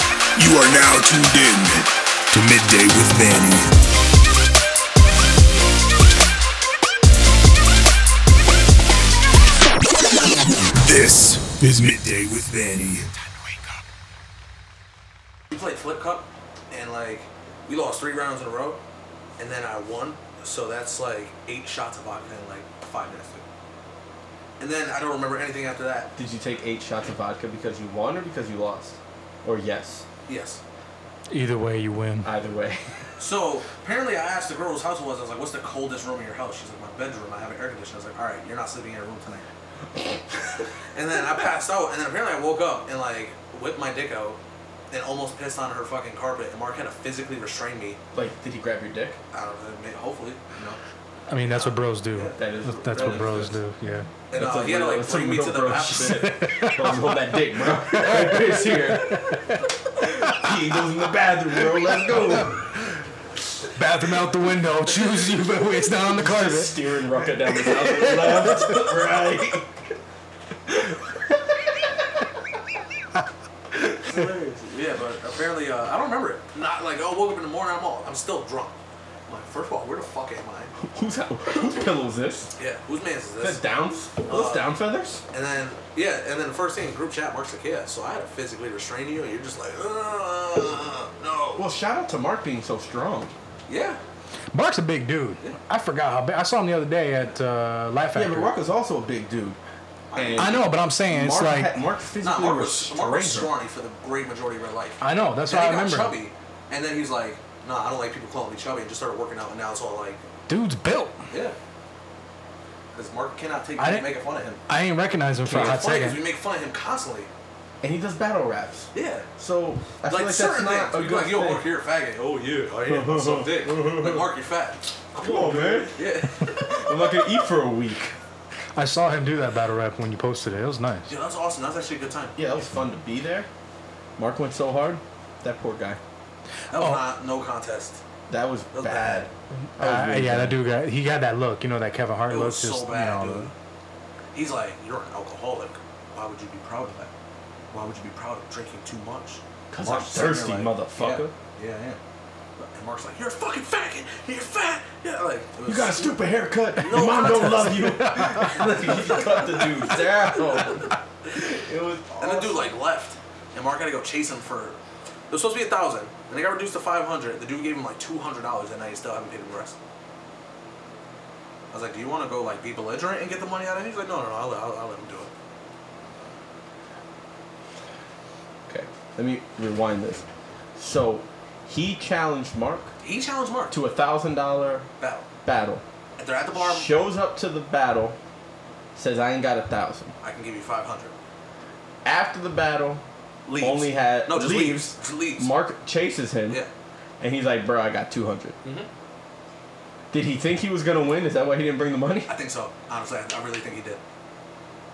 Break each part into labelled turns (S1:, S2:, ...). S1: are now tuned in to Midday with Manny. This is Midday with Manny.
S2: We played Flip Cup, and like we lost three rounds in a row, and then I won. So that's like eight shots of vodka in like five minutes. dude. And then I don't remember anything after that.
S3: Did you take eight shots of vodka because you won or because you lost? Or yes,
S2: Yes.
S4: Either way, you win.
S3: either way.
S2: So apparently, I asked the girl whose house it was. I was like, "What's the coldest room in your house?" She's like, "My bedroom. I have an air conditioner." I was like, "All right, you're not sleeping in your room tonight." and then I passed out, and then apparently I woke up and like whipped my dick out, and almost pissed on her fucking carpet. And Mark had to physically restrain me.
S3: like, did he grab your dick?
S2: I don't know. may- Hopefully, you know.
S4: I mean, that's what bros do.
S3: That is.
S4: That's, that's what bros do. Yeah.
S2: And
S3: That's
S2: uh,
S3: a
S2: he had to like
S3: real- that's some
S2: bring me
S3: real
S2: to the
S3: bro
S2: bathroom.
S3: shit. Bro, hold that dick, bro. It's here. He goes in the bathroom, bro. Let's go.
S4: Bathroom out the window. Choose you, but it's not on the carpet.
S3: Steering Rucka down the south left, right.
S2: Yeah, but apparently uh, I don't remember it. Not like oh, woke up in the morning. I'm all I'm still drunk. I'm like, first of all, where the fuck am I?
S3: Who's, whose pillow is this?
S2: Yeah, whose man's is
S3: Is that
S2: this?
S3: downs? Are those down feathers?
S2: And then yeah, and then the first thing in group chat, Mark's like, yeah. So I had to physically restrain you, and you're just like, "Uh, no.
S3: Well, shout out to Mark being so strong.
S2: Yeah.
S4: Mark's a big dude. I forgot how big. I saw him the other day at uh, Laugh
S3: Yeah,
S4: Factory.
S3: but Mark is also a big dude. And
S4: I know, but I'm saying
S3: Mark,
S4: it's like
S3: had- Mark
S2: Nah,
S3: physically
S2: Mark was,
S3: restrained
S2: Mark was
S3: him.
S2: scrawny for the great majority of her life.
S4: I know. That's
S2: then
S4: why I
S2: he got
S4: remember.
S2: chubby, and then he's like, nah, I don't like people calling me chubby, and just started working out, and now it's all like,
S4: Dude's built.
S2: yeah. Because Mark cannot take
S4: I
S2: people
S4: didn't-
S2: making fun of him.
S4: I ain't recognize him for a
S2: It's
S4: hot
S2: funny because we
S4: second.
S2: make fun of him constantly.
S3: And he does battle raps.
S2: Yeah.
S3: So I feel
S2: like,
S3: like that's
S2: certain
S3: not
S2: things.
S3: a
S2: You're
S3: good
S2: like, yo,
S3: thing.
S2: Mark, you're a faggot. Oh, yeah, I am. I'm so dick. Like, Mark, you're fat.
S3: Come on, man.
S2: Yeah.
S3: I'm not gonna eat for a week.
S4: I saw him do that battle rap when you posted it. It was nice.
S2: Yo, that was awesome. That was actually a good time.
S3: Yeah, that was fun to be there. Mark went so hard. That poor guy.
S2: That was
S4: Oh.
S2: not no contest.
S3: That was
S2: was
S3: bad.
S2: bad.
S4: Uh, yeah, that dude got he got that look. You know that Kevin Hart
S2: It
S4: look.
S2: was
S4: just
S2: so bad,
S4: you know,
S2: dude. He's like, you're an alcoholic. Why would you be proud of that? Why would you be proud of drinking too much?
S3: 'Cause
S2: Mark's
S3: I'm
S2: sitting there
S3: thirsty,
S2: like,
S3: motherfucker.
S2: Yeah, yeah, I am. And Mark's like, you're a fucking faggot. You're fat. Yeah, like it was-
S3: You got a stupid haircut.
S2: No
S3: Your mom don't
S2: contest.
S3: love you. he cut the dude down. It was.
S2: And the dude like left, and Mark had to go chase him for. It was supposed to be a thousand, and they got reduced to five hundred. The dude gave him like two hundred dollars that night. He still haven't paid him the rest. I was like, "Do you want to go like be belligerent and get the money out of him?" He's like, "No, no, no. I'll, I'll, I'll let him do it."
S3: Okay, let me rewind this. So, he challenged Mark
S2: He challenged Mark to
S3: to a thousand dollar
S2: battle.
S3: battle.
S2: And they're at the bar.
S3: Shows up to the battle, says I ain't got a thousand.
S2: I can give you five hundred.
S3: After the battle,
S2: Leaves.
S3: Only had-
S2: no, just
S3: leaves.
S2: leaves. Just leaves.
S3: Mark chases him,
S2: Yeah. Mm-hmm.
S3: and he's like, "Bro, I got 200." Did he think he was gonna win? Is that why he didn't bring the money?
S2: I think so. Honestly, I, I really think he did.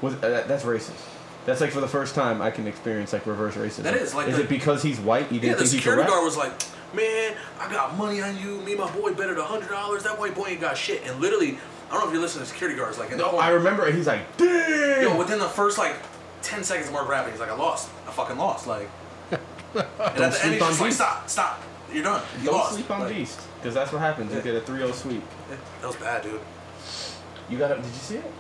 S3: Was uh, that, that's racist? That's like for the first time I can experience like reverse racism.
S2: That is, like,
S3: Is
S2: the-
S3: it because he's white? You
S2: Yeah,
S3: didn't
S2: the
S3: think he could
S2: security
S3: rap?
S2: guard was like, "Man, I got money on you. Me and my boy betted hundred dollars. That white boy ain't got shit." And literally, I don't know if you're listening to security guards like in the
S3: No,
S2: corner.
S3: I remember. He's like, "Damn."
S2: Yo, within the first like ten seconds of Mark rapping, he's like, "I lost. I fucking lost." Like, and at the end,
S3: sleep
S2: he's
S3: on
S2: just like,
S3: Beast.
S2: "Stop, stop. You're done. You
S3: Don't
S2: lost."
S3: sleep on
S2: Like,
S3: Beast, because that's what happens. You
S2: Yeah.
S3: get a 3-0 sweep.
S2: That was bad, dude.
S3: You got to Did you see it?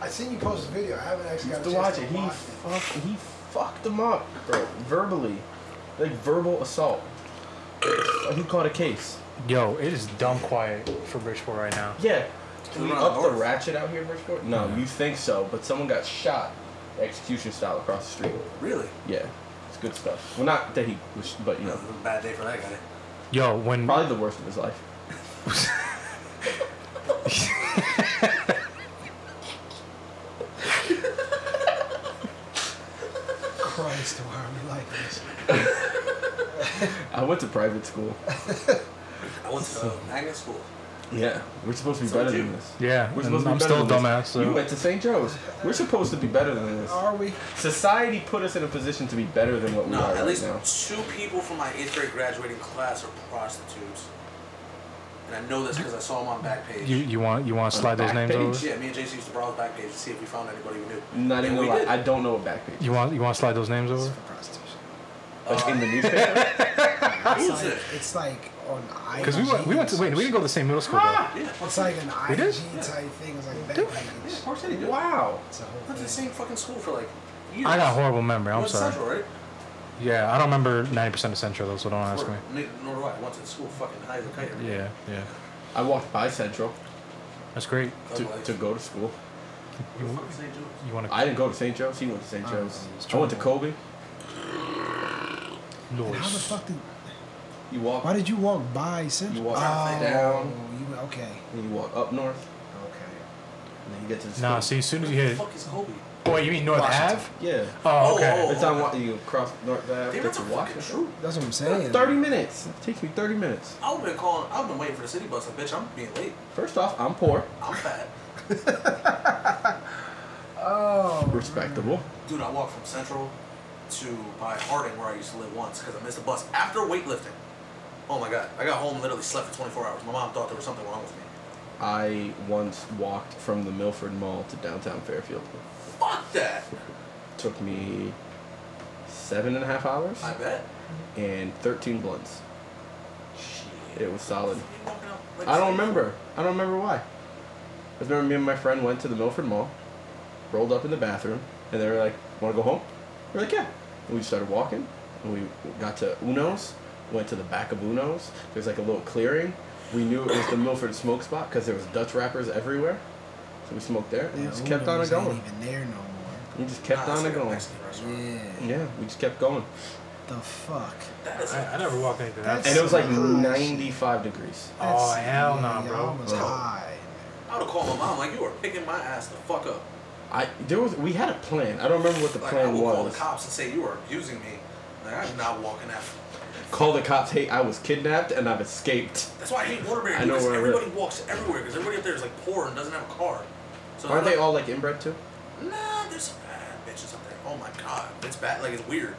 S5: I seen you post the video. I haven't actually
S3: You
S5: got
S3: have to
S5: a
S3: watch
S5: chance
S3: it. He
S5: watch
S3: fuck, he fucked him up, bro. Verbally, like verbal assault. he caught a case.
S4: Yo, it is dumb quiet for Bridgeport right now.
S3: Yeah.
S2: We're
S3: Can we
S2: not
S3: up the
S2: north.
S3: ratchet out here in Bridgeport? No, you think so, but someone got shot execution style across the street.
S2: Really?
S3: Yeah. It's good stuff. Well, not that he was, but you
S2: That
S3: know,
S2: was a bad day for that guy.
S4: Yo, when
S3: probably the worst of his life.
S5: Christ, why are we like this?
S3: I went to private school.
S2: I went to uh, magnet school.
S3: Yeah. We're supposed to be
S2: So
S3: better
S2: did
S3: than
S2: you.
S3: this.
S4: Yeah,
S3: We're
S4: and
S3: supposed to be
S4: I'm
S3: better
S4: still a
S3: than this.
S4: dumbass, so-
S3: You went to St. Joe's. We're supposed to be better than this.
S5: Are we?
S3: Society put us in a position to be better than what we
S2: No,
S3: are
S2: at
S3: right
S2: least
S3: now.
S2: two people from my eighth grade graduating class are prostitutes, and I know this because I saw them on Backpage.
S4: you you want you want to slide those
S3: back
S4: names
S3: page?
S4: over?
S2: yeah, me and JC used to browse Backpage to see if we found anybody we knew.
S3: Not
S2: And
S3: even
S2: we
S3: gonna lie,
S2: did.
S3: I don't know what back page.
S4: You want you want to slide those names over?
S5: Prostitution.
S6: Like
S2: Uh,
S6: in the newspaper?
S2: Who was
S5: It's
S2: it?
S5: like, it's like on IG.
S4: Because we went, we went to wait, we didn't go to the same middle school. Though.
S2: Yeah, of
S5: It's like an
S4: We
S5: IG
S4: did?
S5: type thing. It's like
S4: Dude.
S5: that page.
S2: course they did.
S3: Wow.
S5: It's a whole
S2: Went to the
S5: thing.
S2: same fucking school for like years.
S4: I got a horrible memory. I'm
S2: Went to
S4: sorry.
S2: Central, right?
S4: Yeah, I don't remember 90% of Central though, so don't ask me.
S2: Nor, nor do I. I went to the school fucking high as a kite. every day.
S4: Yeah, yeah.
S3: I walked by Central
S4: That's great.
S2: I was
S3: to,
S2: like,
S3: to go to school.
S2: what the fuck is they doing?
S4: You want to?
S3: I didn't go to St. Joe's. He went to St.
S2: Uh,
S4: Oh,
S3: Joe's.
S4: he's
S3: I went to Kobe.
S5: And How the
S4: Nice.
S5: fuck did?
S3: You walk.
S5: Why did you walk by Central?
S3: You walk
S5: oh,
S3: down.
S5: You went- okay.
S3: And you walk up north,
S5: Okay.
S3: and then you get to the school.
S4: Nah, see, as soon as you
S2: Where the
S4: hit,
S2: fuck is Kobe?
S4: boy, you mean North
S5: Washington.
S4: Ave?
S3: Yeah.
S4: Oh,
S2: Oh,
S4: okay.
S3: It's on. Wa- You cross North Ave.
S2: They
S3: Get to
S2: never fucking
S3: Washington.
S2: true.
S5: That's what I'm saying.
S3: Thirty minutes. It takes me thirty minutes.
S2: I've been calling. I've been waiting for the city bus. Like, bitch, I'm being late.
S3: First off, I'm poor.
S2: I'm fat.
S5: Oh.
S3: Respectable.
S2: Dude, I walked from Central to by Harding where I used to live once because I missed a bus after weightlifting. Oh my god, I got home literally slept for 24 hours. My mom thought there was something wrong with me.
S3: I once walked from the Milford Mall to downtown Fairfield.
S2: Fuck that.
S3: took me seven and a half hours
S2: I bet.
S3: and thirteen blunts.
S2: Shit.
S3: It was solid.
S2: You walking out like
S3: I don't
S2: this?
S3: remember. I don't remember why. I remember me and my friend went to the Milford Mall, rolled up in the bathroom, and they were like, "Want to go home?" We are like, "Yeah." And we started walking, and we got to Uno's. Went to the back of Uno's. There's like a little clearing. We knew it was the Milford smoke spot because there was Dutch wrappers everywhere, so we smoked there. and
S5: Yeah,
S3: just kept on
S5: Uno's
S3: it
S5: ain't
S3: going.
S5: Even there no
S3: We just
S2: Nah,
S3: kept
S2: it's
S3: on
S2: like
S3: it
S2: a
S3: going.
S2: Mexican restaurant.
S5: more. Yeah.
S3: Yeah, we just kept going.
S5: The fuck.
S2: That is.
S4: I, I never walked anything.
S5: That's-
S4: That's,
S3: oh. And it was like
S5: Gosh.
S3: 95 degrees.
S4: oh hell no,
S5: yeah,
S4: bro.
S5: Y'all was high.
S2: I would have called my mom like you are picking my ass the fuck up.
S3: I there was we had a plan. I don't remember what the
S2: Like I
S3: plan
S2: will call the
S3: was.
S2: cops and say you are abusing me. Like I'm not walking out.
S3: Call the cops. Hey, I was kidnapped and I've escaped.
S2: That's why I hate Waterbury.
S3: I know
S2: because
S3: where I live.
S2: everybody walks everywhere because everybody up there is like poor and doesn't have a car. So
S3: Aren't
S2: I'm
S3: they
S2: like,
S3: all like inbred too?
S2: Nah, there's some bad bitches up there. Oh my god, it's bad. Like it's weird.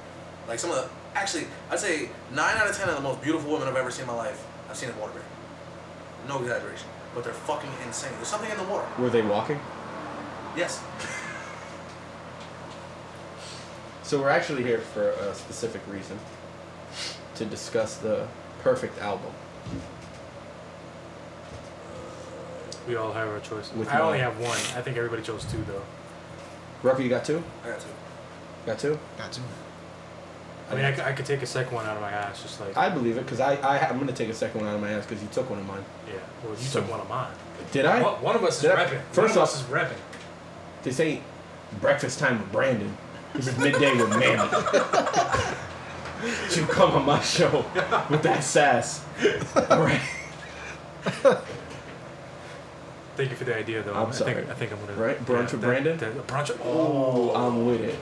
S2: Like some of the actually, I'd say nine out of ten of the most beautiful women I've ever seen in my life. I've seen in Waterbury. No exaggeration. But they're fucking insane. There's something in the water.
S3: Were they walking?
S2: Yes.
S3: So we're actually here for a specific reason to discuss the perfect album.
S4: We all have our choices.
S3: With
S4: I only
S3: mine.
S4: have one. I think everybody chose two though.
S3: Rucker, you got two?
S2: I got two.
S3: Got two?
S5: Got to.
S4: I mean, I, c- I could take a second one out of my ass, just like
S3: I believe it because I, I I'm gonna take a second one out of my ass because you took one of mine.
S4: yeah. Well, you
S3: So-
S4: took one of mine.
S3: Did I?
S4: One, one of us is
S3: Did I-
S4: repping.
S3: First
S4: one
S3: off-
S4: of us is repping.
S3: This ain't breakfast time with Brandon. This is midday with Mammy. you come on my show with that sass. All right.
S4: Thank you for the idea, though.
S3: I'm
S4: I
S3: sorry.
S4: Think, I think I'm gonna
S3: Right? Brunch with
S4: that-
S3: Brandon?
S4: that- the brunch. with- Oh,
S3: Oh, I'm with it.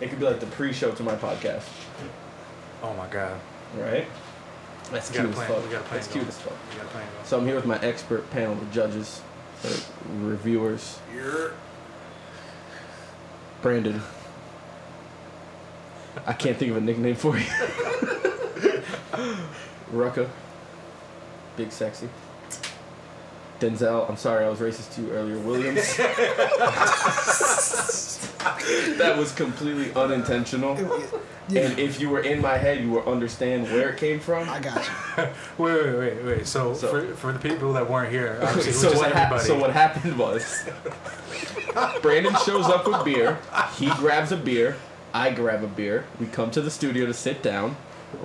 S3: It could be like the pre-show to my podcast,
S4: oh my god.
S3: right? That's
S4: We got
S3: cute
S4: a
S3: as
S4: plan.
S3: fuck.
S4: We got a plan
S3: That's cute
S4: going.
S3: as fuck.
S4: We got a plan. Though.
S3: So I'm here with my expert panel of judges, uh, reviewers.
S2: You're
S3: Brandon, I can't think of a nickname for you. Rucka, big sexy. Denzel, I'm sorry I was racist to you earlier. Williams, that was completely unintentional. And if you were in my head, you will understand where it came from.
S5: I got you.
S4: Wait, wait, wait, wait. So,
S3: So-
S4: for, for the people that weren't here, obviously, it was
S3: so
S4: just
S3: what, hap-
S4: everybody.
S3: so what happened was Brandon shows up with beer. He grabs a beer. I grab a beer. We come to the studio to sit down.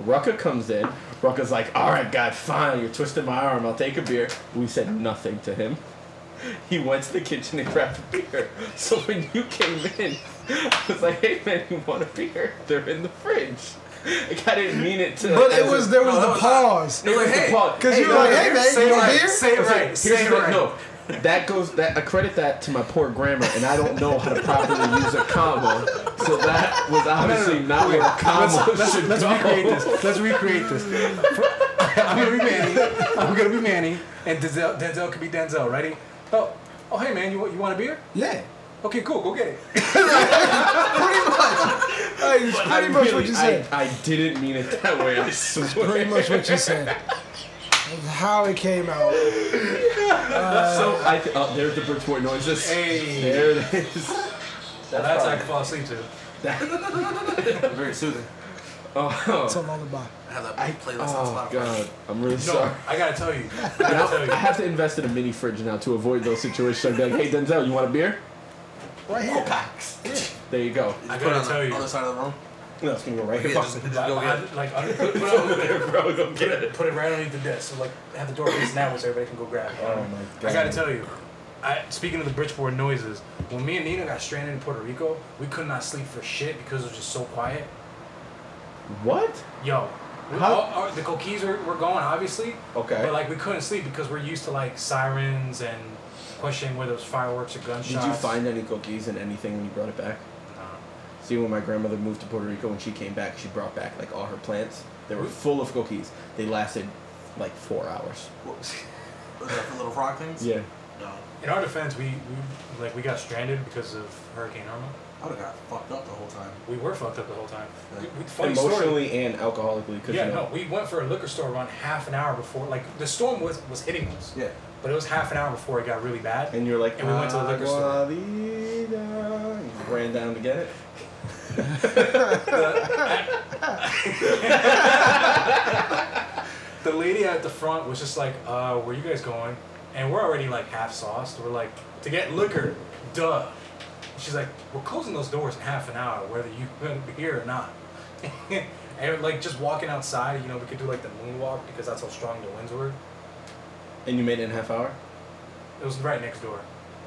S3: Rucka comes in. Rucka's like, all right, God, fine. You're twisting my arm. I'll take a beer. We said nothing to him. He went to the kitchen and grabbed a beer. So when you came in, I was like, hey, man, you want a beer? They're in the fridge. Like, I didn't mean it to.
S5: But it
S3: as
S5: was
S3: a-
S5: there was
S2: No, that
S5: the
S2: was-
S5: pause.
S2: No,
S3: it was
S2: like,
S3: the
S2: hey,
S3: pause.
S5: Cause you were
S3: no,
S5: like,
S3: no,
S5: hey man,
S4: say
S5: you want
S4: right,
S5: beer?
S4: say it right,
S3: Here's
S4: say it
S3: the-
S4: right.
S3: No, that goes. That I credit that to my poor grammar, and I don't know how to properly use a comma. So that was obviously not where a comma
S4: Let's,
S3: should
S4: let's
S3: go.
S4: recreate this. Let's recreate this. I'm gonna be Manny. I'm gonna be Manny, and Denzel. Denzel could be Denzel. Ready? Oh, oh, hey man, you want you want a beer?
S5: Yeah.
S4: Okay, cool. Go get it.
S5: Pretty much. Like, it's
S3: I,
S5: pretty much
S3: really-
S5: what you
S3: I-
S5: said.
S3: I, didn't mean it that way. I swear.
S5: pretty much what you said. That's how it came out.
S3: so I th- oh, there's the Bridgeport noises.
S4: Hey.
S3: There it is.
S4: That's how I can fall asleep to.
S3: That-
S2: very soothing.
S5: It's a lullaby.
S2: I have that
S3: I,
S2: playlist on
S3: oh
S2: Spotify.
S3: god, I'm really
S4: No,
S3: sorry.
S4: I gotta tell you. I
S3: Now,
S4: gotta tell
S3: I
S4: you.
S3: have to invest in a mini fridge now to avoid those situations. I'd be like, hey Denzel, you want a beer?
S5: Right here.
S3: There you go.
S2: Just
S4: I
S2: put it
S4: gotta
S2: on the
S4: tell you.
S2: other side of the room.
S3: No, it's gonna go right
S2: Yeah,
S3: here.
S2: just, just go get it.
S4: I- Like, under- put, put, it,
S3: Bro, go get it.
S4: put it right underneath the desk. So, like, have the door facing that way so everybody can go grab it.
S3: Oh my god.
S4: I gotta tell you, I, speaking of the Bridgeport noises, when me and Nina got stranded in Puerto Rico, we could not sleep for shit because it was just so quiet.
S3: What?
S4: Yo, we,
S3: How-
S4: all, our, the Coquis were, were going, obviously.
S3: Okay.
S4: But, like, we couldn't sleep because we're used to, like, sirens and questioning whether it was fireworks or gunshots.
S3: Did you find any cookies and anything when you brought it back? See, when my grandmother moved to Puerto Rico, when she came back, she brought back like all her plants. They were full of cookies. They lasted like four hours.
S2: What was was that the little frog things?
S3: Yeah.
S2: No.
S4: In our defense, we, we like we got stranded because of Hurricane Irma.
S2: I would have got fucked up the whole time.
S4: We were fucked up the whole time.
S2: Yeah.
S4: We, we, funny story.
S3: Emotionally and alcoholically, because
S4: Yeah,
S3: you know.
S4: no, we went for a liquor store run half an hour before. Like the storm was was hitting us.
S2: Yeah.
S4: But it was half an hour before it got really bad.
S3: And you're like,
S4: And we went to the liquor store.
S3: "Aguadita," and you ran down to get it.
S4: the lady at the front was just like, uh, where you guys going? And we're already like half sauced. We're like, to get liquor, duh. She's like, we're closing those doors in half an hour, whether you gonna be here or not. and like just walking outside, you know, we could do like the moonwalk because that's how strong the winds were.
S3: And you made it in a half hour?
S4: It was right next door.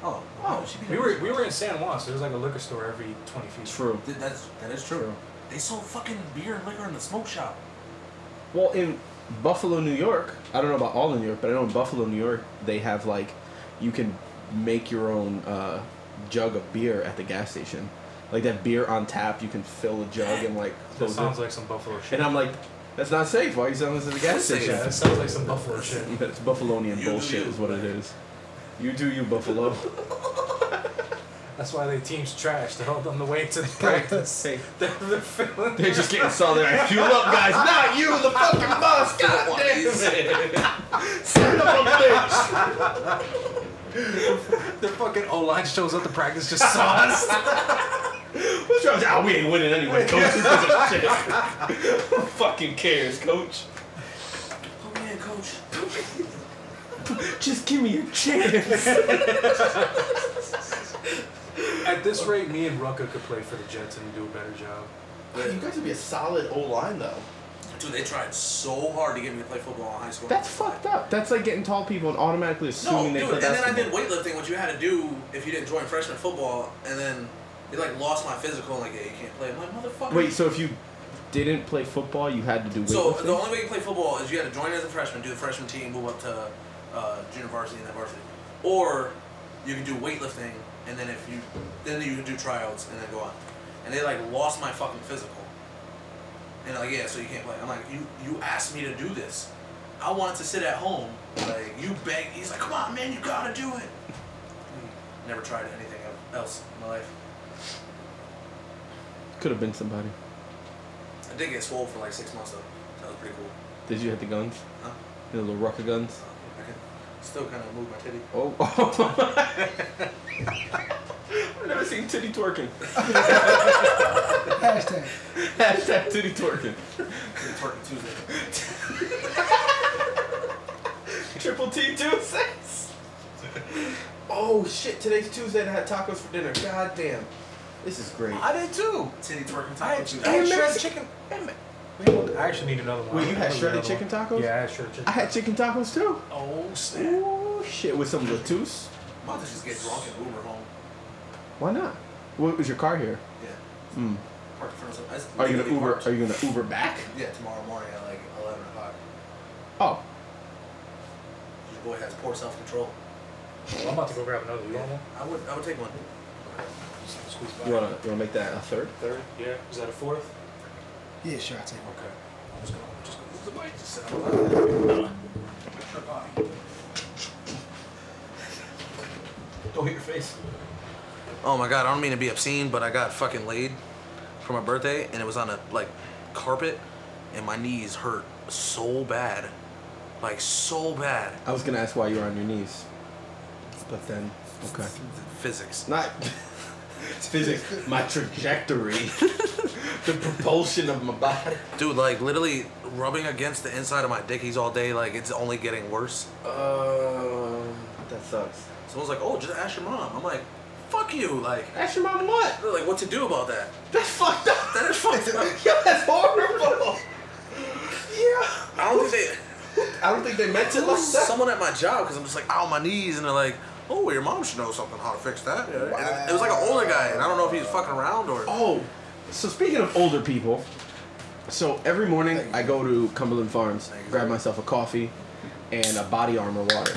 S2: Oh, wow. She
S4: We were we were in San Juan, so there was like a liquor store every twenty feet.
S3: True.
S2: Th- That's that is true.
S3: True.
S2: They sold fucking beer and liquor in the smoke shop.
S3: Well, in Buffalo, New York, I don't know about all in New York, but I know in Buffalo, New York, they have like, you can make your own uh, jug of beer at the gas station. Like that beer on tap, you can fill a jug and like
S4: That
S3: close
S4: sounds
S3: it.
S4: like some buffalo shit.
S3: and I'm like, that's not safe. Why are you selling this at the gas
S2: Safe.
S3: station?
S4: yeah, that sounds like some buffalo shit.
S3: That's Buffalonian
S2: You do
S3: bullshit,
S2: you.
S3: is what it is. You do you, Buffalo.
S4: That's why they team's trash to help on the way to the practice.
S3: Hey.
S4: they're, they're feeling
S3: They're just getting solid. Like, Fuel up, guys. Not you, the fucking boss. God damn it. Son of a bitch.
S4: Their fucking O line shows up to practice just sauce.
S3: What's wrong? Ah, we ain't winning anyway, coach. Who gives a shit? Who fucking cares, coach?
S2: Oh man, coach.
S3: Just give me a chance.
S4: At this rate, me and Rucka could play for the Jets and do a better job.
S3: you guys would be a solid O line, though.
S2: Dude, they tried so hard to get me to play football in high school.
S3: That's fucked up. That's like getting tall people and automatically
S2: No,
S3: assuming
S2: dude,
S3: they play
S2: and then I
S3: basketball.
S2: did weightlifting, which you had to do if you didn't join freshman football, and then they like lost my physical and like, yeah, you can't play. I'm like, motherfucker.
S3: Wait, so if you didn't play football, you had to do weightlifting?
S2: So the only way you play football is you had to join as a freshman, do the freshman team, move up to uh, junior varsity and then varsity, or you can do weightlifting and then if you then you can do tryouts and then go on. And they like lost my fucking physical. And they're like yeah, so you can't play. I'm like you you asked me to do this. I wanted to sit at home. Like you beg. He's like come on man, you gotta do it. Never tried anything else in my life.
S3: Could have been somebody.
S2: I did get swole for like six months though. That was pretty cool.
S3: Did you have the guns?
S2: Huh?
S3: The little rocket guns?
S2: I can still kind of move my titty.
S3: Oh. I've never seen titty twerking.
S5: Hashtag.
S3: Hashtag titty twerking.
S2: Titty twerking Tuesday.
S3: Triple T two six. Oh shit! Today's Tuesday and I had tacos for dinner. God damn. This is great.
S4: I did too.
S2: Titty twerking
S4: I
S2: taco
S4: had,
S2: Tuesday.
S4: I had
S3: Hey,
S4: shredded
S3: Mexican-
S4: chicken.
S3: Damn it.
S4: I actually need another one.
S3: Wait, you had
S4: I
S3: shredded
S4: need another
S3: chicken
S4: one.
S3: tacos?
S4: Yeah, I had shredded chicken.
S3: I had chicken tacos too.
S4: Oh snap!
S3: Oh shit! With some lettuce.
S2: Might as well just get drunk and Uber home.
S3: Why not? What was your car here?
S2: Yeah. Hmm.
S3: Mm.
S2: Park in front of some.
S3: Are you gonna Uber? Are you gonna Uber back?
S2: Yeah, tomorrow morning at like 11 o'clock.
S3: Oh,
S2: Your boy has poor self control.
S4: Well, I'm about to go grab another. You want one?
S2: I would, I would take one.
S4: Just have to squeeze by.
S3: you wanna you wanna make that a third?
S4: Third? Yeah. Is that a fourth?
S5: Yeah, sure, I'll take
S4: Okay. I'm just gonna just gonna move the bike. Just sit down.
S3: Don't hit your face.
S2: Oh my god, I don't mean to be obscene, but I got fucking laid for my birthday and it was on a like carpet and my knees hurt so bad. Like so bad.
S3: I was gonna ask why you were on your knees, but then okay.
S2: Physics.
S3: Not it's physics. My trajectory the propulsion of my body.
S2: Dude, like literally rubbing against the inside of my dickies all day, like it's only getting worse.
S3: Um, that sucks.
S2: Someone's like, "Oh, just ask your mom." I'm like, "Fuck you!" Like,
S3: Ask your mom what?
S2: they're like, what to do about that?
S3: That's fucked up.
S2: That is fucked up.
S3: Yo, that's horrible. yeah.
S2: I don't think
S3: I don't think they meant it
S2: they.
S3: like that.
S2: Someone at my job, because I'm just like out on my knees, and they're like, "Oh, your mom should know something how to fix that." And it was like an older guy, and I don't know if he's fucking around or.
S3: Oh, so speaking of older people, so every morning I go to Cumberland Farms, grab myself a coffee and a body armor water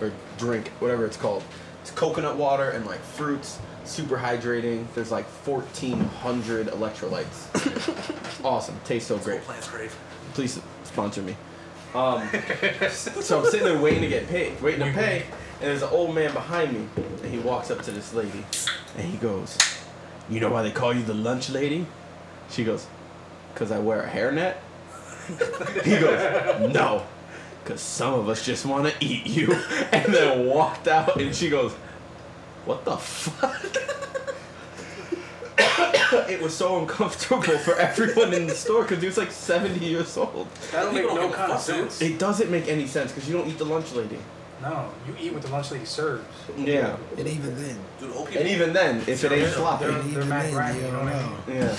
S3: or drink, whatever it's called. It's coconut water and like fruits, super hydrating. There's like 1,400 electrolytes. awesome, tastes so great.
S2: Plants grave.
S3: Please sponsor me. Um, so I'm sitting there waiting to get paid, waiting to pay, and there's an old man behind me, and he walks up to this lady, and he goes, "You know why they call you the lunch lady?" She goes, "Cause I wear a hairnet." he goes, "No, cause some of us just want to eat you," and then walked out, and she goes, "What the fuck?" it was so uncomfortable for everyone in the store because he was like 70 years old.
S4: That don't make
S2: People don't
S4: no
S2: give a
S4: kind of
S2: fuck, dude.
S4: sense.
S3: It doesn't make any sense because you don't eat the lunch lady.
S4: No, you eat what the lunch lady serves.
S3: Yeah.
S5: And even then,
S2: Dude, old people.
S3: And even then, if it ain't floppy.
S4: They're-
S5: and even
S4: Mac
S5: then,
S4: Ryan,
S5: you
S4: you know
S5: don't
S4: what I
S5: know.
S4: mean?
S3: Yeah.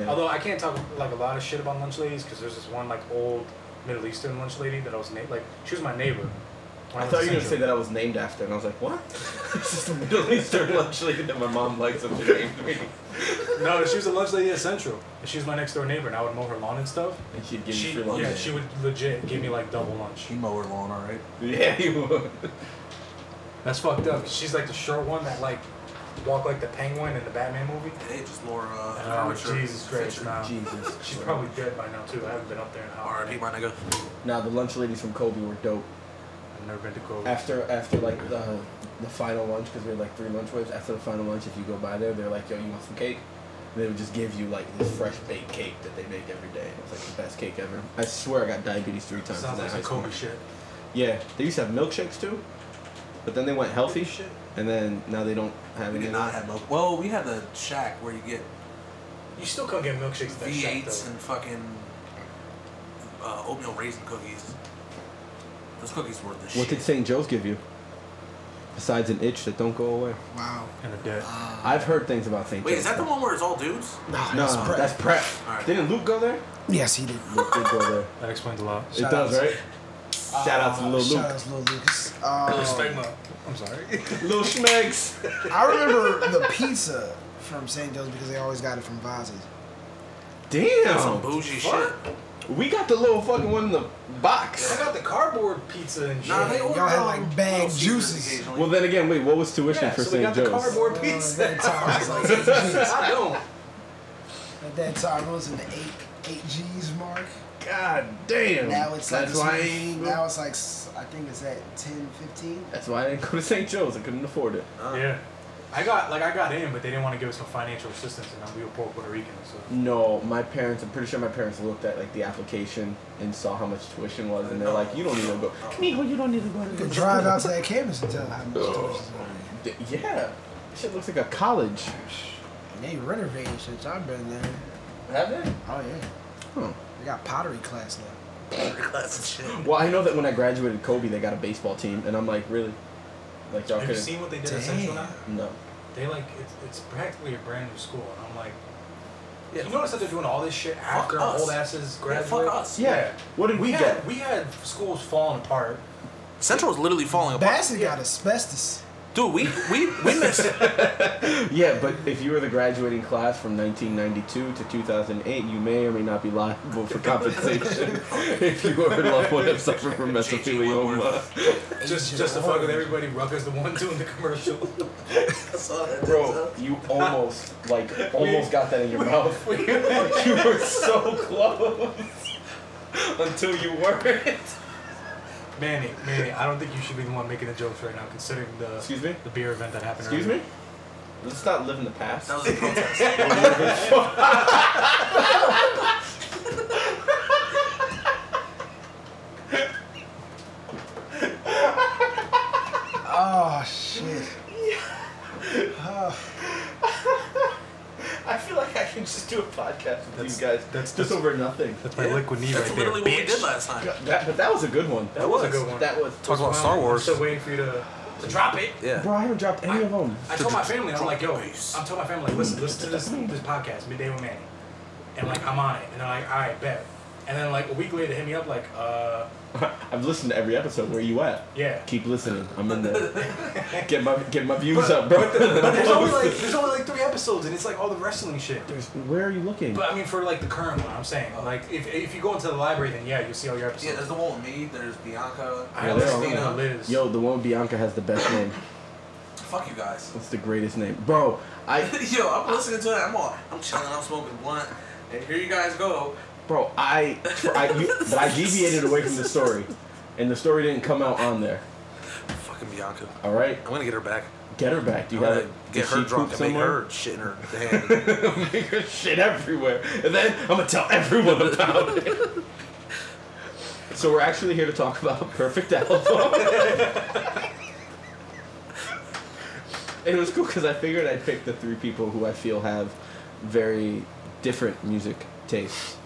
S3: yeah.
S4: Although I can't talk like a lot of shit about lunch ladies because there's this one like old Middle Eastern lunch lady that I was na- like she was my neighbor. when
S3: I thought you were
S4: was
S3: gonna
S4: essential.
S3: say that I was named after, and I was like, what? it's just a Middle Eastern lunch lady that my mom likes and she named me.
S4: No, she was a lunch lady at Central. And she was my next door neighbor, and I would mow her lawn and stuff.
S3: And she'd give
S4: She,
S3: you free lunch.
S4: yeah, she would legit give me like double lunch.
S2: He mowed her lawn, all right.
S3: Yeah, you would.
S4: That's fucked up. She's like the short one that like walk like the penguin in the Batman movie.
S2: Hey, just Laura.
S4: Oh,
S2: Uh,
S4: Jesus Christ, no.
S3: Um, Jesus.
S4: She's probably dead by now too. I haven't been up there in a while.
S2: R.I.P. My nigga.
S3: Nah, the lunch ladies from Kobe were dope.
S4: I've never been to Kobe.
S3: After after like the the final lunch because we had like three lunch waves. After the final lunch, if you go by there, they're like, "Yo, you want some cake?" And they would just give you like this fresh baked cake that they make every day. It's like the best cake ever. I swear I got diabetes three times. in
S4: Sounds
S3: that
S4: like
S3: high
S4: some
S3: school.
S4: Kobe shit.
S3: Yeah, they used to have milkshakes too, but then they went healthy,
S2: Shit.
S3: and then now they don't have
S2: We
S3: any.
S2: did
S3: of
S2: not
S3: that.
S2: have milk. Well, we had the shack where you get
S4: You still can't get milkshakes at that shop
S2: V8s
S4: though.
S2: and fucking uh, oatmeal raisin cookies. Those cookies were the
S3: What
S2: shit.
S3: did St. Joe's give you? Besides an itch that don't go away.
S5: Wow.
S4: And a dead.
S3: I've heard things about St. Joe's.
S2: Uh, Wait, is that the one where it's all dudes?
S5: Nah,
S3: No,
S5: that's
S3: no,
S5: pre-
S3: that's prep.
S2: Alright.
S3: Didn't Luke go there?
S5: yes, he did.
S3: Luke did go there.
S4: That explains a lot.
S3: it does,
S5: outs.
S3: right? Shout out to Lil Luke.
S5: Uh, Shout out to Lil Lucas. Um,
S4: I'm sorry.
S3: Lil Schmegs.
S5: I remember the pizza from St. Joe's because they always got it from Vaz's.
S2: That's some
S3: Damn.
S2: bougie shit.
S3: We got the little fucking one in the
S4: I
S3: box.
S4: got the cardboard pizza and shit.
S2: Nah, they order
S5: Y'all had,
S2: um,
S5: like, bag
S2: little secrets
S5: juices.
S2: occasionally.
S3: Well, then again, wait, what was tuition
S4: yeah,
S3: for
S4: so
S3: St.
S4: we got the
S3: Joe's?
S4: cardboard pizza.
S5: Uh, at that time, it was like eight G's.
S4: I don't.
S5: At that time, it was in the eight eight G's mark.
S3: God damn.
S5: Now it's like
S3: That's why I
S5: it's,
S3: ain't-
S5: now it's like s- I think it's at 10, 15.
S3: That's why I didn't go to St. Joe's. I couldn't afford it.
S4: Yeah. Uh, I got like I got in, but they didn't want to give us no financial assistance, and then we were poor Puerto Ricans. So
S3: No, my parents. I'm pretty sure my parents looked at like the application and saw how much tuition was, and they're like, "You don't need to go, Mijo, You don't need to go to
S5: You could
S3: this
S5: drive
S3: school."
S5: out to that campus and tell how much tuition's on
S3: D- Yeah, this shit looks like a college.
S5: it. And they renovating shit. I've been there.
S3: Have they?
S5: Oh yeah,
S3: Huh.
S5: they got pottery class now.
S2: Glass of shit.
S3: Well, I know that when I graduated Kobe, they got a baseball team, and I'm like, really? Like y'all
S4: have you
S3: could
S4: seen what they did at Central now?
S3: no.
S4: They like it's, it's practically a brand new school, and I'm like,
S2: Yeah.
S4: you notice that they're doing all this shit after
S2: us.
S4: old asses
S2: Yeah,
S4: graduate.
S2: fuck us.
S3: Yeah. What did we,
S4: We
S3: get?
S4: had we had schools falling apart.
S2: Central was literally falling apart.
S5: Bassett got asbestos.
S2: Dude, we we we missed.
S3: Yeah, but if you were the graduating class from 1992 to 2008, you may or may not be liable for compensation if you or your loved one have suffered from mesothelioma.
S4: Just just to fuck with everybody, Rucka's the one doing the commercial.
S3: Bro, you almost like almost got that in your mouth. you were so close until you weren't.
S4: Manny, Manny, I don't think you should be the one making the jokes right now, considering the
S3: Excuse me?
S4: the beer event that happened.
S3: Excuse
S4: earlier.
S3: me. Let's not live in the past.
S2: That was a protest.
S5: Oh shit.
S3: I
S6: I feel like I can just do a podcast with
S4: That's-
S6: you guys.
S4: that's-
S3: Just
S4: that's-
S3: over nothing.
S4: That's my liquid knee
S2: That's
S4: right there.
S2: literally what we
S4: bitch.
S2: did last time.
S3: That, but that was a good one.
S6: That,
S4: was a good one.
S6: That was.
S2: Talk about
S4: Wow,
S2: Star Wars.
S4: I'm still waiting for you to, to drop it.
S2: Yeah.
S3: Bro, I haven't dropped any of them.
S4: I told my family, I'm like, yo, I'm telling my family, like, listen, listen to this this podcast, Midday with Manny. And like, I'm on it. And they're like, all right, bet. And then like a week later, they hit me up like, uh,
S3: I've listened to every episode. Where you at?
S4: Yeah.
S3: Keep listening. I'm in there. get my get my views up, bro.
S4: but there's only like there's only like three episodes, and it's like all the wrestling shit.
S3: Where are you looking?
S4: But I mean, for like the current one, I'm saying like if, if you go into the library, then yeah, you'll see all your
S2: Yeah, there's
S4: episodes.
S2: the one with me, there's Bianca,
S4: I
S3: Yeah,
S4: always
S3: they're
S4: think
S3: all
S2: Christina.
S4: of Liz.
S3: Yo, the one with Bianca has the best name.
S2: Fuck you guys.
S3: That's the greatest name, bro. I
S2: Yo, I'm listening to it. I'm all, I'm chilling. I'm smoking blunt, and here you guys go.
S3: bro, I, I you, but I deviated away from the story, and the story didn't come out on there.
S2: Fucking Bianca.
S3: All right,
S2: I'm gonna get her back.
S3: get her back. Do
S2: I'm
S3: you gotta
S2: gonna get
S3: does
S2: her
S3: she
S2: drunk
S3: poop
S2: and make
S3: somewhere?
S2: her shit in her hand.
S3: make her shit everywhere, and then I'm gonna tell everyone about it. So we're actually here to talk about Perfect Album. it was cool because I figured I'd pick the three people who I feel have very different music tastes,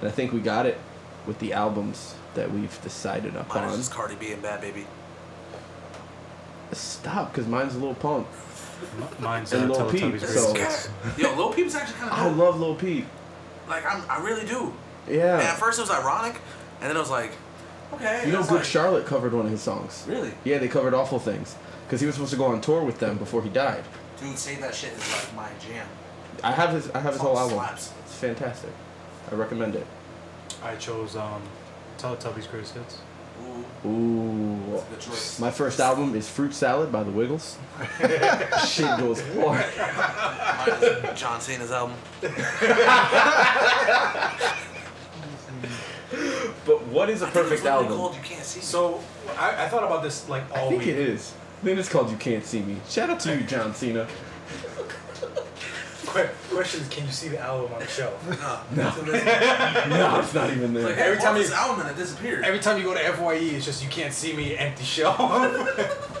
S3: and I think we got it with the albums that we've decided
S2: Mine is
S3: upon.
S2: just Cardi B and Bad Baby.
S3: Stop, because mine's a little punk.
S4: Mine's
S3: uh, And Lil Peep, Teletubbies so- Greatest
S2: Yo, Lil Peep's actually kind
S3: I
S2: of
S3: love Lil Peep.
S2: cool. Like, I'm, I really do. And at
S3: Yeah,
S2: first it was ironic, and then I was like, okay.
S3: you know,
S2: that's
S3: Good
S2: like-
S3: Charlotte covered one of his songs.
S2: Really?
S3: Yeah, they covered awful things because he was supposed to go on tour with them before he died.
S2: Dude, Save That Shit is like my jam.
S3: I have his. I have his whole
S2: Song
S3: album.
S2: slaps.
S3: It's fantastic. I recommend it.
S4: I chose um, Teletubbies Greatest Hits.
S2: Ooh,
S3: Ooh.
S2: good choice.
S3: My first album is Fruit Salad by The Wiggles. Shit goes hard.
S2: Mine is John Cena's album.
S3: But what is a
S2: I think it was
S3: perfect
S2: literally
S3: album?
S2: Called you can't see. Me.
S4: So I, I thought about this like all
S3: I think
S4: week.
S3: it is. Then it's called You Can't See Me. Shout out to you, John Cena.
S4: Que- question is, can you see the album on the shelf?
S2: no, no.
S3: No, it's not even
S2: Like,
S3: there.
S2: every
S4: Every
S2: time
S4: time
S2: this
S4: you-
S2: album and it disappeared.
S4: Every time you go to FYE, it's just you can't see me empty shelf.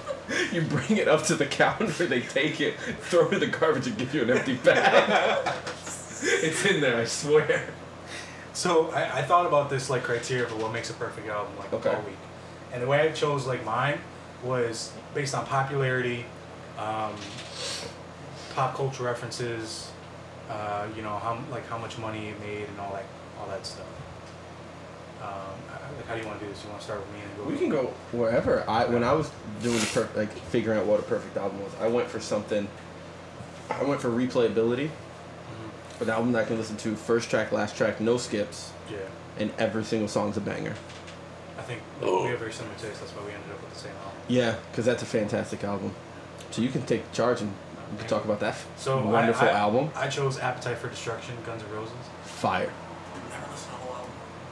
S3: You bring it up to the counter, they take it, throw it in the garbage, and give you an empty bag. it's in there, I swear.
S4: So I, I thought about this like criteria for what makes a perfect album like
S3: Okay.
S4: all week, and the way I chose like mine was based on popularity, um, pop culture references, uh, you know how like how much money it made and all that all that stuff. Um, I- like how do you want to do this? You want to start with me and go?
S3: We can go wherever. I when I was doing the per- like figuring out what a perfect album was, I went for something. I went for replayability, an album that I can listen to first track, last track, no skips,
S4: Yeah,
S3: and every single song's a banger.
S4: I think like, we have very similar tastes. That's why we ended up with the same album.
S3: Yeah, because that's a fantastic album. So you can take charge and we can talk about that f-
S4: So I-
S3: wonderful
S4: I-
S3: album,
S4: I chose Appetite for Destruction, Guns N' Roses.
S3: Fire.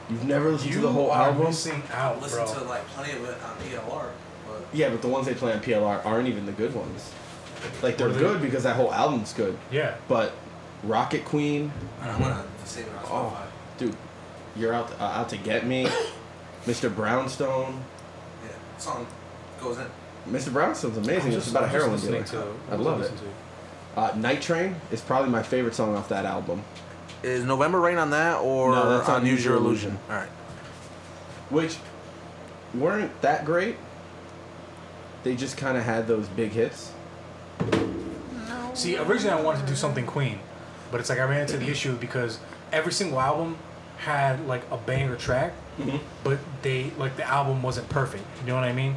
S2: I've never listened to a whole album.
S3: You've never listened to
S4: You
S3: the whole
S4: are
S3: album.
S4: missing out,
S2: I've listened
S4: bro.
S2: to like plenty of it on PLR, but
S3: Yeah, but the ones they play on PLR aren't even the good ones. Like they're
S4: What are they-
S3: good because that whole album's good,
S4: yeah.
S3: but Rocket Queen,
S2: I'm gonna save it on Spotify.
S3: Oh, dude, you're out uh, out to get me, Mr. Brownstone.
S2: Yeah, song goes in.
S3: Mr. Brownstone's amazing.
S4: I'm
S3: it's
S4: just-
S3: about a
S4: I'm just
S3: heroin dealer.
S4: listening to-
S3: I love it.
S4: listen to-
S3: Uh, Night Train is probably my favorite song off that album,
S2: Is November Rain on that or
S3: No, that's
S2: on
S3: on
S2: Use Your
S3: Usual
S2: Illusion?
S3: Illusion.
S2: All right.
S3: which weren't that great. They just kind of had those big hits.
S4: See, originally I wanted to do something Queen, but it's like I ran into the issue because every single album had like a banger track,
S3: Mm-hmm.
S4: but they like the album wasn't perfect. You know what I mean?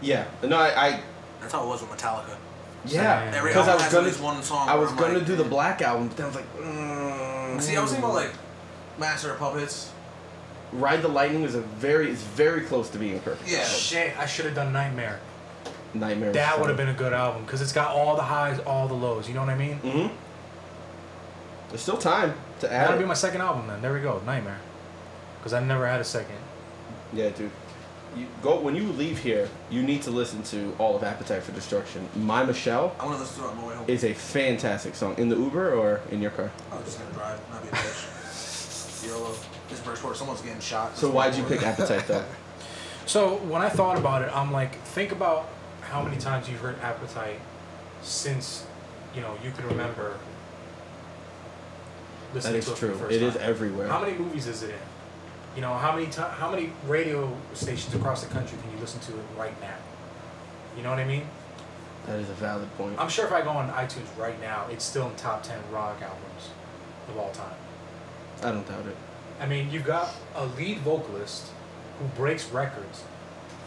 S3: Yeah, no, I, I
S2: That's how it was with Metallica.
S3: yeah,
S4: Every
S3: because I
S2: album has
S3: was
S2: at
S3: gonna
S2: least one song
S3: I
S2: where
S3: was
S2: I'm
S3: gonna
S2: like-
S3: do the Black album, but then I was like, mm,
S2: See, I was thinking about like Master of Puppets.
S3: Ride the Lightning is a very, it's very close to being perfect.
S2: Yeah.
S4: Shit, I should have done Nightmare.
S3: Nightmare. was
S4: That
S3: fun.
S4: would have been a good album because it's got all the highs, all the lows. You know what I mean?
S3: Mm-hmm. There's still time to add.
S4: That'll
S3: it.
S4: be my second album then. There we go, Nightmare. Because I never had a second.
S3: Yeah, dude. You go when you leave here. You need to listen to all of Appetite for Destruction. My Michelle
S2: I want to listen to it on my way home.
S3: is a fantastic song in the Uber or in your car.
S2: I was just gonna drive, not be a bitch. YOLO. This first quarter, someone's getting shot.
S3: So why'd you pick Appetite though?
S4: So when I thought about it, I'm like, think about how many times you've heard Appetite since you know you can remember listening
S3: That is
S4: to it for
S3: true.
S4: the first
S3: It
S4: time.
S3: is everywhere.
S4: How many movies is it in? You know, how many ti how many radio stations across the country can you listen to it right now? You know what I mean?
S3: That is a valid point.
S4: I'm sure if I go on iTunes right now, it's still in top ten rock albums of all time.
S3: I don't doubt it.
S4: I mean, you got a lead vocalist who breaks records,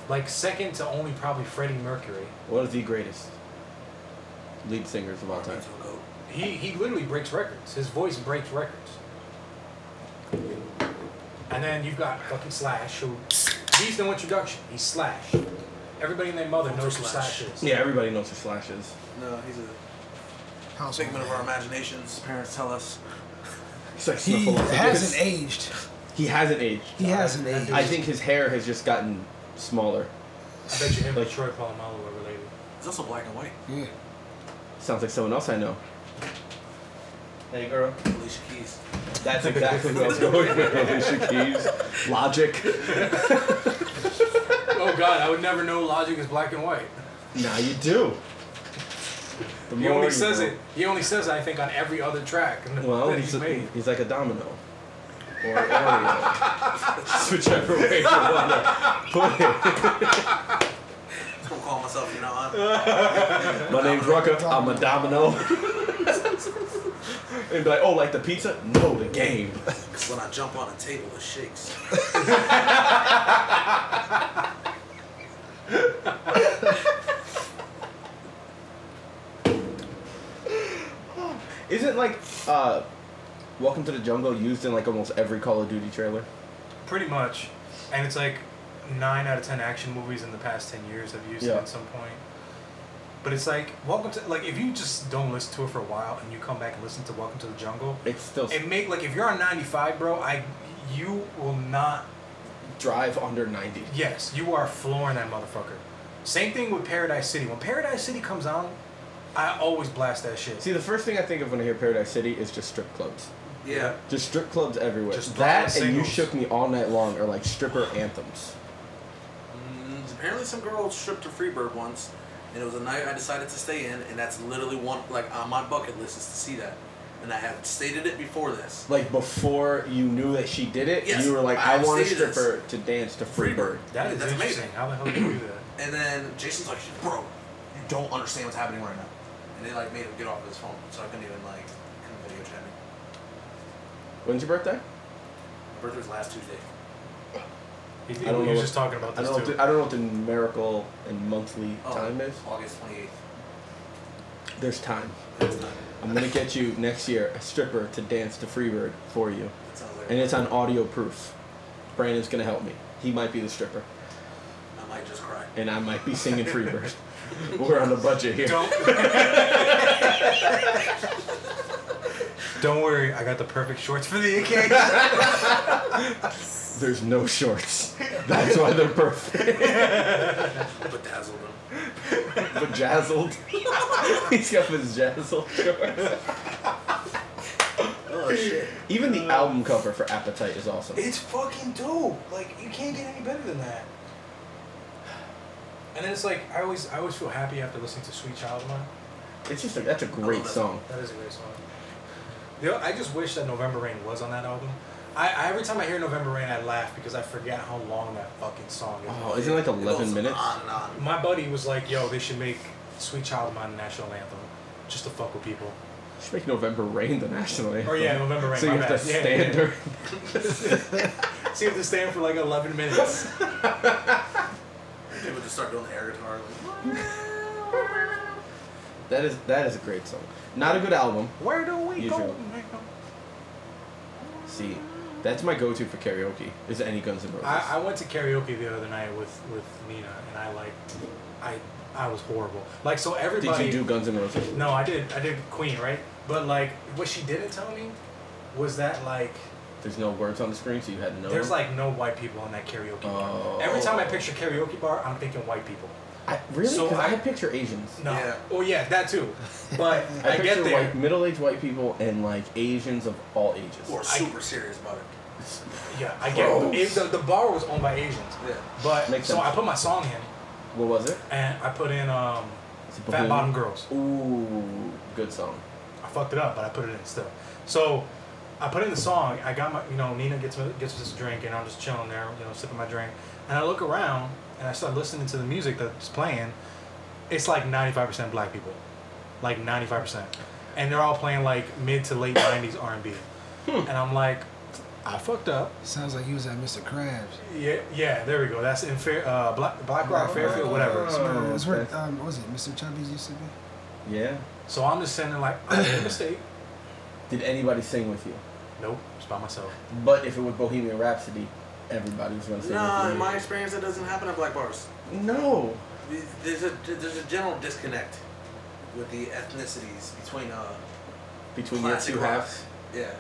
S4: like second to only probably Freddie Mercury.
S3: One of the greatest lead singers of all time.
S2: He's a goat.
S4: He he literally breaks records. His voice breaks records. And then you've got fucking Slash, who he's no introduction. He's Slash. Everybody and their mother knows who Slash is.
S3: Yeah, everybody knows who Slash is.
S2: No, he's a
S5: Household
S2: figment of our
S5: name.
S2: imaginations. Parents tell us.
S3: He's like
S5: He
S3: Snuffleupagus.
S5: hasn't aged.
S3: He hasn't aged.
S5: He hasn't
S4: I-
S5: aged.
S3: I think his hair has just gotten smaller.
S4: I bet you him and Troy Polamalu are related.
S2: He's also black and white.
S5: Yeah.
S3: Sounds like someone else I know.
S6: Hey, girl.
S2: Alicia Keys.
S3: That's exactly what I was going with. Alicia Keys. Logic.
S4: oh God, I would never know Logic is black and white.
S3: Now you do. The
S4: He
S3: more
S4: only
S3: you
S4: says
S3: know.
S4: it. He only says it, I think on every other track
S3: Well,
S4: that
S3: he's,
S4: he's
S3: a-
S4: made.
S3: he's like a domino. Or an Oreo. It's Whichever way you want to put it.
S2: I'm gonna call myself, you know, huh?
S3: My name's Rucker. I'm a domino. and be like, oh, like the pizza? No, the game.
S2: when I jump on a table, it shakes.
S3: Isn't like uh, Welcome to the Jungle used in like almost every Call of Duty trailer?
S4: Pretty much, and it's like nine out of ten action movies in the past ten years have used
S3: Yeah.
S4: it at some point. But it's like welcome to like if you just don't listen to it for a while and you come back and listen to Welcome to the Jungle,
S3: It's still
S4: it make like if you're on ninety five, bro, I you will not.
S3: drive under 90.
S4: Yes, you are flooring that motherfucker. Same thing with Paradise City. When Paradise City comes on, I always blast that shit.
S3: See, the first thing I think of when I hear Paradise City is just strip clubs.
S2: Yeah.
S3: Just strip clubs everywhere.
S4: Just
S3: that
S4: throwing
S3: and You
S4: singles.
S3: Shook Me All Night Long are like stripper anthems.
S2: Mm, apparently, some girl stripped to Freebird once, and it was a night I decided to stay in, and that's literally one like on my bucket list is to see that, and I have stated it before this.
S3: Like before you knew that she did it,
S2: Yes,
S3: you were like,
S2: I
S3: I, want a
S2: stated this.
S3: stripper to dance to Freebird.
S4: that is
S2: That's amazing.
S4: interesting. How the hell do you do that?
S2: And then Jason's like, "Bro, you don't understand what's happening right now," and they like made him get off his phone, so I couldn't even like couldn't video chat me.
S3: When's your birthday?
S2: My birthday was last Tuesday.
S4: He,
S3: I don't
S4: he
S3: know
S4: was
S3: what-
S4: just talking about
S3: I
S4: this
S3: don't, know
S4: too.
S3: what the, I don't know what the numerical and monthly
S2: Oh,
S3: time is.
S2: August twenty eighth.
S3: There's time.
S2: That's not.
S3: I'm gonna get you next year a stripper to dance to Freebird for you,
S2: That sounds like.
S3: and it's on audio proof. Brandon's gonna help me. He might be the stripper,
S2: I might just cry.
S3: and I might be singing Freebird. We're on a budget here.
S4: Don't. Don't worry, I got the perfect shorts for the occasion.
S3: There's no shorts. That's why they're perfect.
S2: Bedazzled him.
S3: Bejazzled. He's got bejazzled shorts.
S2: Oh shit.
S3: Even the
S4: Uh,
S3: album cover for Appetite is awesome.
S4: It's fucking dope. Like you can't get any better than that. And then it's like I always I always feel happy after listening to Sweet Child of Mine.
S3: It's just a, that's a great
S4: Oh,
S3: song.
S4: That is a great song. You know, I just wish that November Rain was on that album. I, I every time I hear November Rain, I laugh because I forget how long that fucking song is.
S3: Oh, isn't it like
S2: It goes
S3: 11 minutes?
S2: On and on.
S4: My buddy was like, "Yo, they should make Sweet Child of Mine the national anthem, just to fuck with people."
S3: Should make November Rain the national anthem.
S4: Or Oh, yeah, November Rain.
S3: So
S4: my
S3: you have to
S4: bad. Yeah, yeah, yeah.
S3: stand during
S4: So you have to stand for like 11 minutes.
S2: People just start doing the air guitar. Like,
S3: That is that is a great song. Not a good album.
S4: Where do we
S3: You
S4: go
S3: too.
S4: now?
S3: See, that's my go-to for karaoke. Is any Guns N' Roses?
S4: I, I went to karaoke the other night with, with Nina, and I like, I I was horrible. Like so
S3: Did
S4: everybody.
S3: you do Guns N' Roses?
S4: No, I did. I did Queen, right? But like, what she didn't tell me was that like,
S3: There's no words on the screen, so you had no.
S4: there's like no white people in that karaoke
S3: Oh.
S4: bar. Every time I picture karaoke bar, I'm thinking white people.
S3: I, really?
S4: so
S3: 'Cause I,
S4: I-
S3: picture Asians.
S4: No.
S2: Yeah.
S4: Oh yeah, that too. But
S3: I,
S4: I, get
S3: picture
S4: there.
S3: like middle-aged white people and like Asians of all ages.
S2: we're super serious about it.
S4: Yeah, I get it.
S3: Gross.
S4: It- the, the bar was owned by Asians.
S2: Yeah.
S4: But
S3: Makes
S4: so
S3: sense.
S4: I put my song in,
S3: What was it?
S4: and I put in um,
S3: Is it
S4: Fat
S3: Bohemian?
S4: Bottom Girls.
S3: Ooh, good song.
S4: I fucked it up, but I put it in still. So I put in the song. I got my, you know, Nina gets me, gets us a drink, and I'm just chilling there, you know, sipping my drink. And I look around, and I start listening to the music that's playing. It's like 95% black people, like 95%, and they're all playing like mid to late 90s R&B.
S3: Hmm.
S4: And I'm like, I fucked up.
S5: Sounds like you was at Mr. Krabs.
S4: Yeah, yeah. There we go. That's in fair, uh, Black Black Rock,
S5: Black
S4: Fairfield,
S3: Oh,
S4: whatever.
S5: Uh, that's where,
S3: okay.
S5: um, what was it, Mr. Chubby's used to be?
S3: Yeah.
S4: So I'm just sitting there like, I made a mistake.
S3: Did anybody sing with you?
S4: Nope, it's by myself.
S3: But if it was Bohemian Rhapsody, everybody was gonna sing
S2: No,
S3: with
S2: in
S3: you.
S2: my experience, that doesn't happen at black bars.
S3: No.
S2: There's a there's a general disconnect with the ethnicities between uh
S3: Between
S2: Classic
S3: your two
S2: rock.
S3: halves,
S2: yeah.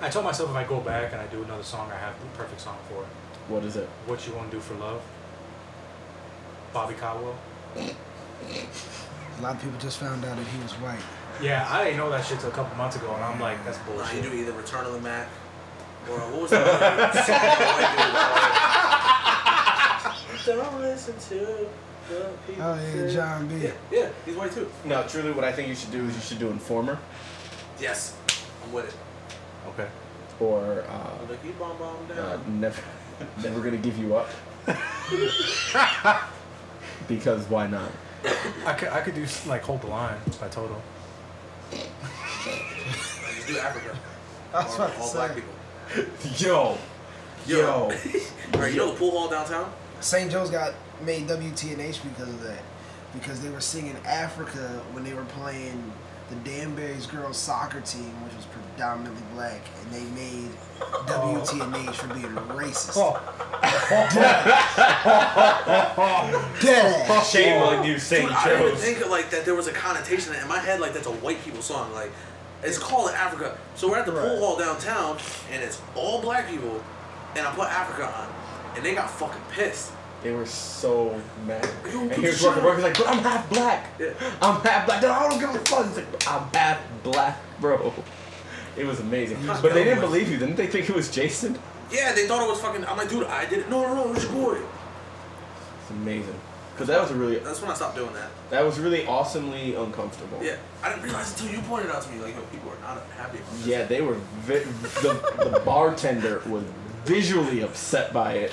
S4: I told myself if I go back and I do another song, I have the perfect song for it.
S3: what is it?
S4: What You Gonna Do for Love? Bobby Caldwell.
S5: A lot of people just found out that he was white.
S4: Yeah, I didn't know that shit till a couple months ago, and I'm like, that's
S2: Nah,
S4: bullshit.
S2: you do either Return of the Mac or what was that? Don't listen to the people.
S5: Oh, yeah, John B.
S2: Yeah, yeah, he's white too.
S3: No, truly, what I think you should do is you should do Informer
S2: Yes, I'm with it.
S4: Okay.
S3: or uh,
S2: Oh, Look, you bomb bomb down.
S3: uh, Never, Never Gonna Give You Up. because why not?
S4: I could, I could do like Hold the Line by Total.
S2: Just do Africa.
S5: I was
S2: Or
S5: about to
S2: all
S5: say.
S2: black people.
S3: Yo. Yo.
S2: All right, you know the pool hall downtown?
S5: St. Joe's got made WTNH because of that. Because they were singing Africa when they were playing the Danbury's girls soccer team, which was predominantly black, and they made WTNH for being racist. Dead ass.
S6: Shame on you,
S2: Dude,
S6: St.
S2: I didn't even
S6: Joe's.
S2: think of, like that there was a connotation in my head like that's a white people song. Like it's called Africa. So we're at the pool hall downtown and it's all black people and I put Africa on and they got fucking pissed.
S3: They were so mad.
S2: You
S3: And
S2: put
S3: here's
S2: the
S3: Rucker.
S2: shit on.
S3: Rucker's like, but I'm half black.
S2: Yeah.
S3: I'm half black. Dude, I don't give a fuck. He's like, I'm half black, bro. It was amazing.
S2: Hot
S3: But they
S2: dog
S3: didn't
S2: was-
S3: believe you. Didn't they think it was Jason?
S2: Yeah, they thought it was fucking I'm like, dude, I did it. No, no, no, it was your boy.
S3: It's amazing. Because that was a really,
S2: That's when I stopped doing that.
S3: that was really awesomely uncomfortable.
S2: Yeah. I didn't realize until you pointed out to me, like, yo, people are not happy about this.
S3: Yeah, they were, vi- the, the bartender was visually upset by it.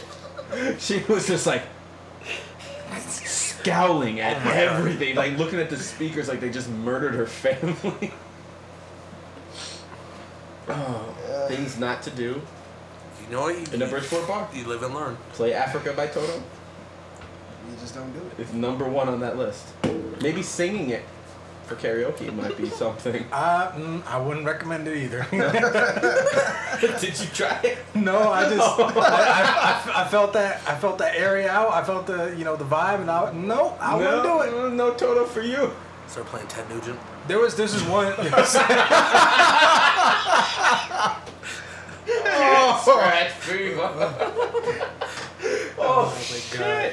S3: She was just like, scowling
S4: Oh
S3: at everything, like looking at the speakers like they just murdered her family. oh, things not to do
S2: You know what you,
S3: in the Bridgeport bar.
S2: you live and learn.
S3: Play Africa by Toto
S5: You just don't do it.
S3: is number one on that list. Maybe singing it for karaoke might be something.
S4: I, mm, I wouldn't recommend it either.
S3: Did you try it?
S4: no, I just, I, I- I, I felt that, I felt that area out. I felt the, you know, the vibe, and I, no, I wouldn't do it.
S3: no, no Toto for you.
S2: Start playing Ted Nugent.
S4: There was this is one.
S3: Scratch fever.
S4: oh my god.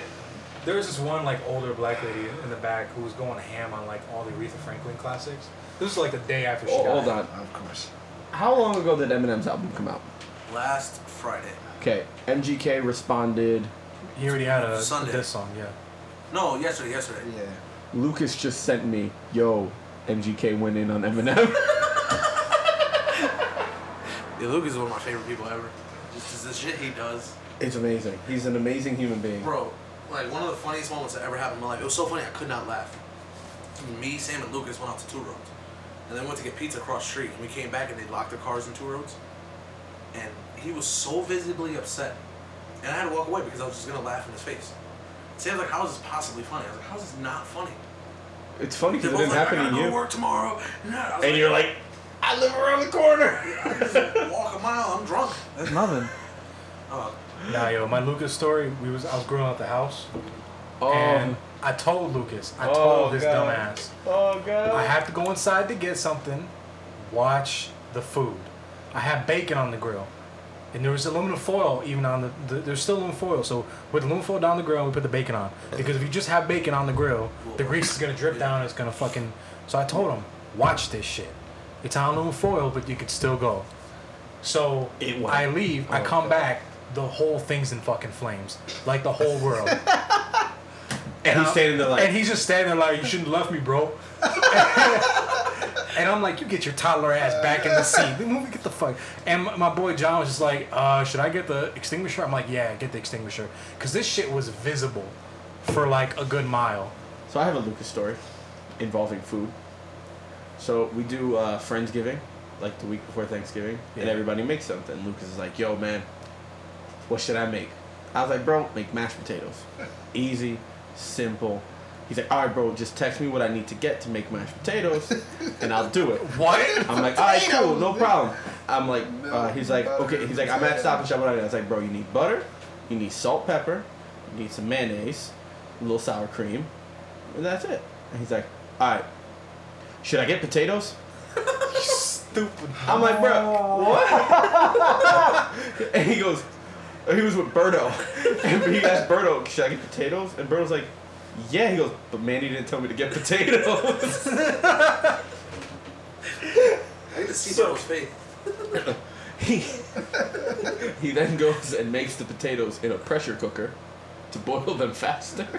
S4: There was this one like older black lady in the back who was going ham on like all the Aretha Franklin classics. This was like the day after she
S3: Oh,
S4: died.
S3: hold on.
S5: Of course.
S3: How long ago did Eminem's album come out?
S2: Last Friday.
S3: Okay, MGK responded.
S4: He already had a
S2: Sunday.
S4: diss song, yeah.
S2: No, yesterday, yesterday.
S5: Yeah.
S3: Lucas just sent me, yo, MGK went in on Eminem.
S2: Yeah, Luke is one of my favorite people ever. Just 'cause the shit he does.
S3: it's amazing. He's an amazing human being.
S2: Bro, like one of the funniest moments that ever happened in my life. It was so funny I could not laugh. Me, Sam, and Lucas went out to Two Roads, and then went to get pizza across the street. And we came back and they locked their cars in Two Roads, and he was so visibly upset, and I had to walk away because I was just gonna laugh in his face. Sam's like, "How is this possibly funny?" I was like, "How is this not funny?"
S3: It's funny
S2: They're
S3: because it
S2: both like,
S3: didn't
S2: "I
S3: happen
S2: gotta
S3: to
S2: go to
S3: you.
S2: work tomorrow," and, I was
S3: And you're like, I live around the corner.
S2: "I just walk a mile. I'm drunk.
S5: That's nothing.
S2: Uh,
S4: Nah, yo, my Lucas story. We was I was growing up the house,
S3: Oh,
S4: and I told Lucas, I
S3: Oh,
S4: told his
S3: God.
S4: dumbass,
S3: oh god.
S4: I have to go inside to get something. Watch the food. I had bacon on the grill, and there was aluminum foil even on the. the there's still aluminum foil, so with aluminum foil down the grill, we put the bacon on because if you just have bacon on the grill, the grease is gonna drip down. and It's gonna fucking. So I told him, watch this shit. It's on aluminum foil, but you could still go. So
S3: It went.
S4: I leave. I
S3: Oh,
S4: come
S3: God.
S4: back. The whole thing's in fucking flames, like the whole world.
S3: and he's
S4: I'm-
S3: standing there like,
S4: and he's just standing there like, you shouldn't have left me, bro. And I'm like, you get your toddler ass back in the seat. The movie, get the fuck. And my, my boy John was just like, uh, should I get the extinguisher? I'm like, yeah, get the extinguisher. Because this shit was visible for like a good mile.
S3: So I have a Lucas story involving food. So we do uh, Friendsgiving, like the week before Thanksgiving, and
S4: Yeah.
S3: everybody makes something. Lucas is like, "Yo, man, what should I make?" I was like, "Bro, make mashed potatoes, easy, simple." He's like, "All right, bro, just text me what I need to get to make mashed potatoes, and I'll do it."
S4: What?
S3: I'm like, all right, cool, no
S5: Potatoes.
S3: problem. I'm like, uh,
S5: Milk,
S3: he's like,
S5: butter,
S3: okay, he's like, I'm at Stop and Shop. What I need? I was like, bro, you need butter, you need salt, pepper, you need some mayonnaise, a little sour cream, and that's it. And he's like, all right, should I get potatoes?
S4: Stupid.
S3: I'm like, bro, what? and he goes, he was with Berto, and he asked Berto, should I get potatoes? And Berto's like, yeah. He goes, but Mandy didn't tell me to get potatoes.
S2: I need to see Berto's face.
S3: He, he then goes and makes the potatoes in a pressure cooker to boil them faster.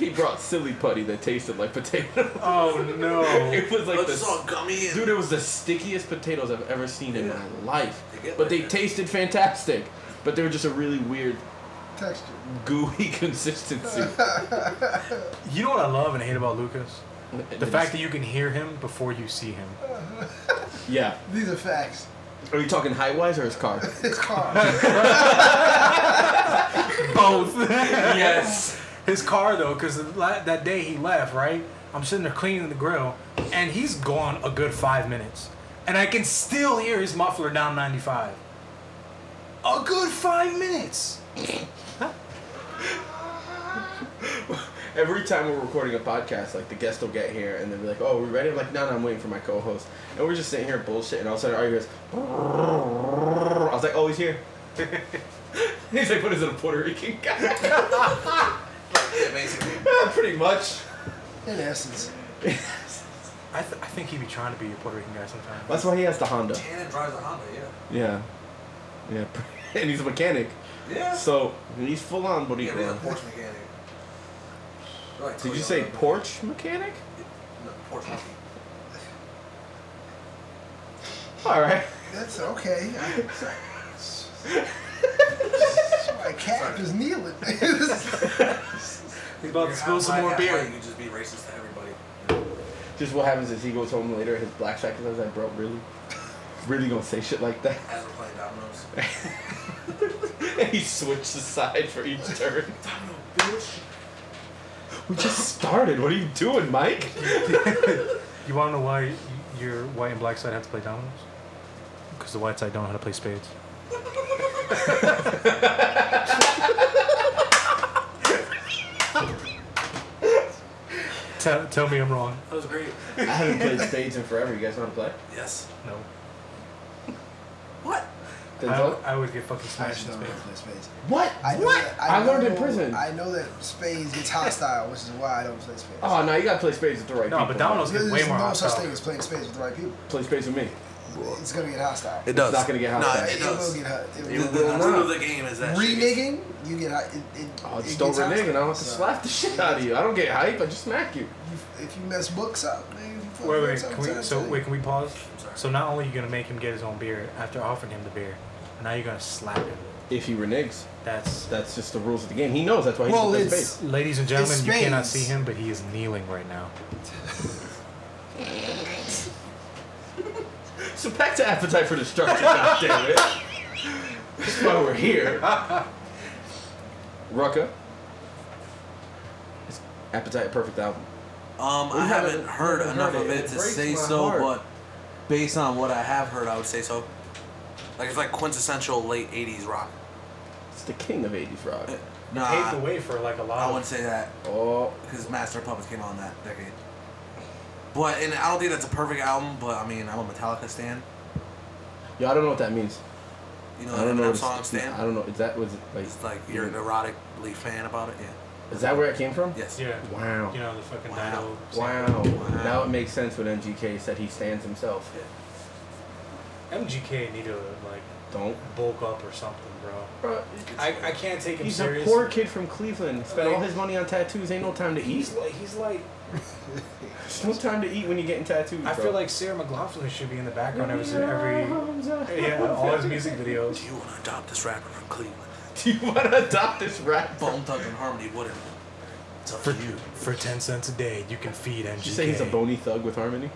S3: he brought silly putty that tasted like potato.
S4: Oh no.
S3: It was like
S2: Like
S3: the
S2: it's all gummy and
S3: dude. It was the stickiest potatoes I've ever seen in
S2: Yeah.
S3: my life.
S2: They get
S3: But
S2: like
S3: they
S2: that.
S3: tasted fantastic. But they were just a really weird
S5: Texture.
S3: gooey consistency.
S4: You know what I love and hate about Lucas? The
S3: It
S4: fact
S3: is-
S4: that you can hear him before you see him.
S3: yeah,
S5: These are facts.
S3: are you talking height wise or his car?
S5: It's cars.
S4: Both. yes. His car though, because that day he left, right? I'm sitting there cleaning the grill, and he's gone a good five minutes, and I can still hear his muffler down 95. A good five minutes.
S3: Every time we're recording a podcast, like the guest will get here and they'll be like, "Oh, we ready?" I'm like, "No, no, I'm waiting for my co-host." And we're just sitting here bullshit, and all of a sudden, all you hear is, I was like, "Oh, he's here." he's like, "What is it, a Puerto Rican guy?"
S2: amazing.
S3: Pretty much.
S5: In essence.
S4: I, th- I think he'd be trying to be a Puerto Rican guy sometime.
S3: That's why he has the Honda.
S2: Cannon drives a Honda, yeah.
S3: Yeah, yeah, and he's a mechanic,
S2: Yeah.
S3: so he's full on. What do
S2: yeah,
S3: you?
S2: they're like Porsche mechanic. They're like
S3: Did you
S2: Toyota.
S3: say porch mechanic?
S2: No, Porsche monkey.
S3: All right.
S5: That's okay. I- My cap is kneeling.
S4: He's about to
S2: You're
S4: spill
S2: out
S4: some
S2: by
S4: more
S2: that way,
S4: beer.
S2: You can just be racist to everybody.
S3: Just what happens is he goes home later, his black jacket. I was like, "Bro, really, really gonna say shit like that?"
S2: As we're playing dominoes.
S3: he switched the side for each turn. We just started. What are you doing, Mike?
S4: You want to know why y- your white and black side have to play dominoes? Because the white side don't know how to play spades. tell, tell me I'm wrong.
S2: That was great.
S3: I haven't played spades in forever. You guys want to play?
S2: Yes.
S4: No.
S2: What?
S4: I,
S3: Denzel?
S4: I would get fucking
S5: I
S4: smashed
S5: should
S4: in
S5: not
S4: spades.
S5: play spades.
S3: What?
S5: I know
S3: what?
S5: that-
S3: I, learned in
S5: know-
S3: prison.
S5: I know that spades gets hostile, which is why I don't play spades.
S3: Oh no, you gotta play spades with the right
S4: No,
S3: people.
S4: but dominoes
S5: There's
S4: get way more
S5: no such
S4: hostile.
S5: thing as playing spades with the right people.
S3: Play spades with me.
S5: It's gonna get hostile.
S2: It does.
S3: not gonna get Oh, hostile.
S2: No, it
S5: will
S2: does.
S5: get hot. It
S2: The,
S5: will
S2: the,
S5: get hostile.
S2: rule of the game is that shit gets-
S5: Reneging, you get hot. It, it,
S3: Oh,
S5: it
S3: just don't
S5: gets hostile.
S3: renege, and I'll just
S5: So,
S3: slap the shit out of you. I don't get hype. I just smack you.
S5: you- If you mess books up, man. you fuck
S4: Wait, wait,
S5: books up,
S4: can we,
S5: I'm
S4: so
S5: telling
S4: wait, can we pause?
S2: sorry.
S4: So not only are you gonna make him get his own beer after offering him the beer, now you're gonna slap him.
S3: If he reneges,
S4: That's
S3: that's just the rules of the game. He knows that's why he
S5: Well,
S3: should play
S5: it's-
S3: spades.
S4: ladies and gentlemen,
S5: It's
S4: you cannot see
S5: spades.
S4: him, but he is kneeling right now.
S3: So back to appetite for destruction. God damn it. That's why we're here. Rucka. It's appetite perfect album.
S2: Um, I
S3: haven't-
S2: haven't heard
S3: haven't
S2: enough
S3: heard
S2: of
S3: it.
S2: it,
S3: It
S2: to
S3: breaks
S2: say
S3: my
S2: so,
S3: heart.
S2: but based on what I have heard, I would say so. Like it's like quintessential late '80s rock.
S3: It's the king of 80s rock.
S2: Uh,
S4: Paved the
S2: Nah,
S4: way for like a
S2: I
S4: lot
S2: wouldn't
S4: of.
S2: say that
S3: Oh,
S2: because Master of Puppets came out in that decade. But and I don't think that's a perfect album, but I mean I'm a Metallica stan.
S3: yo, I don't know what that means.
S2: You Uh, know
S3: I
S2: that
S3: don't know.
S2: Eminem
S3: what
S2: song
S3: it's- I
S2: stan.
S3: don't know. Is that was it like?
S2: It's like you're an erotically fan about it. Yeah.
S3: Is that where it came from?
S2: Yes.
S4: Yeah.
S3: Wow.
S4: You know the fucking
S2: Wow.
S4: Dido.
S3: Wow.
S2: Wow.
S3: Now it makes sense when MGK said he stands himself.
S4: MGK need to like
S3: Don't.
S4: bulk up or something, bro.
S3: Bro,
S4: I, I can't take him
S3: he's
S4: serious.
S3: a poor kid from Cleveland. Spent all his money on tattoos. Ain't no time to eat.
S4: He's like he's like
S3: There's no time to eat when you're getting tattoos.
S4: I
S3: bro.
S4: feel like Sarah McLaughlin should be in the background every every yeah all his music videos.
S2: Do you want to adopt this rapper from Cleveland?
S3: Do you want to adopt this rap?
S2: Bone Thugs and Harmony wouldn't. It's up to you.
S4: For ten cents a day, you can feed MGK.
S3: Did you say he's a bony thug with harmony?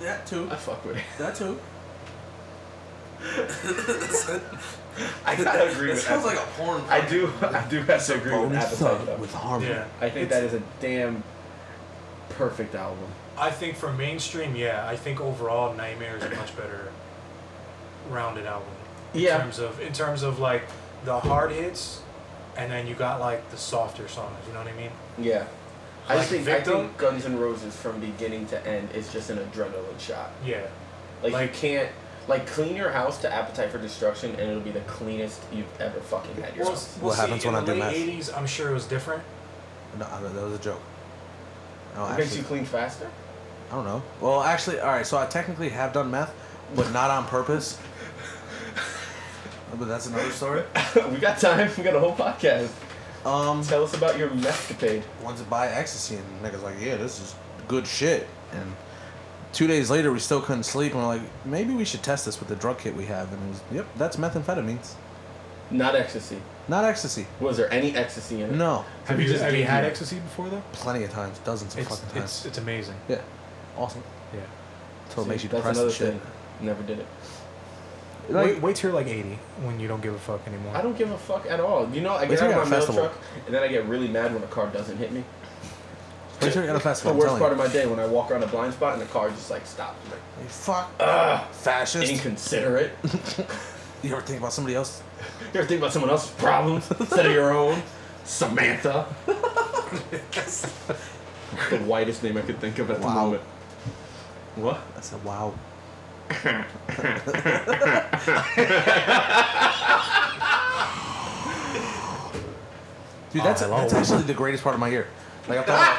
S2: That too.
S3: I fuck with it.
S2: That too.
S3: I gotta agree
S2: That
S3: with
S2: sounds
S3: that.
S2: like a porn.
S3: I do. I do have to agree with
S2: Bone
S3: Appetite.
S2: Thug
S3: Though.
S2: with Harmony.
S4: Yeah,
S3: I think
S4: It's-
S3: that is a damn perfect album.
S4: I think for mainstream, yeah. I think overall, Nightmare is a much better rounded album. In
S3: Yeah.
S4: terms of in terms of like the hard hits, and then you got like the softer songs. You know what I mean?
S3: Yeah. I
S4: Like
S3: just think, I
S4: Victim?
S3: think Guns N' Roses from beginning to end is just an adrenaline shot.
S4: Yeah.
S3: Like,
S4: Like-
S3: you can't like clean your house to Appetite for Destruction and it'll be the cleanest you've ever fucking had your
S4: Well,
S3: house.
S4: we'll
S2: What
S4: see.
S2: happens
S4: in
S2: when
S4: the
S2: I do
S4: late
S2: meth?
S4: '80s, I'm sure it was different.
S2: No, I- that was a joke. No,
S3: It makes you clean faster.
S2: I don't know. Well, actually, all right. So I technically have done meth, but not on purpose. but that's another story.
S3: we got time. We got a whole podcast.
S2: Um,
S3: Tell us about your escapade.
S2: wanted to buy ecstasy, and niggas like, yeah, this is good shit. And two days later, we still couldn't sleep, and we're like, maybe we should test this with the drug kit we have. And it was, yep, that's methamphetamines,
S3: Not ecstasy.
S2: not ecstasy.
S3: Was there any ecstasy in it?
S2: No,
S4: Have
S3: we
S4: you
S3: just
S4: have you
S3: gave
S4: had
S3: you-
S4: ecstasy before though?
S2: plenty of times, dozens of
S4: It's
S2: fucking
S4: it's
S2: times.
S4: it's amazing.
S2: Yeah, awesome.
S4: Yeah.
S2: Till it makes you
S3: That's
S2: depressed
S3: another
S2: and shit.
S3: thing. Never did it.
S4: wait, wait till you're like 80 when you don't give a fuck anymore.
S3: I don't give a fuck at all. You know, I
S2: Wait
S3: get
S2: till
S3: out
S2: you got
S3: of my
S2: a
S3: mail
S2: festival.
S3: truck, and then I get really mad when a car doesn't hit me.
S2: Wait till you're at a
S3: It's the
S2: festival. I'm
S3: worst
S2: telling
S3: part
S2: you.
S3: of my day when I walk around a blind spot and the car just like stops. Like,
S2: Hey, Fuck. fascist.
S3: inconsiderate. you
S2: You ever think about somebody else?
S3: ever think about someone else's problems instead of your own? Samantha. the whitest name I could think of at
S2: Wow.
S3: the moment. What?
S2: I said, wow. Dude, that's,
S4: hello.
S2: that's actually the greatest part of my year. Like, I've thought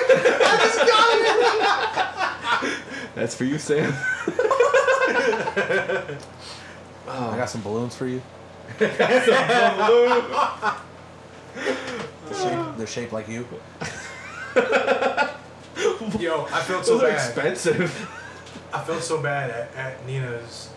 S2: about that a lot.
S3: That's for you, Sam.
S2: I got some balloons for you. they're, shaped, they're shaped like you.
S4: Yo, I felt so
S3: Those are
S4: bad.
S3: expensive.
S4: I felt so bad at, at Nina's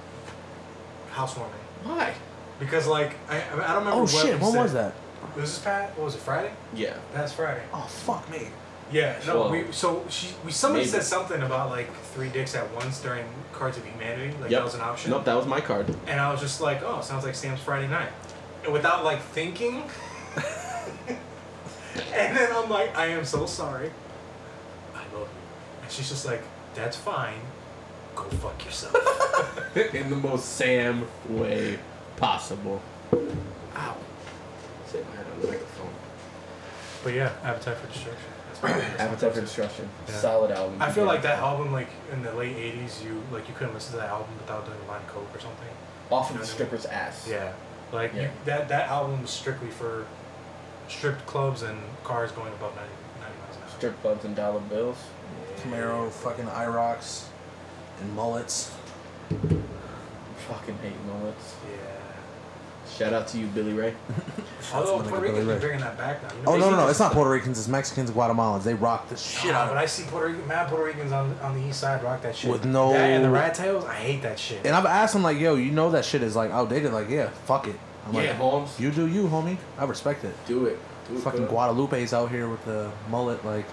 S4: housewarming
S3: Why?
S4: because like I I I don't remember.
S2: Oh,
S4: what
S2: shit,
S4: we
S2: when
S4: said.
S2: was that?
S4: It was this past. What was it? Friday?
S3: Yeah.
S4: Past Friday.
S2: Oh, fuck me.
S4: Yeah. No.
S3: Well,
S4: we so she we somebody
S3: maybe.
S4: said something about like three dicks at once during Cards of Humanity. Like
S3: Yep.
S4: that was an option.
S3: Nope, that was my card.
S4: and I was just like, oh, sounds like Sam's Friday night, and without like thinking. and then I'm like, I am so sorry. I love you. And she's just like, that's fine. Go fuck yourself.
S3: In the most Sam way possible.
S4: Ow.
S3: Sit my head on the microphone.
S4: But yeah, Appetite for Destruction. That's my favorite song.
S3: Appetite for Destruction.
S4: Yeah.
S3: Solid album.
S4: I feel like that album, like in the late '80s, you like you couldn't listen to that album without doing a line of coke or something.
S3: Off of the stripper's ass.
S4: Yeah, like
S3: Yeah.
S4: You, that that album was strictly for strip clubs and cars going above 90, 90 miles an hour.
S3: Strip clubs and dollar bills.
S2: Camaro, fucking IROX, and mullets.
S3: Fucking hate moments.
S4: Yeah.
S3: Shout out to you, Billy Ray.
S4: Although
S2: something like
S4: Puerto
S2: a
S4: Ricans
S2: Billy
S4: are
S2: Ray.
S4: bringing that back now. You know,
S2: Oh,
S4: they
S2: no,
S4: need
S2: no, no.
S4: to-
S2: It's not Puerto Ricans. It's Mexicans and Guatemalans. They rock the shit
S4: Nah,
S2: out of
S4: But
S2: it.
S4: I see Puerto Rican, mad Puerto Ricans on on the east side rock that shit.
S2: With no-
S4: That and the rat tails, I hate that shit.
S2: And I've asked them, like, yo, you know that shit is, like, outdated. Like, yeah, fuck it. I'm
S3: Yeah,
S2: like,
S3: Holmes.
S2: You do you, homie. I respect it.
S3: Do it. Do it
S2: Fucking
S3: good.
S2: Guadalupe's out here with the mullet, like.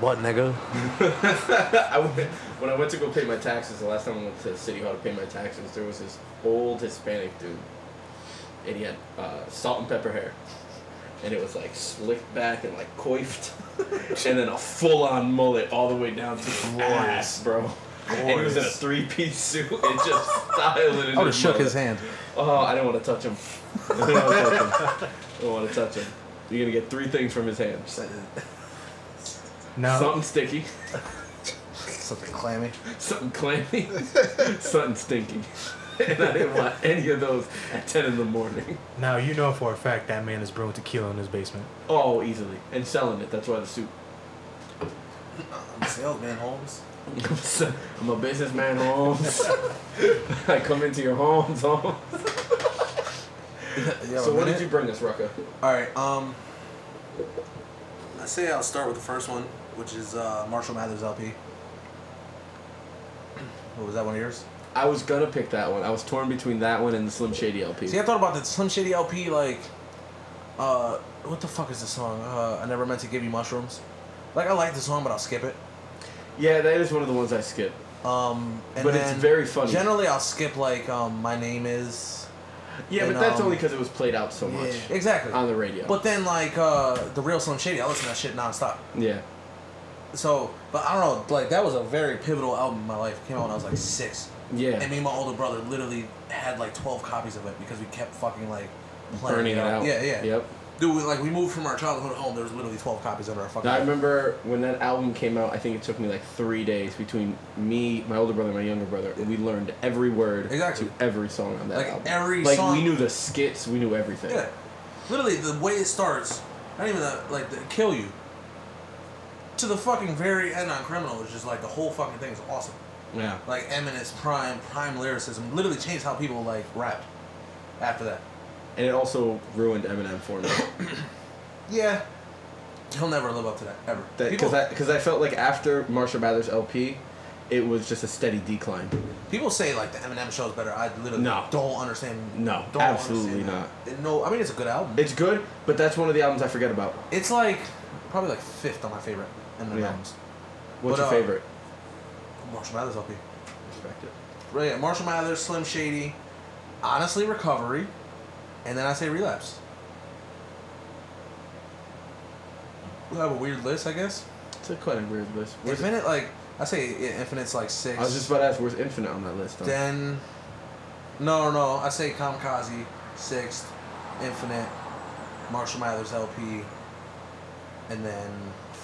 S2: What, nigga?
S3: I went, when I went to go pay my taxes, the last time I went to City Hall to pay my taxes, there was this old Hispanic dude, and he had uh, salt and pepper hair, and it was like slicked back and like coiffed, and then a full on mullet all the way down to the ass, bro. And he was in a
S2: Glorious.
S3: three piece suit and just styling it.
S2: I would have shook his hand.
S3: Oh, I don't want to touch him. I don't want to touch him. I don't want to touch him. You're gonna get three things from his hand.
S4: No.
S3: Something sticky,
S2: Something clammy.
S3: something clammy, something stinky. And I didn't want any of those at 10 in the morning.
S4: Now you know for a fact that man is brewing tequila in his basement.
S3: Oh, easily. And selling it. That's why the suit.
S2: I'm a salesman, Holmes.
S3: I'm a businessman, Holmes. I come into your homes, Holmes. so what did you bring us, Rucka?
S2: All right. Um, I say I'll start with the first one, which is uh, Marshall Mathers LP. What was that one of yours?
S3: I was gonna pick that one. I was torn between that one and the Slim Shady LP.
S2: See, I thought about the Slim Shady LP, like, uh, what the fuck is the song? Uh, I never meant to give you mushrooms. Like, I like the song, but I'll skip it.
S3: Yeah, that is one of the ones I skipped.
S2: Um, and
S3: But it's
S2: then
S3: very funny.
S2: Generally, I'll skip like um, my name is
S3: Yeah,
S2: And,
S3: but that's
S2: um,
S3: only because it was played out so much
S5: Yeah.
S2: exactly
S3: on the radio.
S2: But then like uh, the real Slim Shady, I listen to that shit nonstop.
S3: yeah,
S2: So, but I don't know. Like that was a very pivotal album in my life. It came out when I was like six.
S3: Yeah.
S2: And me and my older brother literally had like twelve copies of it because we kept fucking like playing
S3: burning it
S2: you know?
S3: out.
S2: Yeah, yeah.
S3: Yep.
S2: Dude, we, like we moved from our childhood home. There was literally twelve copies of our fucking.
S3: Now, I remember when that album came out. I think it took me like three days between me, my older brother, and my younger brother. And we learned every word
S2: Exactly.
S3: to every song on that
S2: Like,
S3: album.
S2: every
S3: like
S2: song-
S3: we knew the skits, we knew everything.
S2: Yeah. Literally, the way it starts, not even the, like the kill you. To the fucking very end on Criminal is just like the whole fucking thing is awesome.
S3: yeah.
S2: Like Eminem's prime, prime lyricism literally changed how people like rap. After that,
S3: And it also ruined Eminem for me.
S2: yeah, he'll never live up to that ever. people,
S3: Because I, 'cause I felt like after Marshall Mathers LP, it was just a steady decline.
S2: people say like the Eminem show is better. I literally
S3: No.
S2: don't understand.
S3: No,
S2: don't
S3: absolutely
S2: understand that. No, I mean it's a good album.
S3: It's good, but that's one of the albums I forget about.
S2: it's like probably like fifth on my favorite Eminem
S3: Yeah.
S2: albums.
S3: What's
S2: But,
S3: your
S2: uh,
S3: favorite?
S2: Marshall Mathers LP.
S3: Respect it.
S2: Right, yeah, Marshall Mathers, Slim Shady, honestly recovery, and then I say relapse. We have a weird list, I guess.
S3: It's a quite a weird list. Where's
S2: Infinite, like I say, yeah, Infinite's like six.
S3: I was just about to ask, where's Infinite on that list? Though?
S2: then. No, no, I say Kamikaze, sixth, Infinite, Marshall Mathers LP, and then.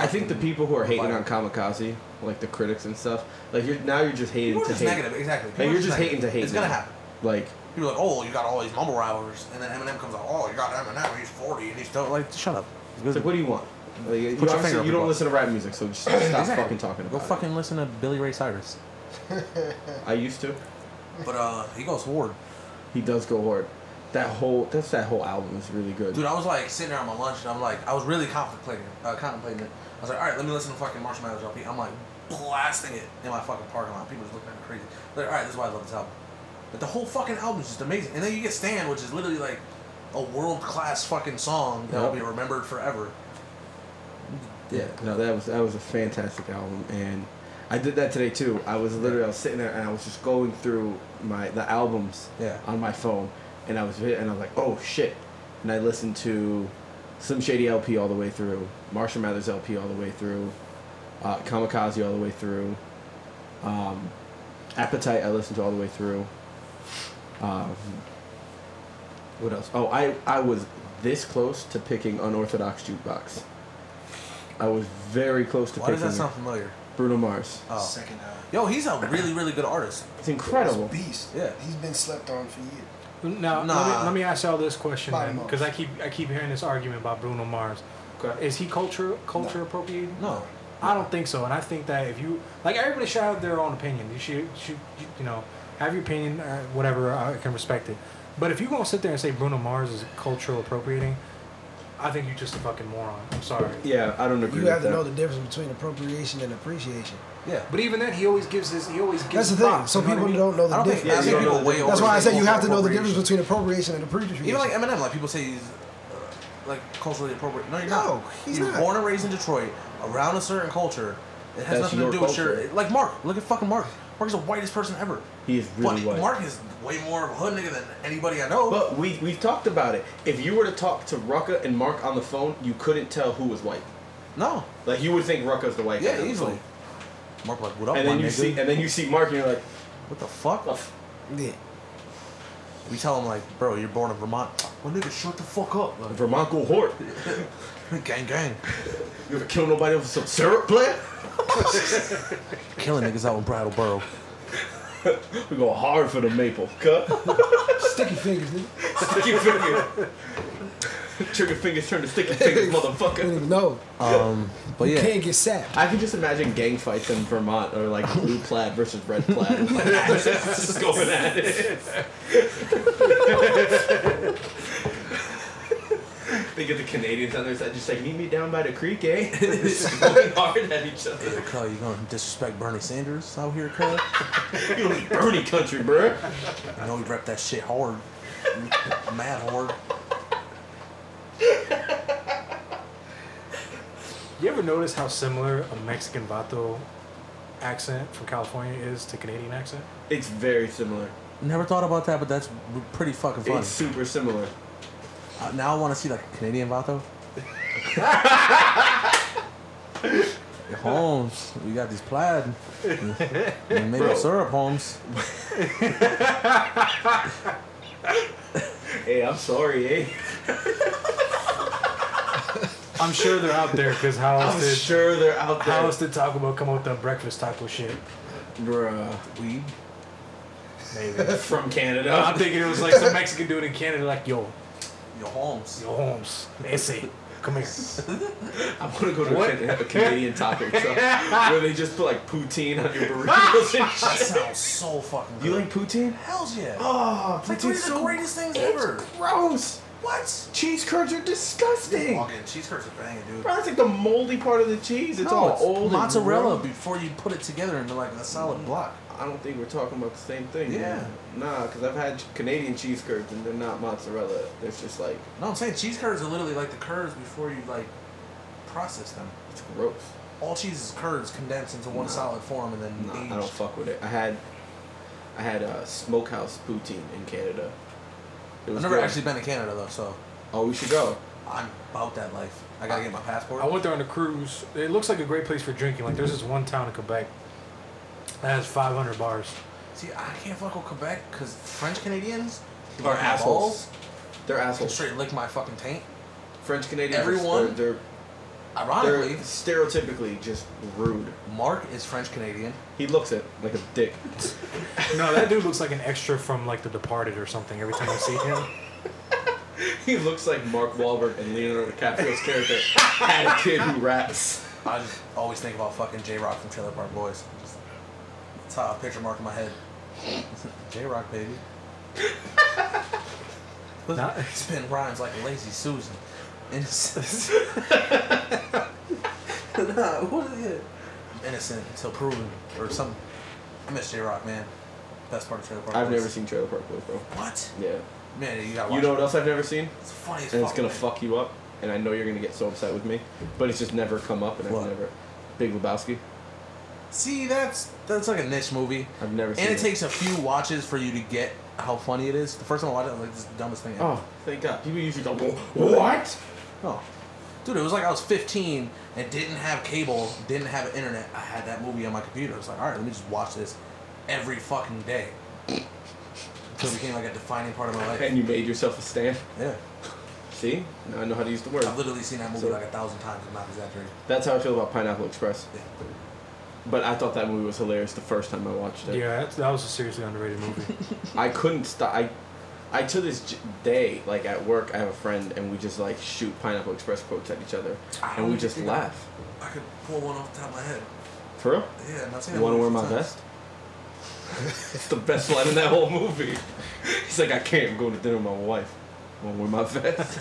S3: I think the
S2: fucking
S3: people who are hating
S2: Fire.
S3: on Kamikaze, like the critics and stuff, like you're now you're just hating
S2: People are
S3: to
S2: just
S3: hate.
S2: negative, exactly.
S3: Like
S2: People
S3: you're
S2: are
S3: just hating to
S2: negative.
S3: hate.
S2: It's gonna
S3: now.
S2: happen.
S3: Like
S2: People are like, oh, you got all these mumble rappers, and then Eminem comes out, oh, you got Eminem, he's forty, and he's still like, shut up.
S3: it's like, what do you want? Like, you
S2: Put your
S3: obviously
S2: finger up
S3: you
S2: your
S3: don't
S2: butt.
S3: listen to rap music, so just stop fucking talking
S2: Go
S3: about
S2: fucking listen to Billy Ray Cyrus.
S3: it. I used to.
S2: But uh, he goes hard.
S3: He does go hard. That whole that's that whole album is really good.
S2: Dude, I was like sitting there on my lunch, and I'm like, I was really contemplating, uh, contemplating it. I was like, all right, let me listen to fucking Marshall Mathers LP. I'm like blasting it in my fucking parking lot. People just looking at me crazy. Like, all right, this is why I love this album. But the whole fucking album is just amazing. And then you get Stan, which is literally like a world class fucking song that will
S3: Yep.
S2: be remembered forever.
S3: Yeah, no, that was that was a fantastic album, and I did that today too. I was literally I was sitting there and I was just going through my the albums
S2: Yeah.
S3: on my phone, and I was and I was like, oh shit, and I listened to Slim Shady LP all the way through, Marshall Mathers LP all the way through, uh, Kamikaze all the way through, um, Appetite I listened to all the way through. Um, what else? Oh, I I was this close to picking unorthodox jukebox. I was very close to
S2: Why does
S3: picking
S2: that sound familiar?
S3: Bruno Mars.
S2: Oh.
S5: Second album.
S2: Yo, he's a really, really good artist.
S3: It's incredible.
S5: Beast.
S2: Yeah.
S5: He's been slept on for years.
S4: Now, let,
S2: Nah.
S4: me, let me ask y'all this question then,
S5: Bottom up.
S4: because I keep I keep hearing this argument about Bruno Mars.
S3: Okay.
S4: Is he culture culture appropriated?
S2: No.
S4: I don't think so, and I think that if you like, everybody should have their own opinion. You should, should you, you know, have your opinion, uh, whatever. I can respect it. But if you gonna sit there and say Bruno Mars is cultural appropriating, I think you're just a fucking moron. I'm sorry.
S3: Yeah, I don't agree
S5: You
S3: with
S5: have to
S3: that.
S5: know the difference between appropriation and appreciation.
S2: Yeah.
S4: But even then, he always gives his he always
S5: That's
S4: gives.
S5: the thing.
S4: props,
S5: So
S4: you know what I
S5: people
S4: mean?
S5: don't know
S2: I
S5: the
S2: don't think, I
S5: difference.
S2: think
S3: Yeah, you
S2: people
S3: don't
S2: way
S3: know.
S2: over
S5: That's why I
S2: say
S5: say you have to know the
S2: appropriation.
S5: difference between appropriation and appreciation.
S2: Even like Eminem, like people say he's uh, like culturally appropriate. No, you're
S5: No,
S2: not.
S5: he's
S2: you were
S5: not.
S2: born and raised in Detroit, around a certain culture. It has
S3: That's
S2: nothing
S3: your
S2: to do with your
S3: culture.
S2: like Mark. Look at fucking Mark. Mark is the whitest person ever.
S3: He is really
S2: but
S3: white.
S2: Mark is way more of a hood nigga than anybody I know.
S3: But we we've talked about it. If you were to talk to Rucka and Mark on the phone, you couldn't tell who was white.
S2: no,
S3: Like you would think Rucka's the white guy.
S2: yeah,
S3: on the
S2: easily.
S3: phone.
S2: Mark like what up,
S3: And then
S2: my
S3: you
S2: nigga?
S3: see and then you see Mark and you're like, "Oh,
S2: what the fuck?
S3: "What the f-
S5: yeah.
S2: We tell him like, bro, you're born in Vermont. Well, nigga, shut the fuck up. Like,
S3: Vermont go hort.
S2: gang, gang,
S3: You ever kill nobody over some syrup plant?
S2: killing niggas out in Brattleboro.
S3: We go hard for the maple. Cut.
S5: Sticky fingers, nigga.
S3: Sticky finger. Trigger fingers turn to sticky fingers,
S5: I don't
S3: motherfucker.
S5: even know.
S3: Um, but
S5: You
S3: yeah.
S5: can't get sapped.
S3: I can just imagine gang fights in Vermont or like blue plaid versus red plaid. It's like, ah, just going at it. they get the Canadians on their side, just like meet me down by the creek, eh? just going hard at each other.
S2: Cuz, you gonna disrespect Bernie Sanders out here, cuz?
S3: You don't Bernie country, bruh.
S2: I know he rep that shit hard. Mad hard.
S4: You ever notice how similar a Mexican vato accent from California is to Canadian accent?
S3: It's very similar.
S2: Never thought about that, but that's pretty fucking funny.
S3: It's super similar.
S2: Uh, now I want to see like a Canadian Vato. Holmes, you got these plaid. You made
S3: Bro.
S2: up syrup, Holmes.
S3: Hey, I'm sorry, eh?
S4: I'm sure they're out there because how
S3: I'm
S4: else did
S3: sure they're out there.
S4: how else did Taco Bell come up with that breakfast type of shit?
S3: Bruh.
S2: Weed.
S4: Maybe.
S3: From Canada.
S4: I'm thinking it was like some Mexican dude in Canada, like yo,
S2: Yo, Holmes.
S4: yo Holmes, ese, come here.
S3: I want to go to
S4: What?
S3: a, Can- have a Canadian taco truck where they just put like poutine on your burritos and
S2: That
S3: shit.
S2: sounds so fucking good.
S3: You like poutine?
S2: Hells yeah.
S3: Oh,
S2: like one of
S3: poutine's
S2: the
S3: so
S2: greatest things ever.
S3: gross.
S2: What?
S3: Cheese curds are disgusting.
S2: Walking cheese curds are banging, dude.
S3: Bro, that's like the moldy part of the cheese. It's all old and
S2: mozzarella
S3: gross.
S2: before you put it together into like a solid block.
S3: I don't think we're talking about the same thing.
S2: Yeah.
S3: man. Nah, because I've had Canadian cheese curds and they're not mozzarella. They're just like,
S2: No, I'm saying cheese curds are literally like the curds before you like process them.
S3: it's gross.
S2: All cheese is curds condensed into one
S3: No.
S2: solid form and then
S3: Nah,
S2: aged.
S3: I don't fuck with it. I had, I had a smokehouse poutine in Canada. It
S2: I've
S3: was
S2: never
S3: good.
S2: actually been to Canada though, so
S3: Oh, we should go.
S2: I'm about that life. I gotta get my passport.
S4: I went there on a cruise. It looks like a great place for drinking. Like there's this one town in Quebec that has 500 bars.
S2: See, I can't fuck with Quebec because French Canadians
S3: Are
S2: lick my
S3: assholes.
S2: balls,
S3: They're
S2: can
S3: assholes.
S2: straight lick my fucking taint.
S3: French Canadians.
S2: Everyone-
S3: They're, they're,
S2: Ironically,
S3: they're stereotypically just rude.
S2: Mark is French Canadian.
S3: He looks it like a dick.
S4: No, that dude looks like an extra from like The Departed or something. Every time I see him,
S3: he looks like Mark Wahlberg and Leonardo DiCaprio's character had a kid who raps.
S2: I just always think about fucking J Rock from Trailer Park Boys. Just, that's how I picture Mark in my head. J Rock, baby.
S4: Not-
S2: Spin rhymes like a lazy Susan. Innocent. nah, what is it? Innocent until proven, or something. I miss J Rock, man. Best part of Trailer Park.
S3: I've
S2: Boys.
S3: never seen Trailer Park Boys, bro.
S2: What?
S3: Yeah.
S2: Man, you gotta watch
S3: You know what else I've never seen?
S2: It's funny as
S3: And
S2: fuck.
S3: it's gonna
S2: man.
S3: fuck you up. And I know you're gonna get so upset with me, but it's just never come up, and I've
S2: What?
S3: never. Big Lebowski.
S2: See, that's that's like a niche movie,
S3: I've never seen.
S2: and it takes a few watches for you to get how funny it is. The first time I watched it, I was like, "This is the dumbest thing." Ever.
S3: Oh, thank God. People usually go, what?
S2: No. Dude, it was like I was 15 and didn't have cable, didn't have internet. I had that movie on my computer. I was like, all right, let me just watch this every fucking day. Until it became like a defining part of my life.
S3: And you made yourself a stand.
S2: Yeah.
S3: See? Now I know how to use the word.
S2: I've literally seen that movie
S3: So-
S2: like a thousand times. I'm not exaggerating.
S3: That's how I feel about Pineapple Express.
S2: Yeah.
S3: But I thought that movie was hilarious the first time I watched it.
S4: yeah, that, that was a seriously underrated movie.
S3: I couldn't stop. I, I to this j- day, like at work, I have a friend, and we just like shoot Pineapple Express quotes at each other,
S2: I
S3: and we
S2: don't
S3: just
S2: think I-
S3: laugh.
S2: I could pull one off the top of my head.
S3: For real?
S2: Yeah, and I've seen
S3: You
S2: that
S3: want to
S2: movie a few
S3: wear my
S2: times.
S3: vest? it's the best line in that whole movie. He's like, I can't. I'm going to dinner with my wife. Want to wear my vest?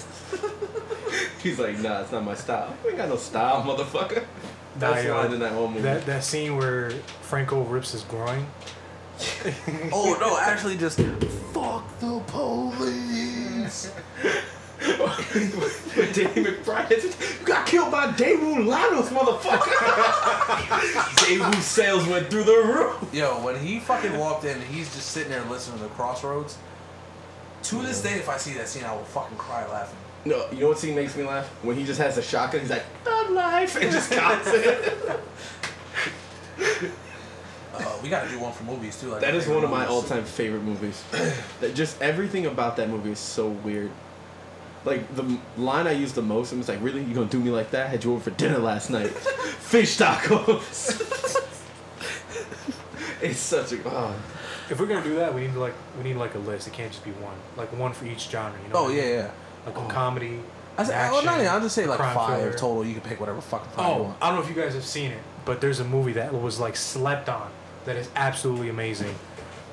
S3: He's like, Nah, it's not my style. We ain't got no style, motherfucker. Best
S4: I, uh,
S3: line in that whole movie.
S4: That that scene where Franco rips his groin.
S2: Oh, no, actually just, fuck the police.
S3: With Danny McBride, you got killed by Daewoo Lanos, motherfucker. Daewoo sales went through the roof.
S2: Yo, when he fucking walked in, he's just sitting there listening to Crossroads. To this day, if I see that scene, I will fucking cry laughing.
S3: No, you know what scene makes me laugh? When he just has a shotgun, he's like, "Thug life," and just counts it.
S2: Uh, we gotta do one for movies too. Like
S3: That is one of my
S2: movies.
S3: all-time favorite movies. that just everything about that movie is so weird. Like the m- line I used the most, and it's like, "Really, you gonna do me like that? Had you over for dinner last night? Fish tacos." it's such a. Oh,
S4: If we're gonna do that, we need to like we need like a list. It can't just be one. Like one for each genre. You know?
S2: Oh yeah, yeah.
S4: Like a comedy,
S2: I said, well,
S4: action,
S2: not even, I'll just say like
S4: crime
S2: five
S4: thriller.
S2: total. You can pick whatever fucking five you
S4: Oh,
S2: want.
S4: I don't know if you guys have seen it, but there's a movie that was like slept on that is absolutely amazing.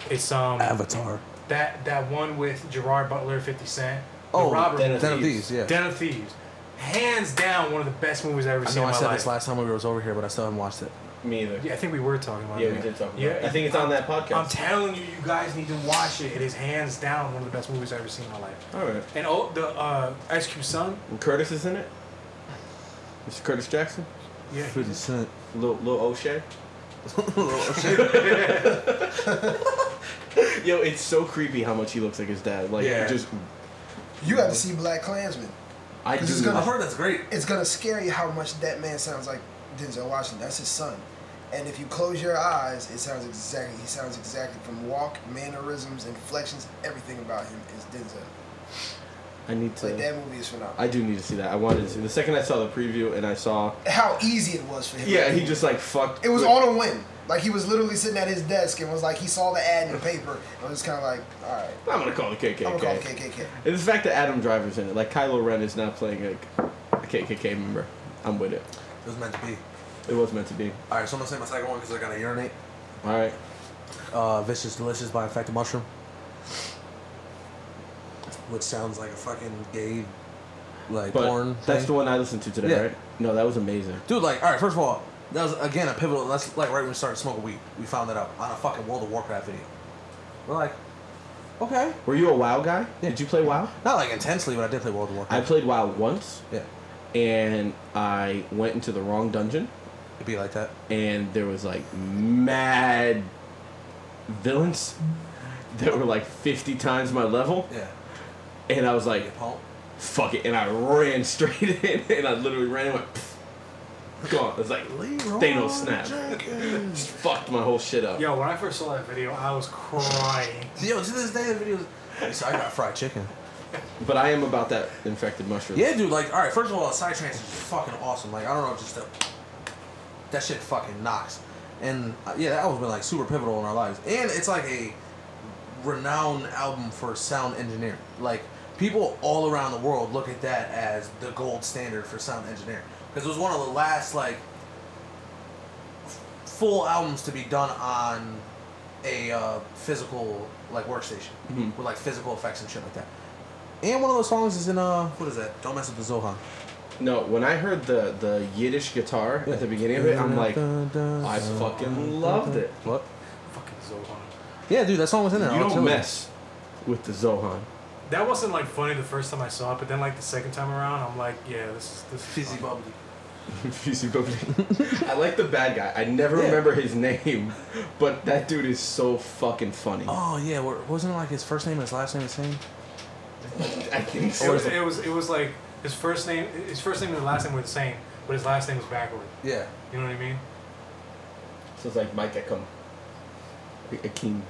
S4: It's um
S2: Avatar.
S4: that that one with Gerard Butler, Fifty Cent, the
S2: Oh,
S4: robber
S2: Den
S4: movie.
S2: of Thieves. Yeah.
S4: Den of Thieves, hands down one of the best movies I've ever
S2: I
S4: seen
S2: know
S4: in
S2: I
S4: my
S2: said
S4: life.
S2: this last time we was over here, but I still haven't watched it.
S3: Me either.
S4: yeah, I think we were talking about
S3: Yeah,
S4: it.
S3: we did talk about
S4: Yeah.
S3: it. I think it's on that podcast.
S4: I'm telling you, you guys need to watch it. It is hands down one of the best movies I've ever seen in my life.
S3: All right.
S4: And oh, the uh, Ice Cube Sun,
S3: And Curtis is in it. Mr. Curtis Jackson,
S4: yeah,
S2: Fifty Cent.
S3: Lil, Lil O'Shea.
S2: Shit.
S3: Yo, it's so creepy how much he looks like his dad. Like,
S2: Yeah.
S3: just
S5: You have to see Black Klansman.
S3: I
S5: This is
S3: do.
S5: gonna-
S2: I've heard that's great.
S5: It's gonna scare you how much that man sounds like Denzel Washington. That's his son. And if you close your eyes, it sounds exactly. He sounds exactly from walk, mannerisms, inflections, everything about him is Denzel.
S3: I need to.
S5: Like that movie is phenomenal.
S3: I do need to see that. I wanted to see the second I saw the preview and I saw.
S5: How easy it was for him.
S3: Yeah, he just like fucked.
S5: It was
S3: like,
S5: on a whim. Like he was literally sitting at his desk and was like, he saw the ad in the paper and was kind of like, all right,
S3: I'm gonna call it KKK.
S5: I'm gonna call the KKK.
S3: And the fact that Adam Driver's in it, like Kylo Ren is not playing like a KKK member. I'm with it.
S2: It was meant to be.
S3: It was meant to be.
S2: All right, so I'm gonna say my second one because I gotta urinate.
S3: All right.
S2: Uh, Vicious Delicious by Infected Mushroom, which sounds like a fucking gay, like
S3: But
S2: porn.
S3: that's
S2: thing.
S3: the one I listened to today,
S2: Yeah.
S3: right? No, that was amazing.
S2: Dude, like, all right. First of all, that was again a pivotal. That's like right when we started smoking weed. We found that out on a fucking World of Warcraft video. We're like, okay,
S3: Were you a WoW guy?
S2: Yeah.
S3: Did you play WoW?
S2: not like intensely, but I did play World of
S3: I
S2: Warcraft.
S3: played WoW once,
S2: yeah,
S3: and I went into the wrong dungeon,
S2: it'd be like that.
S3: and there was like mad villains that were like 50 times my level,
S2: Yeah,
S3: and I was
S2: you
S3: like,
S2: get pumped.
S3: fuck it, and I ran straight in, and I literally ran and went, "Pfft." gone. I was like, Thanos snap. Just fucked my whole shit up.
S4: Yo, when I first saw that video, I was crying.
S2: Yo, to this day, the videos. Hey, So I got fried chicken.
S3: But I am about that infected mushroom.
S2: Yeah, dude. Like, all right. First of all, side trance is fucking awesome. Like, I don't know, just the, that shit fucking knocks. And uh, yeah, that album's been like super pivotal in our lives. And it's like a renowned album for sound engineering. Like, people all around the world look at that as the gold standard for sound engineering because it was one of the last like f- full albums to be done on a uh, physical like workstation
S3: Mhm.
S2: with like physical effects and shit like that. And one of those songs is in uh, what is that? Don't mess with the Zohan.
S3: No, when I heard the the Yiddish guitar at the beginning of it, I'm like, I fucking loved it.
S2: What?
S4: Fucking Zohan.
S2: Yeah, dude, that song was in there.
S3: You
S2: all two
S3: don't
S2: of them.
S3: mess with the Zohan.
S4: That wasn't like funny the first time I saw it, but then like the second time around, I'm like, yeah, this is this. Is
S2: Fizzy
S4: fun.
S2: bubbly.
S3: I like the bad guy. I never
S2: Yeah.
S3: remember his name, but that dude is so fucking funny.
S2: Oh yeah, wa- wasn't it like his first name and his last name the same?
S3: I think
S4: It
S3: so.
S4: was, it was it was like his first name, his first name and his last name were the same, but his last name was backward.
S2: Yeah.
S4: You know what I mean?
S3: So it's like Mike Ekum. Akeem.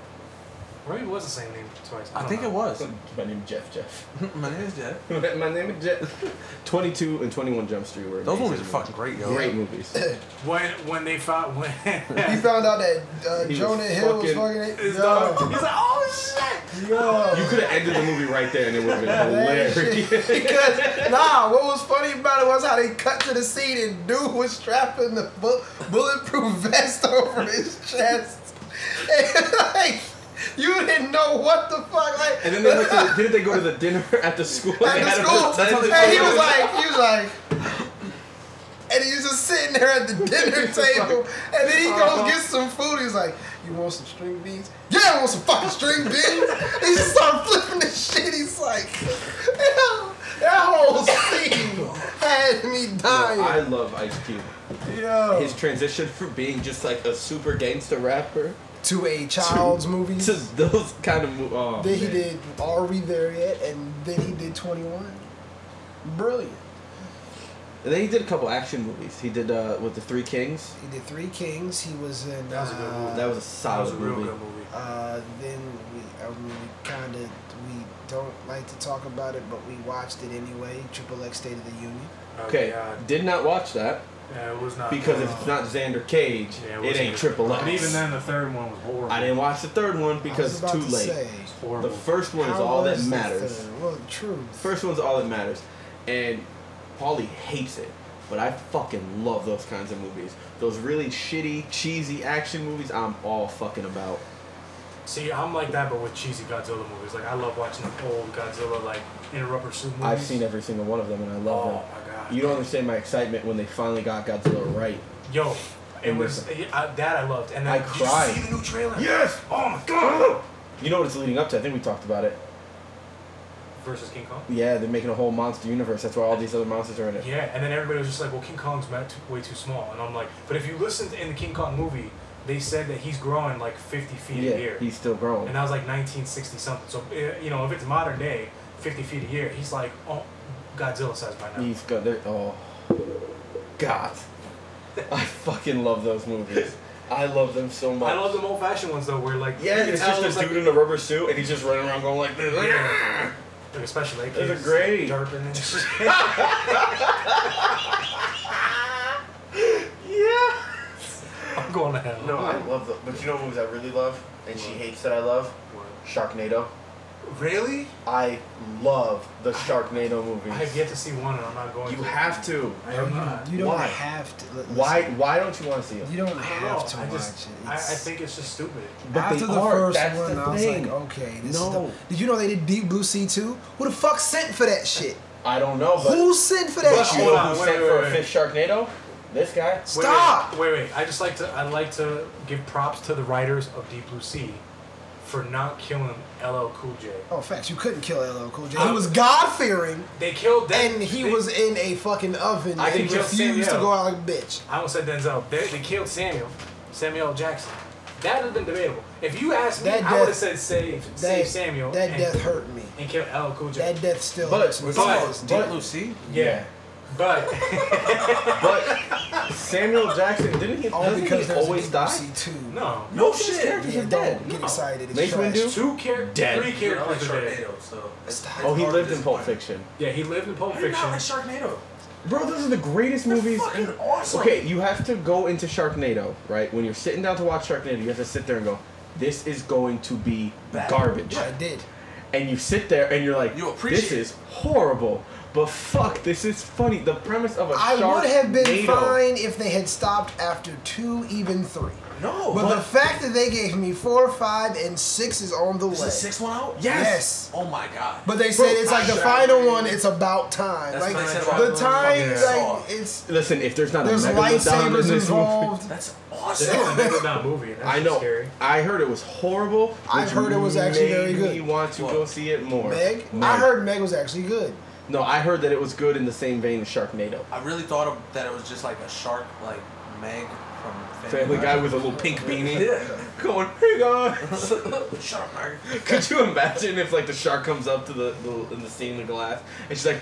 S4: Or maybe it was the same name twice.
S2: I,
S4: don't
S2: think
S4: know.
S2: it was.
S3: My name is Jeff Jeff.
S2: My name is Jed.
S3: My name is Jeff. 22 and 21 Jump Street were
S2: Those
S3: amazing
S2: movies are fucking great, yo.
S3: Great movies.
S4: When when they found when
S5: You found out that uh,
S3: He was
S5: Jonah Hill was
S3: fucking-
S5: fucking it.
S4: his dog,
S5: Yo,
S4: he's like, oh shit.
S5: yo.
S3: You could have ended the movie right there and it would have been
S5: That
S3: hilarious.
S5: shit- because nah, what was funny about it was how they cut to the scene and dude was strapping the bu- bulletproof vest over his chest. And like, you didn't know what the fuck. Like,
S3: And then they went to, didn't they go to the dinner at the school? They
S5: at the
S3: had a-
S5: school,
S3: that's how they
S5: and he
S3: found
S5: was
S3: out.
S5: like, he was like. And he "Oh, was just sitting there at the dinner table, and then he goes get some food. He's like, "You want some string beans? Yeah, I want some fucking string beans." he just started flipping the shit. He's like, "That whole scene had me
S3: I
S5: dying."
S3: love Ice Cube.
S5: Oh, Yo,
S3: His transition from being just like a super gangster rapper
S5: to a child's movie.
S3: to those kind of movies. Oh,
S5: Then he
S3: man.
S5: did "Are We There Yet?" and then he did Twenty One. Brilliant.
S3: And then he did a couple action movies. He did uh, with the Three Kings.
S5: He did Three Kings. He was in.
S4: That was a good
S5: uh,
S4: movie.
S3: That was a
S4: That
S3: solid
S4: was a real
S3: movie.
S4: good movie.
S5: Uh, then we, I mean, we kind of we don't like to talk about it, but we watched it anyway. Triple X State of the Union.
S4: Oh,
S3: Okay,
S4: God.
S3: did not watch that
S4: Yeah, it was not
S3: because
S4: good.
S3: if it's not Xander Cage,
S4: Yeah,
S3: it
S4: wasn't
S3: ain't
S4: good.
S3: Triple X.
S4: And even then, the third one was horrible.
S3: I didn't watch the third one
S5: I was
S3: because
S5: about
S3: too
S5: to
S3: late.
S5: say,
S4: Horrible.
S3: The first one is
S5: how
S3: all that
S5: was the
S3: matters.
S5: third? Well, true.
S3: First one's all that matters. and Paulie hates it. But I fucking love those kinds of movies. Those really shitty, cheesy action movies. I'm all fucking about.
S4: See, I'm like that, but with cheesy Godzilla movies. Like, I love watching the old Godzilla, like, in a rubber suit movies.
S3: I've seen every single one of them, and I love
S4: Oh
S3: them.
S4: my God.
S3: You don't understand my excitement when they finally got Godzilla right.
S4: Yo, it
S3: And
S4: was I, that I loved, and then
S3: I
S4: Did
S3: cried.
S4: You see the new trailer?
S3: Yes!
S4: Oh my god!
S3: You know what it's leading up to? I think we talked about it.
S4: Versus King Kong.
S3: Yeah, they're making a whole monster universe. That's why all these other monsters are in it.
S4: Yeah, and then everybody was just like, "Well, King Kong's ma- too, way too small," and I'm like, "But if you listened in the King Kong movie, they said that he's growing like 50 feet a year,
S3: he's still growing.
S4: and that was like 1960 something. So eh, you know, if it's modern day, 50 feet a year, he's like oh, Godzilla size by now.
S3: He's got there. Oh, God, I fucking love those movies. I love them so much.
S4: I love them old-fashioned ones though, where like you
S3: Yeah,
S4: can
S3: it's
S4: tell
S3: just
S4: it's
S3: a
S4: like-
S3: dude in a rubber suit and he's just running around going like this.
S4: Yeah. Like, especially like
S3: Those are
S4: kids,
S3: great.
S4: derping and shit.
S3: Yeah.
S4: I'm going to hell.
S3: No, I love them. But you know what movies I really love and she hates that I love? Sharknado.
S4: Really?
S3: I love the Sharknado movies.
S4: I have yet to see one, and I'm not going.
S3: you
S4: to.
S3: have to.
S4: I am not.
S5: You don't
S3: Why?
S5: have to. li-
S3: Why?
S5: listen,
S3: Why don't you want to see
S5: You
S3: them?
S5: don't
S4: I don't
S5: have to
S4: know. I
S5: watch
S4: just,
S5: it.
S4: I, I
S5: It's-
S4: think it's just stupid.
S3: But
S5: After
S3: they
S5: the
S3: are.
S5: first
S3: That's
S5: one,
S3: the
S5: I was
S3: thing.
S5: like, okay, this is
S3: No.
S5: the, Did you know they did Deep Blue Sea 2? Who the fuck sent for that shit?
S3: I don't know. But,
S5: Who sent for that
S3: but you
S5: shit?
S4: hold
S3: know
S4: on,
S3: who
S4: wait,
S3: sent
S4: wait,
S3: for
S4: wait.
S3: a fifth Sharknado? This guy.
S4: Wait,
S5: Stop!
S4: Wait, wait, wait. I just like to. I like to give props to the writers of Deep Blue Sea for not killing LL Cool J.
S5: Oh, facts. You couldn't kill LL Cool J. He was God fearing,
S4: They killed that.
S5: and he
S4: they-
S5: was in a fucking oven
S4: I
S5: and
S4: think Joe
S5: refused to
S4: Samuel-
S5: go out like a bitch.
S4: I almost said Denzel. They, they killed Samuel. Samuel L. Jackson. That would have been debatable. If you asked me,
S5: That
S4: I would have
S5: death-
S4: said save,
S5: That,
S4: save Samuel.
S5: That
S4: and,
S5: death hurt me.
S4: And kill LL Cool J.
S5: That death still
S3: But-
S5: hurts me.
S4: but-
S5: It's
S3: but-
S5: deep.
S2: Lucy?
S4: yeah. But
S3: But Samuel Jackson didn't he?
S5: All
S3: Doesn't
S5: because
S3: he
S5: there's
S3: always
S5: a
S3: die?
S5: Deep Blue Sea 2.
S4: no.
S3: No
S2: shit.
S3: Characters
S5: Yeah,
S3: are
S5: don't
S3: dead.
S5: get
S4: No.
S5: excited. It's
S3: Mace
S5: trash.
S3: Windu?
S4: Two characters.
S3: Dead.
S4: Three
S2: Dude, I like
S4: characters. are dead.
S2: Sharknado, so. it's- it's
S3: Oh, he
S2: hard
S3: lived
S2: to
S3: in Pulp
S2: disappoint.
S3: Fiction.
S4: Yeah, he lived in Pulp
S2: How do you
S4: Fiction.
S2: not like Sharknado?
S3: Bro, those are the greatest
S2: They're
S3: movies.
S2: fucking awesome.
S3: Okay, you have to go into Sharknado, right? When you're sitting down to watch Sharknado, you have to sit there and go, "This is going to be garbage."
S5: I did.
S3: And you sit there and you're like,
S2: You appreciate
S3: "This is horrible." But fuck, this is funny. The premise of a
S5: I
S3: Sharknado.
S5: would have been fine if they had stopped after two, even three.
S2: No.
S5: But, the fact that they gave me four, five, and six is on the
S2: Is
S5: way.
S2: the sixth one out?
S5: Yes.
S2: Oh my god.
S5: But they said it's like the
S2: Sure.
S5: final one. It's about time.
S2: That's
S5: like
S2: what I said
S5: the
S2: about
S5: time,
S2: the fucking
S5: like
S2: song.
S5: it's
S3: Listen, if there's not
S5: there's
S3: a megalodon in
S5: lightsabers
S3: this movie,
S5: involved.
S2: That's
S4: They
S2: awesome.
S4: don't make it not movie. and That's
S3: I know.
S4: Scary.
S3: I heard it was horrible.
S5: I've
S3: which
S5: heard it was actually
S3: made
S5: very good.
S3: Me want to
S2: What?
S3: go see it more.
S5: Meg, I
S3: Meg.
S5: heard Meg was actually good.
S3: No, I heard that it was good in the same vein as Sharknado.
S2: I really thought of, that it was just like a shark, like Meg from
S3: Family Guy with a little pink beanie.
S2: Yeah.
S3: Going, hey guys.
S2: Shut up, Meg.
S3: Could you imagine if like the shark comes up to the, the in the scene in the glass and she's like,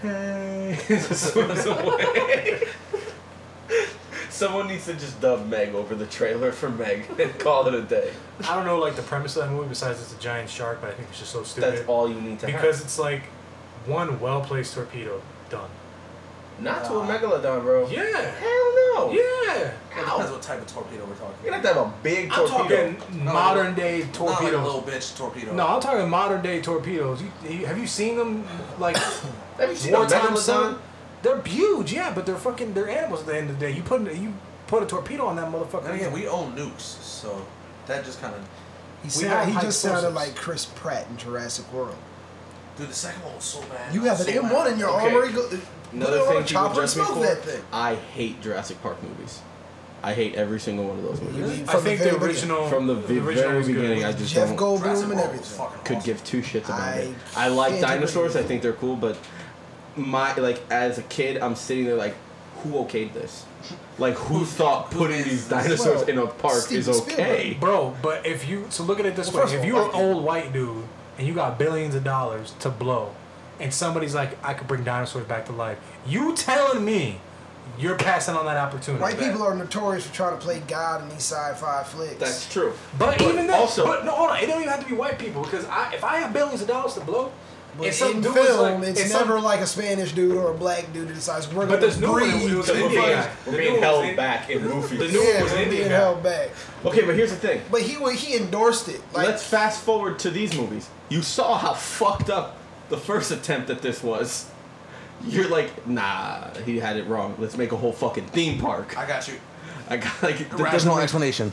S3: hey, and just swims away. Someone needs to just dub Meg over the trailer for Meg and call it a day.
S4: I don't know like the premise of that movie besides it's a giant shark, but I think it's just so stupid.
S3: That's all you need to have.
S4: because it's like one well placed torpedo done.
S3: not to a megalodon, bro.
S4: Yeah.
S3: Hell no.
S4: Yeah.
S2: It depends what type of torpedo we're talking.
S3: You're gonna have to have a big
S4: I'm
S3: torpedo.
S4: talking
S2: No,
S4: modern day
S2: Not like a
S4: torpedoes.
S2: little bitch torpedo.
S4: No, I'm talking modern day torpedoes. You, you- have you seen them like
S3: Have you seen a
S4: wartime
S3: megalodon?
S4: son? They're huge, yeah, but they're fucking they're animals at the end of the day. You put you put a torpedo on that motherfucker.
S2: Then again, we own nukes, so that just kind of.
S5: He,
S4: have
S5: sound, he
S4: high
S5: just sounded
S4: explosives.
S5: like Chris Pratt in Jurassic World.
S2: Dude, the second one was so bad.
S5: You have an
S2: so
S5: M1
S2: bad.
S5: in your
S3: Okay.
S5: armory. Go, put it
S3: Another
S5: on a
S3: thing people
S5: chopper and
S3: judge me
S5: smoke
S3: for,
S5: that thing.
S3: I hate Jurassic Park movies. I hate every single one of those movies.
S5: Really?
S4: I
S5: from the
S4: think
S5: very
S4: the
S5: beginning.
S4: original
S3: From the, ve-
S4: original
S3: very
S4: was good.
S3: beginning, I just
S5: Jeff
S3: don't
S5: Goldblum
S2: Jurassic
S5: and
S2: World was
S5: everything.
S2: fucking
S3: could
S2: awesome.
S3: give two shits about
S5: I
S3: it. I like
S5: can't do it
S3: dinosaurs. I
S5: anymore.
S3: think they're cool, but my like as a kid, I'm sitting there like, who okayed this? Like who thought putting these dinosaurs
S5: Well,
S3: in a park is
S5: Steven Spielberg.
S3: okay?
S4: Bro, but if you so look at it this
S5: Well, first
S4: way:
S5: of
S4: if
S5: all,
S4: you're an
S5: I think-
S4: old white dude and you got billions of dollars to blow, and somebody's like, "I could bring dinosaurs back to life," you telling me you're passing on that opportunity?
S5: White people are notorious for trying to play God in these sci-fi flicks.
S3: That's true.
S4: But,
S3: But
S4: even then,
S3: also-
S4: but no, hold on. It don't even have to be white people because I, if I have billions of dollars to blow,
S5: But
S4: and some
S5: in
S4: dude
S5: film,
S4: is like-
S5: it's
S4: and some-
S5: never like a Spanish dude or a black dude that decides we're
S4: But
S5: going
S4: there's
S5: to
S4: no one- it
S5: breed.
S4: was
S3: We're
S4: an Indian
S3: being-
S4: guy.
S3: we're
S4: The
S3: being
S4: new
S3: held
S4: one's in-
S3: back in
S4: The
S3: movies.
S4: new one
S5: yeah,
S4: was an
S5: we're
S4: Indian
S5: being
S4: guy.
S5: held back.
S3: Okay, but here's the thing.
S5: But he wa- he endorsed it. Like
S3: Let's fast forward to these movies. You saw how fucked up the first attempt at this was. You're like, nah, he had it wrong. Let's make a whole fucking theme park.
S2: I got you.
S3: I got like that doesn't
S2: Rational
S3: make-
S2: explanation.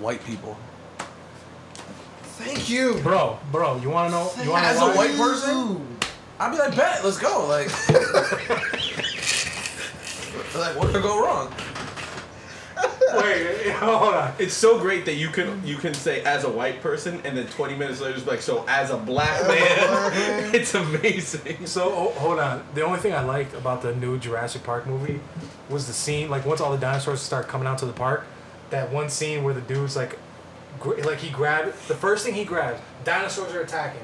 S2: White people.
S5: Thank you.
S4: Bro, bro, you wanna know? You wanna
S2: As a
S4: know why?
S2: white person? I'd be like, bet, let's go. Like, like what could go wrong?
S4: Wait, hold on.
S3: It's so great that you can you can say as a white person, and then 20 minutes later, it's like so as a black man. it's amazing.
S4: So oh, hold on. The only thing I liked about the new Jurassic Park movie was the scene. Like once all the dinosaurs start coming out to the park, that one scene where the dude's like, gr- like he grabbed the first thing he grabs. Dinosaurs are attacking.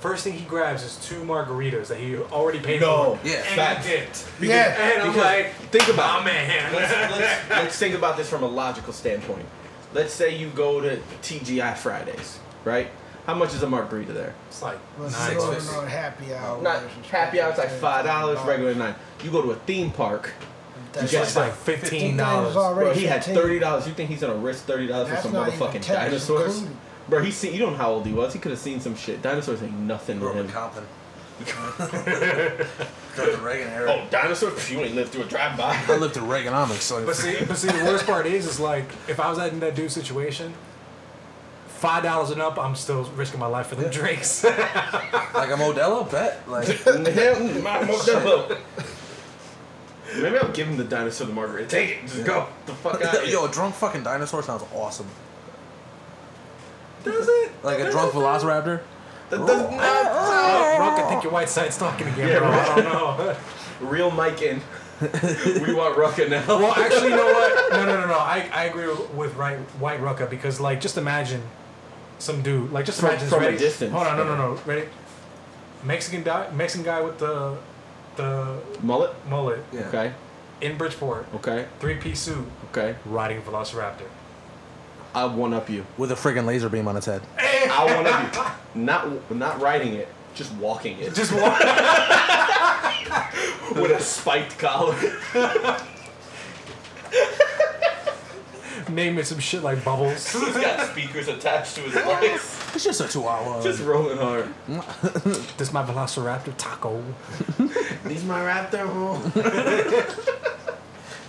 S4: First thing he grabs is two margaritas that he already paid
S3: No.
S4: for.
S2: Yeah.
S4: and
S3: Facts.
S4: he dipped.
S5: Yeah.
S4: And I'm
S3: Because-
S4: like,
S3: think about
S4: oh
S3: it.
S4: man.
S3: let's, let's, let's think about this from a logical standpoint. Let's say you go to TGI Fridays, right? How much is a margarita there?
S4: It's like
S5: Let's
S4: nine
S5: go
S4: fifty.
S5: to no happy hour.
S3: Not happy hour, it's like five dollars regular night. You go to a theme park,
S5: That's
S3: You get
S4: It's like fifteen dollars.
S5: already
S3: bro. He had
S5: 15.
S3: thirty dollars. You think he's gonna risk thirty dollars for
S5: That's
S3: some
S5: not even
S3: motherfucking
S5: tax
S3: dinosaurs?
S5: included.
S3: Bro, he seen. You don't know how old he was. He could have seen some shit. Dinosaurs ain't nothing to
S2: Grew up in
S3: him.
S2: Compton. During the Reagan era.
S3: Oh, dinosaurs! Pff, You ain't lived through a drive-by.
S2: I lived through Reaganomics, so
S4: But see, but see, the worst part is, is like if I was in that dude's situation, five dollars and up, I'm still risking my life for them drinks.
S2: like a Modelo bet. Like,
S3: Hell, my Modelo. Maybe I'll give him the dinosaur the margarita. Take it. Just go. The fuck out. of here.
S2: yo, a drunk fucking dinosaur sounds awesome.
S4: Does it?
S2: Like a drunk velociraptor.
S3: That does not
S4: Oh, Rock, I think your white side's talking again,
S3: Yeah,
S4: bro.
S3: right.
S4: I don't know.
S3: Real Mike in. we want Rucka now.
S4: well, actually, you know what? No, no, no, no. I, I agree with right, White Rucka because, like, just imagine some dude. Like, just
S3: From-
S4: imagine.
S3: from a
S4: ready?
S3: distance.
S4: Hold on, no, no, no. Ready? Mexican, di- Mexican guy with the the
S3: Mullet.
S4: mullet
S2: Yeah.
S3: Okay.
S4: in Bridgeport,
S3: Okay.
S4: three piece suit,
S3: Okay.
S4: riding a Velociraptor.
S3: I one up you.
S2: With a friggin' laser beam on its head.
S3: I one up you. Not not riding it. Just walking it.
S4: Just walk.
S3: with a spiked collar.
S4: Name it some shit like Bubbles.
S3: He's got speakers attached to his legs.
S2: It's just a chihuahua.
S3: Just rolling hard.
S4: This my Velociraptor taco.
S3: These my raptor home.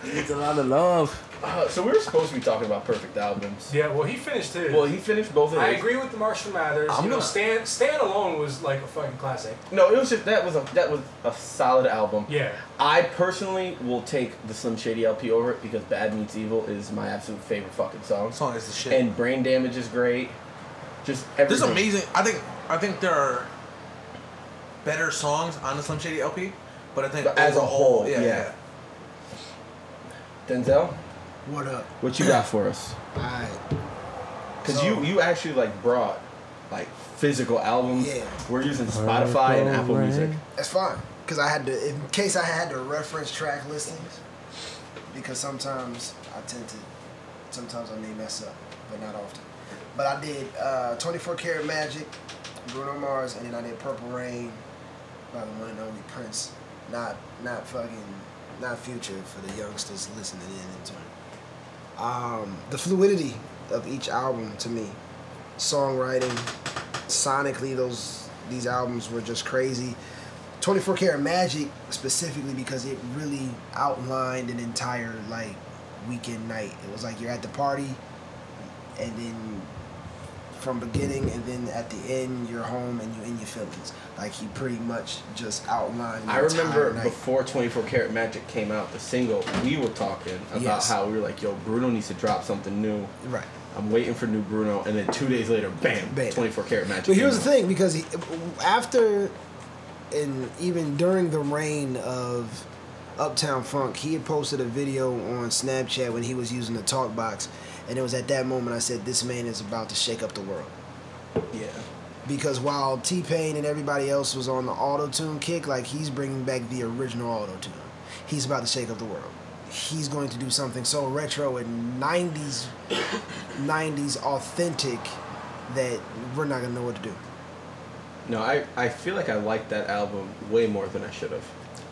S2: it's a lot of love.
S3: Uh, so we were supposed to be talking about perfect albums.
S4: Yeah, well, he finished his.
S3: Well, he finished both of
S4: I
S3: his.
S4: agree with the Marshall Mathers.
S2: I'm
S4: you know,
S2: not.
S4: Stan, Stan alone was like a fucking classic.
S3: No, it was just that was a that was a solid album.
S4: Yeah.
S3: I personally will take the Slim Shady LP over it because Bad Meets Evil is my absolute favorite fucking song.
S2: That song is the shit.
S3: And Brain Damage is great. Just everything.
S2: This is amazing. I think I think there are better songs on the Slim Shady LP, but I think
S3: But as a
S2: overall-
S3: whole, yeah. Denzel,
S5: What up?
S3: what you got for us?
S5: Alright.
S3: Because
S5: So-
S3: you you actually like brought like physical albums.
S5: Yeah.
S3: We're using Spotify and Apple Music.
S5: That's fine. Because I had to, in case I had to reference track listings, because sometimes I tend to, sometimes I may mess up, but not often. But I did uh, 24 Karat Magic, Bruno Mars, and then I did Purple Rain by the one and only Prince. Not, not fucking, not future for the youngsters listening in and turn um, the fluidity of each album to me songwriting sonically those these albums were just crazy 24 karat magic specifically because it really outlined an entire like weekend night it was like you're at the party and then from beginning and then at the end you're home and you're in your feelings like he pretty much just outlined the
S3: I remember
S5: entire night.
S3: before 24 Karat Magic came out, the single, we were talking about
S5: Yes.
S3: how we were like, yo, Bruno needs to drop something new.
S5: right
S3: I'm waiting for new Bruno, and then two days later, bam,
S5: Bam.
S3: 24 karat magic.
S5: But here's
S3: came
S5: the
S3: out.
S5: thing, because he, after and even during the reign of Uptown Funk, he had posted a video on Snapchat when he was using the talk box, and it was at that moment I said, "This man is about to shake up the world."
S3: Yeah.
S5: Because while T Pain and everybody else was on the auto tune kick, like he's bringing back the original auto tune. He's about to shake up the world. He's going to do something so retro and 90s, 90s authentic that we're not gonna know what to do.
S3: No, I, I feel like I liked that album way more than I should have.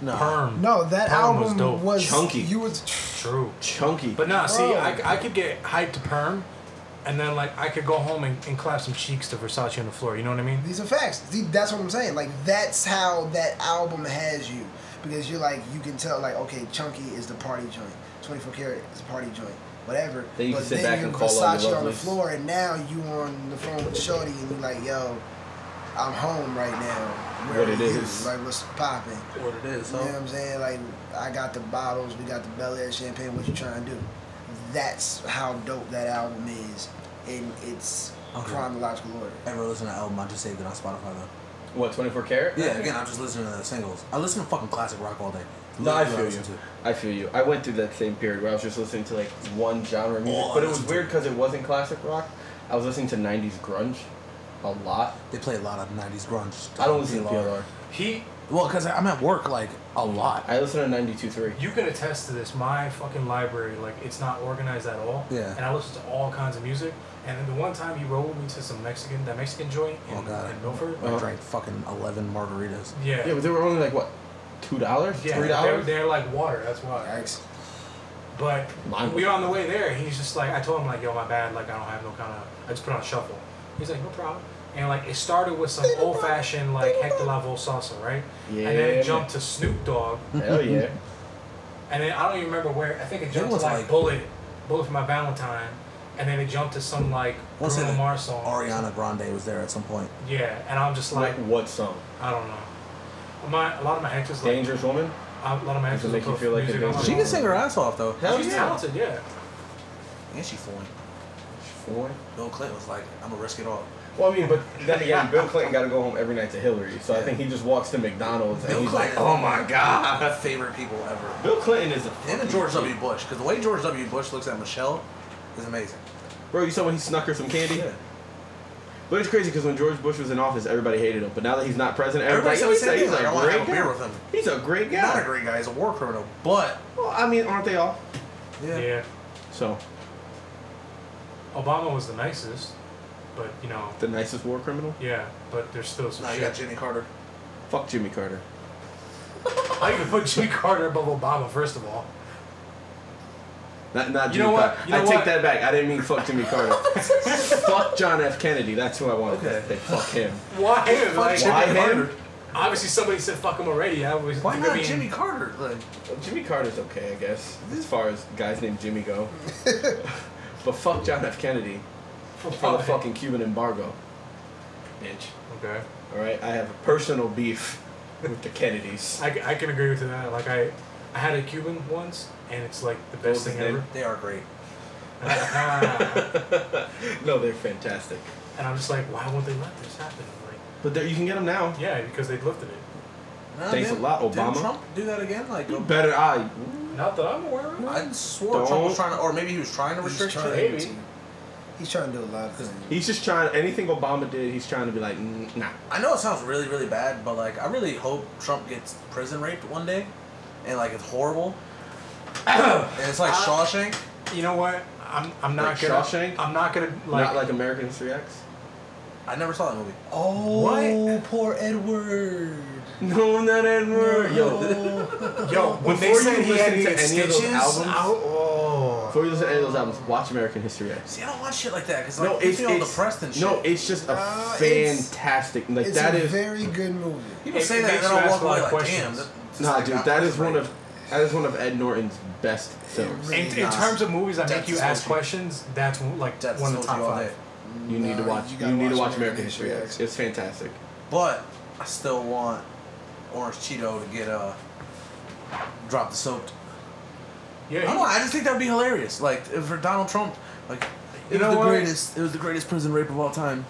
S2: No.
S4: Perm.
S5: No, that
S4: Perm
S5: album was,
S4: dope.
S3: Chunky.
S5: You was
S4: True.
S3: Chunky.
S4: But nah, see,
S5: Bro.
S4: I, I could get hyped to Perm, and then like I could go home and, and clap some cheeks to Versace on the floor. You know what I mean?
S5: These are facts. See, that's what I'm saying. Like that's how that album has you because you're like you can tell like okay, Chunky is the party joint, 24 Karat is a party joint, whatever.
S3: Then you
S5: but
S3: can sit
S5: then
S3: back
S5: you're
S3: and call all the
S5: Versace on the
S3: lovelies.
S5: floor, and now you on the phone with Shorty, and you're like, yo, I'm home right now. Where
S3: What
S5: are
S3: it
S5: you?
S3: is.
S5: Like what's popping?
S2: What it is,
S5: You know what
S2: huh?
S5: I'm saying? Like I got the bottles, we got the Bel Air champagne. What you trying to do? That's how dope that album is in its
S2: Okay.
S5: chronological order.
S2: Ever listen to an album I just saved it on Spotify though?
S3: What, 24 karat?
S2: Yeah, again, I'm just listening to the singles. I listen to fucking classic rock all day.
S3: No, I
S2: Literally what
S3: feel you.
S2: listen
S3: I feel you. I went through that same period where I was just listening to like one genre of music,
S2: All I
S3: but it was
S2: listened to.
S3: weird because it wasn't classic rock. I was listening to '90s grunge a lot.
S2: They play a lot of '90s grunge.
S3: I don't listen to
S2: PLR.
S3: PLR.
S4: He,
S2: Well, because I'm at work like a lot.
S3: I listen to 92.3.
S4: you can attest to this. My fucking library, like it's not organized at all.
S2: Yeah.
S4: And I listen to all kinds of music. And then the one time he rode me to some Mexican, that Mexican joint in,
S2: Oh, God.
S4: in Milford.
S3: Uh-huh.
S2: I drank fucking eleven margaritas.
S4: Yeah.
S3: Yeah, but they were only like what, two dollars,
S4: Yeah,
S3: three
S4: they're,
S3: dollars.
S4: they're like water. That's why.
S5: Yikes.
S4: But
S3: Mine
S4: we
S3: was-
S4: were on the way there. He's just like, I told him like, yo, my bad. Like, I don't have no kind of. I just put on shuffle. He's like, no problem. And like, it started with some old fashioned like Hector Lavoe salsa, right? And then
S3: Yeah.
S4: it jumped to Snoop Dogg,
S3: Hell yeah.
S4: and then I don't even remember where. I think it jumped to
S2: was
S4: like,
S2: like-
S4: Bullet, Bullet for My Valentine, and then it jumped to some like
S2: What's
S4: Bruno
S2: it?
S4: Mars song.
S3: E
S2: Ariana Grande was there at some point.
S4: Yeah, and I'm just like,
S3: Like what song?
S4: I don't know. My a lot of my exes like
S3: Dangerous Woman.
S4: a lot of my
S3: Does it
S4: exes
S3: make you
S4: will put
S3: feel like a
S4: music
S3: dangerous-
S4: on.
S2: She can sing her ass off though.
S3: Hell
S4: She's
S3: yeah.
S4: talented, yeah.
S2: And she fluent.
S3: Boy.
S2: Bill Clinton was like, "I'm gonna risk it all."
S3: Well, I mean, but then again, Bill Clinton got to go home every night to Hillary, so I think he just walks to McDonald's and
S2: Bill
S3: he's like,
S2: Clinton.
S3: "Oh my
S2: My
S3: God."
S2: favorite people ever.
S3: Bill Clinton is a
S2: And
S3: fucking
S2: the George W.
S3: kid.
S2: Bush, because the way George W. Bush looks at Michelle is amazing.
S3: Bro, you saw when he snuck her some candy.
S2: Yeah.
S3: But it's crazy because when George Bush was in office, everybody hated him. But now that he's not president,
S2: Everybody
S3: everybody's like,
S2: said the same
S3: he's,
S2: thing,
S3: a
S2: like, I wanna
S3: great
S2: have a
S3: guy.
S2: beer with him.
S3: He's a great guy.
S2: Not a great guy. He's a war criminal, but
S3: Well, I mean, aren't they all?
S4: Yeah.
S3: So,
S4: Obama was the nicest, but you know,
S3: the nicest war criminal?
S4: yeah, but there's still some
S2: Now you got
S4: shit.
S2: Jimmy Carter.
S3: Fuck Jimmy Carter.
S4: I even put Jimmy Carter above Obama, first of all.
S3: Not, not
S4: You
S3: Jimmy
S4: know what?
S3: Carter.
S4: You know
S3: I take
S4: what?
S3: that back. I didn't mean fuck Jimmy Carter. fuck John F. Kennedy. That's who I wanted to
S2: Okay.
S3: say. Fuck him.
S4: Why him?
S2: Fuck
S4: Like,
S2: Jimmy
S3: why him?
S2: Carter.
S4: obviously somebody said fuck him already. I was
S2: Why
S4: I
S2: not
S4: mean,
S2: Jimmy Carter? Like,
S3: Jimmy Carter's okay, I guess, as far as guys named Jimmy go. but fuck John F. Kennedy for the
S4: why?
S3: fucking Cuban embargo. Bitch.
S4: Okay.
S3: Alright? I have a personal beef with the Kennedys.
S4: I, ca- I can agree with that. Like I I had a Cuban once and it's like the
S3: was
S4: best
S3: his
S4: thing
S3: name?
S4: ever.
S2: they are great.
S4: Ah.
S3: no, they're fantastic.
S4: and I'm just like, why won't they let this happen? Like,
S3: But there, you can get them now.
S4: yeah, because they lifted it.
S2: Nah,
S3: Thanks
S2: didn't-
S3: a lot,
S2: Didn't
S3: Obama.
S2: Trump do that again? Like,
S3: You better I.
S4: Not that I'm aware of.
S2: I swore Trump was trying to, or maybe he was trying to
S5: He's
S2: restrict
S5: trying
S2: it.
S4: maybe.
S5: to. He's trying to do a lot of things.
S3: He's just trying. Anything Obama did, he's trying to be like, "Mm, nah.
S2: I know it sounds really, really bad, but like, I really hope Trump gets prison raped one day, and like it's horrible, and it's like
S3: Uh,
S2: Shawshank.
S4: You know what? I'm I'm not
S3: Like
S4: gonna
S3: Shawshank?
S4: I'm not gonna
S3: Not like American History X.
S2: I never saw that movie.
S5: Oh,
S2: What?
S5: poor Edward.
S3: No, not Edward. Yo,
S4: Yo, when they
S3: Before you
S4: said he had
S3: listen to
S4: to any of those albums, out, oh.
S3: before you listen to any of those albums, watch American History X.
S2: See, I don't watch shit like that because like
S3: No,
S2: no, it's,
S3: it's,
S2: me all
S3: it's
S2: depressed and shit.
S3: no, it's just a
S5: Uh, it's-
S3: fantastic. like
S5: It's
S3: that
S5: a
S3: is
S5: very good movie.
S2: people
S4: It-
S2: say
S4: it
S2: that and
S4: makes
S2: then
S4: you
S2: I
S4: ask
S2: walk
S4: a lot
S2: away
S4: of
S2: like, damn.
S4: questions.
S2: that- it's
S3: nah,
S2: like
S3: dude.
S2: not
S3: That is
S2: prison
S3: one
S2: rape.
S3: of that is one of Ed Norton's best films.
S4: In, in
S2: Nas.
S4: terms of movies that
S2: Death
S4: make you
S2: is
S4: ask
S2: OG.
S4: questions, that's one- like
S2: Death
S4: one
S2: is
S4: of the
S2: OG
S4: top
S2: all
S4: five.
S2: day.
S3: You need to
S5: Nah,
S3: watch. You,
S5: gotta
S3: need to watch American History X. It's fantastic.
S2: But I still want Orange Cheeto to get uh drop the soap. I
S4: Yeah,
S2: don't know. I just think that'd be hilarious. Like if for Donald Trump, like it
S4: You know
S2: was the
S4: what?
S2: greatest. It was the greatest prison rape of all time.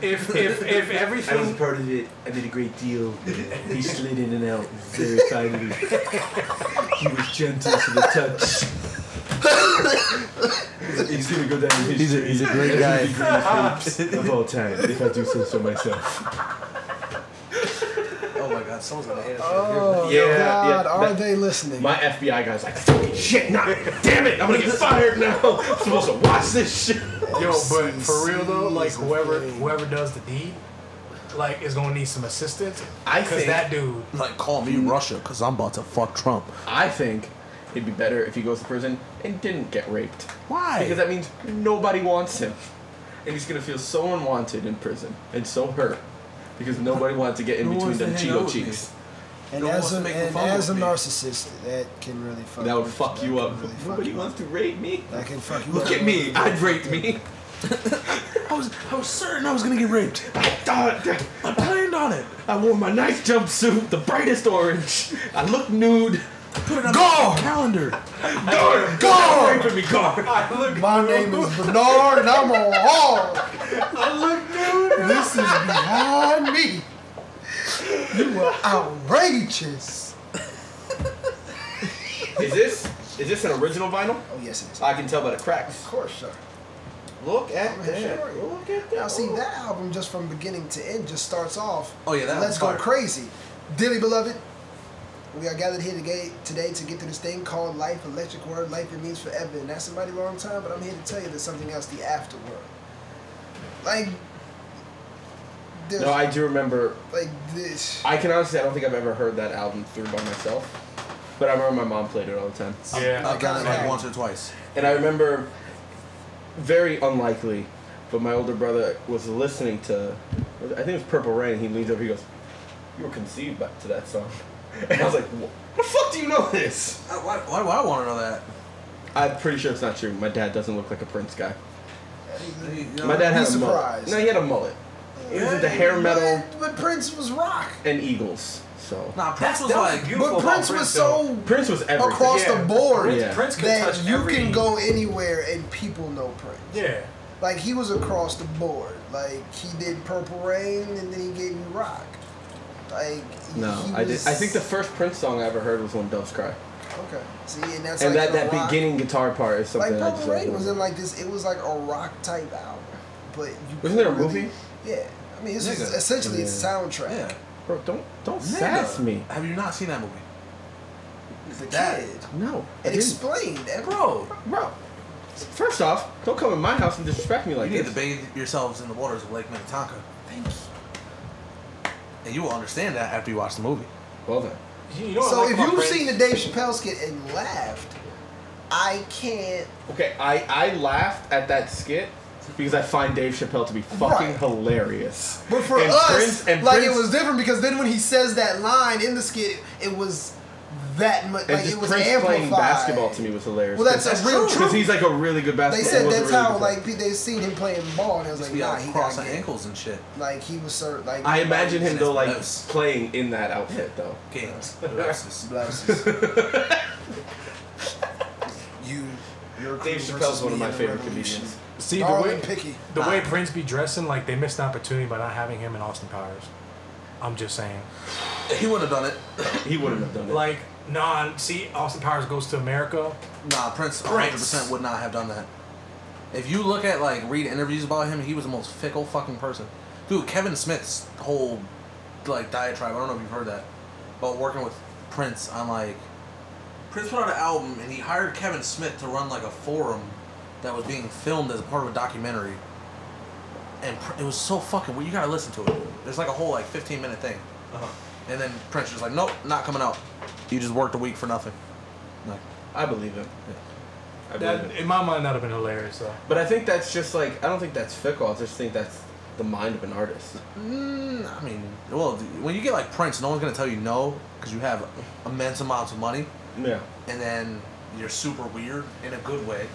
S4: he- if if if everything
S3: part of it. I did a great deal. He slid in and out very kindly. He was gentle to the touch. He's gonna go down in history. He's a, great guy of all time, if I do say so myself.
S2: Oh my God, someone's gonna hate us.
S5: Oh,
S3: Yeah,
S5: God,
S3: yeah,
S5: are
S3: that-
S5: they listening?
S3: My FBI guy's like, fucking shit, nah, damn it, I'm gonna get fired now. I'm supposed to watch this shit.
S4: Yo, but for real though, like
S5: MCs
S4: whoever
S5: is the
S4: whoever does the deed, like is gonna need some assistance.
S3: I
S4: Cause
S3: think-
S4: that dude,
S2: Like call me Russia, cause I'm about to fuck Trump.
S3: I think It'd be better if he goes to prison and didn't get raped.
S5: Why?
S3: Because that means nobody wants him. And he's gonna feel so unwanted in prison and so hurt. Because nobody wanted to get in
S2: No
S3: between
S2: one's
S3: them
S2: to hang out
S3: Cheeto
S2: with me.
S3: cheeks.
S5: and
S2: No one
S5: as
S2: wants
S5: a,
S2: to make
S5: and
S2: fun of
S5: as a
S2: me.
S5: narcissist, that can really fuck.
S3: That would
S5: with
S3: fuck
S5: That
S3: you
S5: can
S3: up.
S5: really fuck
S3: Nobody
S5: you
S3: wants to rape me.
S5: That can fuck you up.
S3: Look at me. I'd rape me.
S2: I was, I was certain I was gonna get raped.
S3: God,
S2: I planned on it.
S3: I wore my nice jumpsuit, the brightest orange. I look nude.
S2: Put it on
S5: Go!
S2: my calendar.
S3: Gar, gar, raping me, gar.
S4: I look.
S5: My name is Bernard, and I'm on hard.
S4: I look dude.
S5: This is behind me. You were outrageous.
S3: Is this is this an original vinyl?
S5: Oh yes, it is. Of
S3: I can tell by the cracks.
S5: course, sir.
S3: Look at
S5: Oh,
S3: that.
S5: sure.
S3: Look at that.
S5: Now see that album just from beginning to end just starts off.
S2: Oh, yeah, that one's
S5: Let's go
S2: fire.
S5: crazy, dearly beloved. We are gathered here today, today to get through this thing called life. Electric word, life it means forever, and that's a mighty long time. But I'm here to tell you there's something else, the afterworld. Like, there's,
S3: No, I do remember.
S5: like this.
S3: I can honestly, I don't think I've ever heard that album through by myself. But I remember my mom played it all the time.
S4: Yeah.
S2: I've done it like
S5: Okay.
S2: once or twice.
S3: And I remember, very unlikely, but my older brother was listening to, I think it was Purple Rain. He leans over, he goes, "You were conceived by, to that song," and I was like, "What the fuck do you know this?"
S2: I, Uh, why, why do I want to know that?
S3: I'm pretty sure it's not true. My dad doesn't look like a Prince guy.
S2: You know,
S3: My dad
S5: Be
S3: had a mullet.
S5: Uh, surprised.
S3: No, he had a mullet. He was into
S2: Hey,
S3: hair metal
S5: But, but Prince was rock.
S3: and Eagles. So
S2: Nah, Prince was
S4: that was
S2: like,
S4: beautiful.
S5: But
S4: about
S5: Prince was
S4: Prince,
S5: so
S3: Prince was everything.
S5: across
S4: Yeah.
S5: the board
S4: Prince,
S3: Yeah.
S4: Prince could
S5: that
S4: touch
S5: you
S4: every,
S5: can go anywhere and people know Prince.
S4: Yeah.
S5: Like he was across the board. Like he did Purple Rain and then he gave you rock. Like
S3: No,
S5: he
S3: I did.
S5: was-
S3: I think the first Prince song I ever heard was "When Doves Cry,"
S5: okay. See, and that's
S3: and
S5: like
S3: that
S5: the
S3: that
S5: rock-
S3: beginning guitar part is
S5: Like
S3: something. I just
S5: Purple Rain
S3: like,
S5: was in like this. It was like a rock type album, but you
S3: Wasn't there a
S5: couldn't
S3: movie?
S5: Yeah, I mean, it's just,
S2: Nigga.
S5: essentially it's a soundtrack.
S2: yeah.
S3: Bro, don't don't
S2: Nigga,
S3: sass me.
S2: Have you not seen that movie?
S5: As a
S2: That-
S5: kid,
S3: No, I
S5: it
S3: didn't.
S5: explained, and
S2: Bro,
S3: bro. First off, don't come in my house and disrespect me like
S2: you need
S3: this.
S2: to bathe yourselves in the waters of Lake Minnetonka. Thank you. And you will understand that after you watch the movie.
S3: well then,
S4: You you know what I
S5: So
S4: like
S5: if
S4: about
S5: you've
S4: Prince?
S5: seen the Dave Chappelle skit and laughed, I can't.
S3: okay. I I laughed at that skit because I find Dave Chappelle to be fucking
S5: Right.
S3: hilarious.
S5: But for
S3: And
S5: us,
S3: Prince- and
S5: like
S3: Prince-
S5: it was different because then when he says that line in the skit, it was that much.
S3: and
S5: Like
S3: just
S5: it was
S3: Prince
S5: amplified.
S3: playing basketball to me was hilarious.
S5: Well, that's a real
S3: because
S5: truth.
S3: he's like a really good
S5: They
S3: basketball.
S5: said
S3: was a
S5: that's
S3: really
S5: how
S3: good
S5: like pe- they seen him playing ball, and it was like,
S2: We
S5: nah,
S2: all
S5: he got
S2: crossing
S5: ankle.
S2: ankles and shit.
S5: Like he was sort of like.
S3: I imagine him though, like
S2: Yes.
S3: playing in that outfit though.
S2: Games.
S5: blouses. you, your crew
S3: Dave
S5: versus
S3: Chappelle's one of
S5: me
S3: my
S5: in a
S3: favorite
S5: revolution.
S3: comedians.
S4: See
S5: Darwin Picky.
S4: The way Prince be dressing, like they missed an opportunity by not having him in Austin Powers. I'm just saying.
S2: He wouldn't have done it.
S3: He wouldn't have done it.
S4: Like, nah, see, Austin Powers goes to America.
S2: Nah, Prince 100%
S4: Prince.
S2: would not have done that. If you look at, like, read interviews about him, he was the most fickle fucking person. Dude, Kevin Smith's whole, like, diatribe, I don't know if you've heard that, about working with Prince on, like, Prince put out an album and he hired Kevin Smith to run, like, a forum that was being filmed as a part of a documentary. And Pr- it was so fucking weird. You gotta listen to it. There's, like, a whole, like, 15 minute thing. And then Prince was like, nope, not coming out. You just worked a week for nothing. Like,
S3: I believe him. I believe
S4: That
S3: him.
S4: in my mind that'd have been hilarious though.
S3: But I think that's just like I don't think that's fickle. I just think that's the mind of an artist.
S2: Mm, I mean, well, th- when you get like Prince, no one's gonna tell you no because you have immense amounts of money,
S3: Yeah.
S2: and then you're super weird in a good way.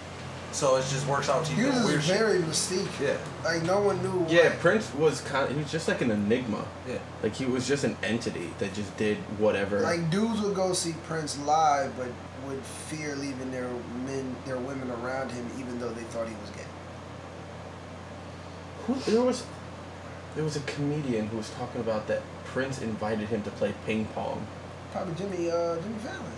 S2: So it just works out to
S5: He
S2: you.
S5: was
S2: doing weird
S5: just
S2: shit.
S5: very mystique.
S2: Yeah,
S5: Like no one knew.
S3: Yeah,
S5: what-
S3: Prince was kind. He was just like an enigma.
S2: yeah.
S3: Like he was just an entity that just did whatever.
S5: Like dudes would go see Prince live, but would fear leaving their men, their women around him, even though they thought he was gay.
S3: Who, there was, there was a comedian who was talking about that Prince invited him to play ping pong.
S5: Probably Jimmy, uh, Jimmy Fallon.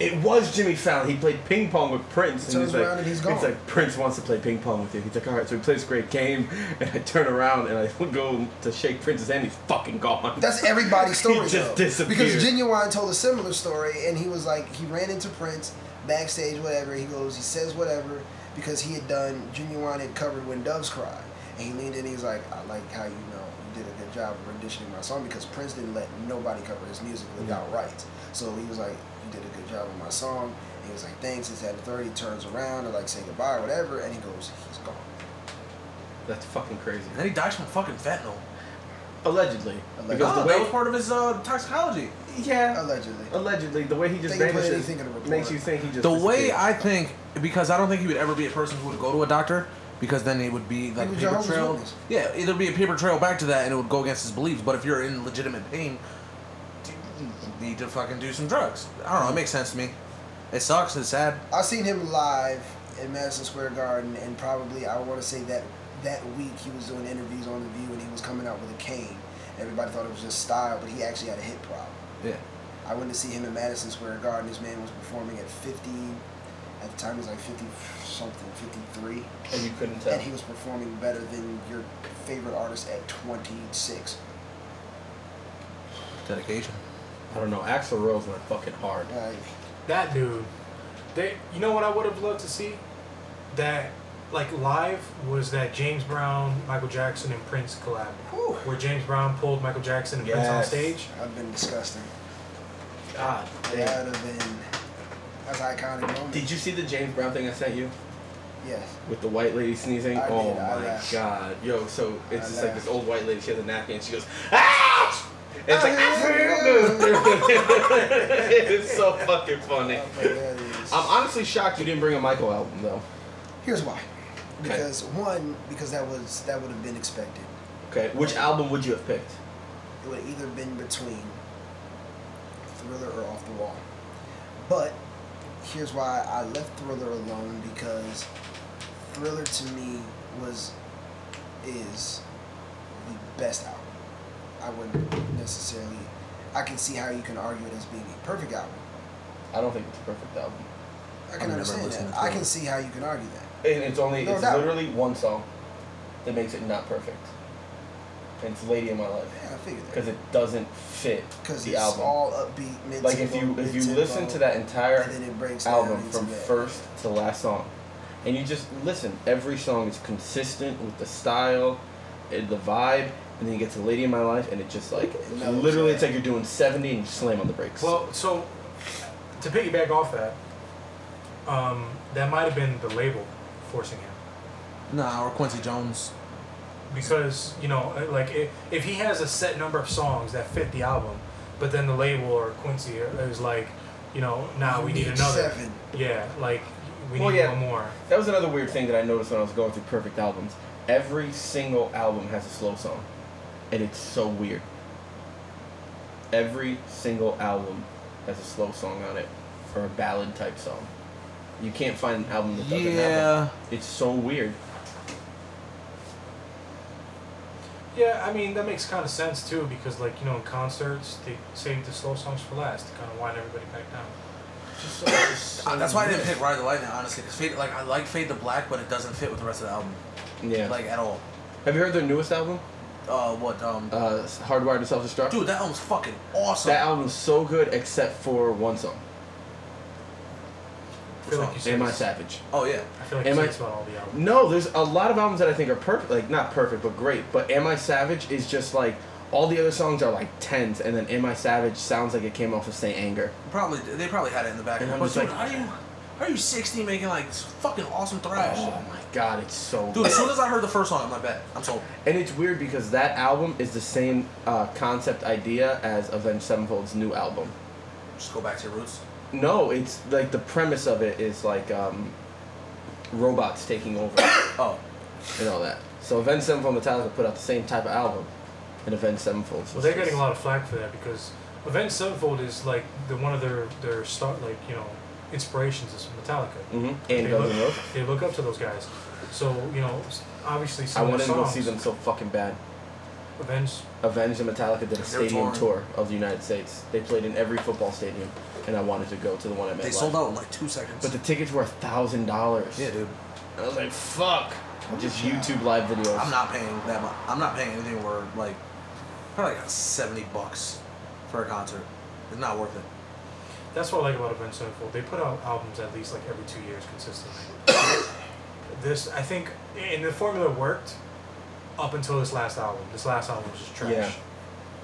S3: It was Jimmy Fallon. He played ping pong with Prince.
S5: He turns
S3: he's
S5: around
S3: like,
S5: and he's gone.
S3: like, Prince wants to play ping pong with you. He's like, all right, so he plays a great game. And I turn around and I go to shake Prince's hand. He's fucking gone.
S5: That's everybody's story.
S3: He just
S5: though.
S3: disappeared.
S5: Because Genuine told a similar story, and he was like, he ran into Prince backstage, whatever. He goes, he says whatever, because he had done Genuine had covered When Doves Cry, and he leaned in, he's like, I like how you know you did a good job of renditioning my song because Prince didn't let nobody cover his music without rights. So he was like, you did a good job of my song. and He was like, thanks, this that, and the third. He turns around to like say goodbye or whatever, and he goes, he's gone.
S3: That's fucking crazy.
S2: And then he dies from fucking fentanyl.
S3: Allegedly.
S5: Because
S2: Oh, that
S3: the way-
S2: was part of his uh, toxicology.
S3: yeah.
S5: Allegedly.
S3: Allegedly, the way he just
S5: Oh, They can play
S3: vanishes
S5: anything in a report.
S3: makes you think he just
S2: The way
S3: disappeared.
S2: I think, because I don't think he would ever be a person who would go to a doctor, because then it would be like
S5: was
S2: paper
S5: Jehovah's
S2: trail.
S5: Witness.
S2: Yeah, it'd be a paper trail back to that, and it would go against his beliefs. But if you're in legitimate pain, you need to fucking do some drugs. I don't know. It makes sense to me. It sucks. It's sad.
S5: I seen him live in Madison Square Garden, and probably I want to say that that week he was doing interviews on the View, and he was coming out with a cane. Everybody thought it was just style, but he actually had a hip problem.
S2: Yeah.
S5: I went to see him in Madison Square Garden. This man was performing at 50. At the time, he was like 50 something, 53,
S3: and you couldn't tell.
S5: and he was performing better than your favorite artist at 26.
S2: Dedication.
S3: I don't know. Axl Rose went fucking hard.
S5: Like,
S4: That dude. They, you know what I would have loved to see? That, like, live was that James Brown, Michael Jackson, and Prince collab.
S5: Whew.
S4: Where James Brown pulled Michael Jackson and Prince on
S3: Yes.
S4: stage.
S5: I've been disgusting.
S3: God.
S5: That would have been that's an iconic moment.
S3: Did you see the James Brown thing I sent you?
S5: Yes.
S3: with the white lady sneezing.
S5: I did,
S3: oh
S5: I
S3: my
S5: laughed.
S3: god, yo! So it's
S5: I
S3: just like this
S5: laughed.
S3: old white lady. She has a napkin. and She goes, ah! And it's like, it's so fucking funny. Um,
S5: Oh, hilarious.
S3: I'm honestly shocked you didn't bring a Michael album though.
S5: Here's why.
S3: Okay.
S5: Because one, because that was that would have been expected.
S3: Okay, which album would you have picked?
S5: It would have either been between Thriller or Off the Wall. But here's why I left Thriller alone because Thriller to me was is the best album. I wouldn't necessarily I can see how you can argue it as being a perfect album.
S3: I don't think it's a perfect album.
S5: I
S2: I've
S5: can
S2: never
S5: understand
S2: listened
S5: that.
S2: to
S5: I
S2: Thriller.
S5: can see how you can argue that.
S3: And it's only
S5: No
S3: it's
S5: doubt.
S3: literally one song that makes it not perfect. And it's Lady in My Life
S5: Yeah, I figured that.
S3: because it doesn't fit
S5: Because
S3: the
S5: it's
S3: album.
S5: all upbeat, mid
S3: like if you if you listen to that entire
S5: and then it breaks down
S3: album
S5: into
S3: from
S5: that.
S3: first to last song. And you just listen. Every song is consistent with the style, and the vibe, and then you get to "Lady in My Life," and it just like
S5: No,
S3: literally, it's
S5: it's-
S3: like you're doing seventy and you slam on the brakes.
S4: Well, so to piggyback off that, um, that might have been the label forcing him
S2: Nah, or Quincy Jones.
S4: because you know, uh, like if, if he has a set number of songs that fit the album, but then the label or Quincy is like, you know, now nah, we need another.
S5: seven.
S4: Yeah, like we
S3: Well,
S4: need
S3: yeah.
S4: one more.
S3: that was another weird thing that I noticed when I was going through perfect albums. Every single album has a slow song, and it's so weird. Every single album has a slow song on it, or a ballad type song. You can't find an album that doesn't have
S2: Yeah.
S3: that. It's so weird.
S4: Yeah, I mean that makes kind of sense too because like you know in concerts they save the slow songs for last to kind of wind everybody back down.
S2: Uh, that's why I didn't pick Ride the Lightning, honestly. Because Fade, like I like Fade to Black, but it doesn't fit with the rest of the album,
S3: Yeah.
S2: like at all.
S3: Have you heard their newest album?
S2: Uh, what um.
S3: Uh, Hardwired to Self Destruct.
S2: Dude, that album's fucking awesome.
S3: that album's so good except for one song.
S4: I feel
S2: Which
S4: like
S2: one?
S4: you say
S3: Am I
S4: this-
S3: Savage?
S2: oh yeah.
S4: I feel like
S3: Am
S4: you
S3: I-
S4: say this about all the albums.
S3: No, there's a lot of albums that I think are perfect, like not perfect but great. But Am I Savage is just like all the other songs are like tens, and then Am I Savage sounds like it came off of Saint Anger.
S2: Probably they probably had it in the back.
S3: And I'm
S2: but
S3: just
S2: dude,
S3: like-
S2: how you how are you sixty making like this fucking awesome thrash?
S3: Oh my god, it's so
S2: Dude,
S3: good.
S2: as soon as I heard the first song, I'm like, bet I'm sold.
S3: And it's weird because that album is the same uh, concept idea as Avenged Sevenfold's new album.
S2: Just go back to your roots.
S3: No, it's like the premise of it is like um, robots taking over.
S2: Oh,
S3: and all that. So Avenged Sevenfold Metallica put out the same type of album, and Avenged Sevenfold.
S4: Well, they're getting a lot of flack for that because Avenged Sevenfold is like the one of their their start like you know inspirations is Metallica.
S3: hmm
S4: They
S3: And Guns N'
S4: look,
S3: Roses.
S4: they look up to those guys. So you know, s- obviously
S3: I
S4: some of
S3: wanted
S4: their
S3: to go
S4: songs.
S3: see them so fucking bad.
S4: Avenged.
S3: Avenged and Metallica did a stadium
S2: touring.
S3: tour of the United States. They played in every football stadium, and I wanted to go to the one I met.
S2: they sold out in like two seconds.
S3: But the tickets were a thousand dollars.
S2: yeah, dude,
S3: I was like, fuck. Just YouTube live videos.
S2: I'm not paying that much. I'm not paying anything where like probably like seventy bucks for a concert. It's not worth it.
S4: That's what I like about Avenged Sevenfold. They put out albums at least like every two years consistently. this I think, and the formula worked up until this last album. This last album was just trash.
S3: Yeah.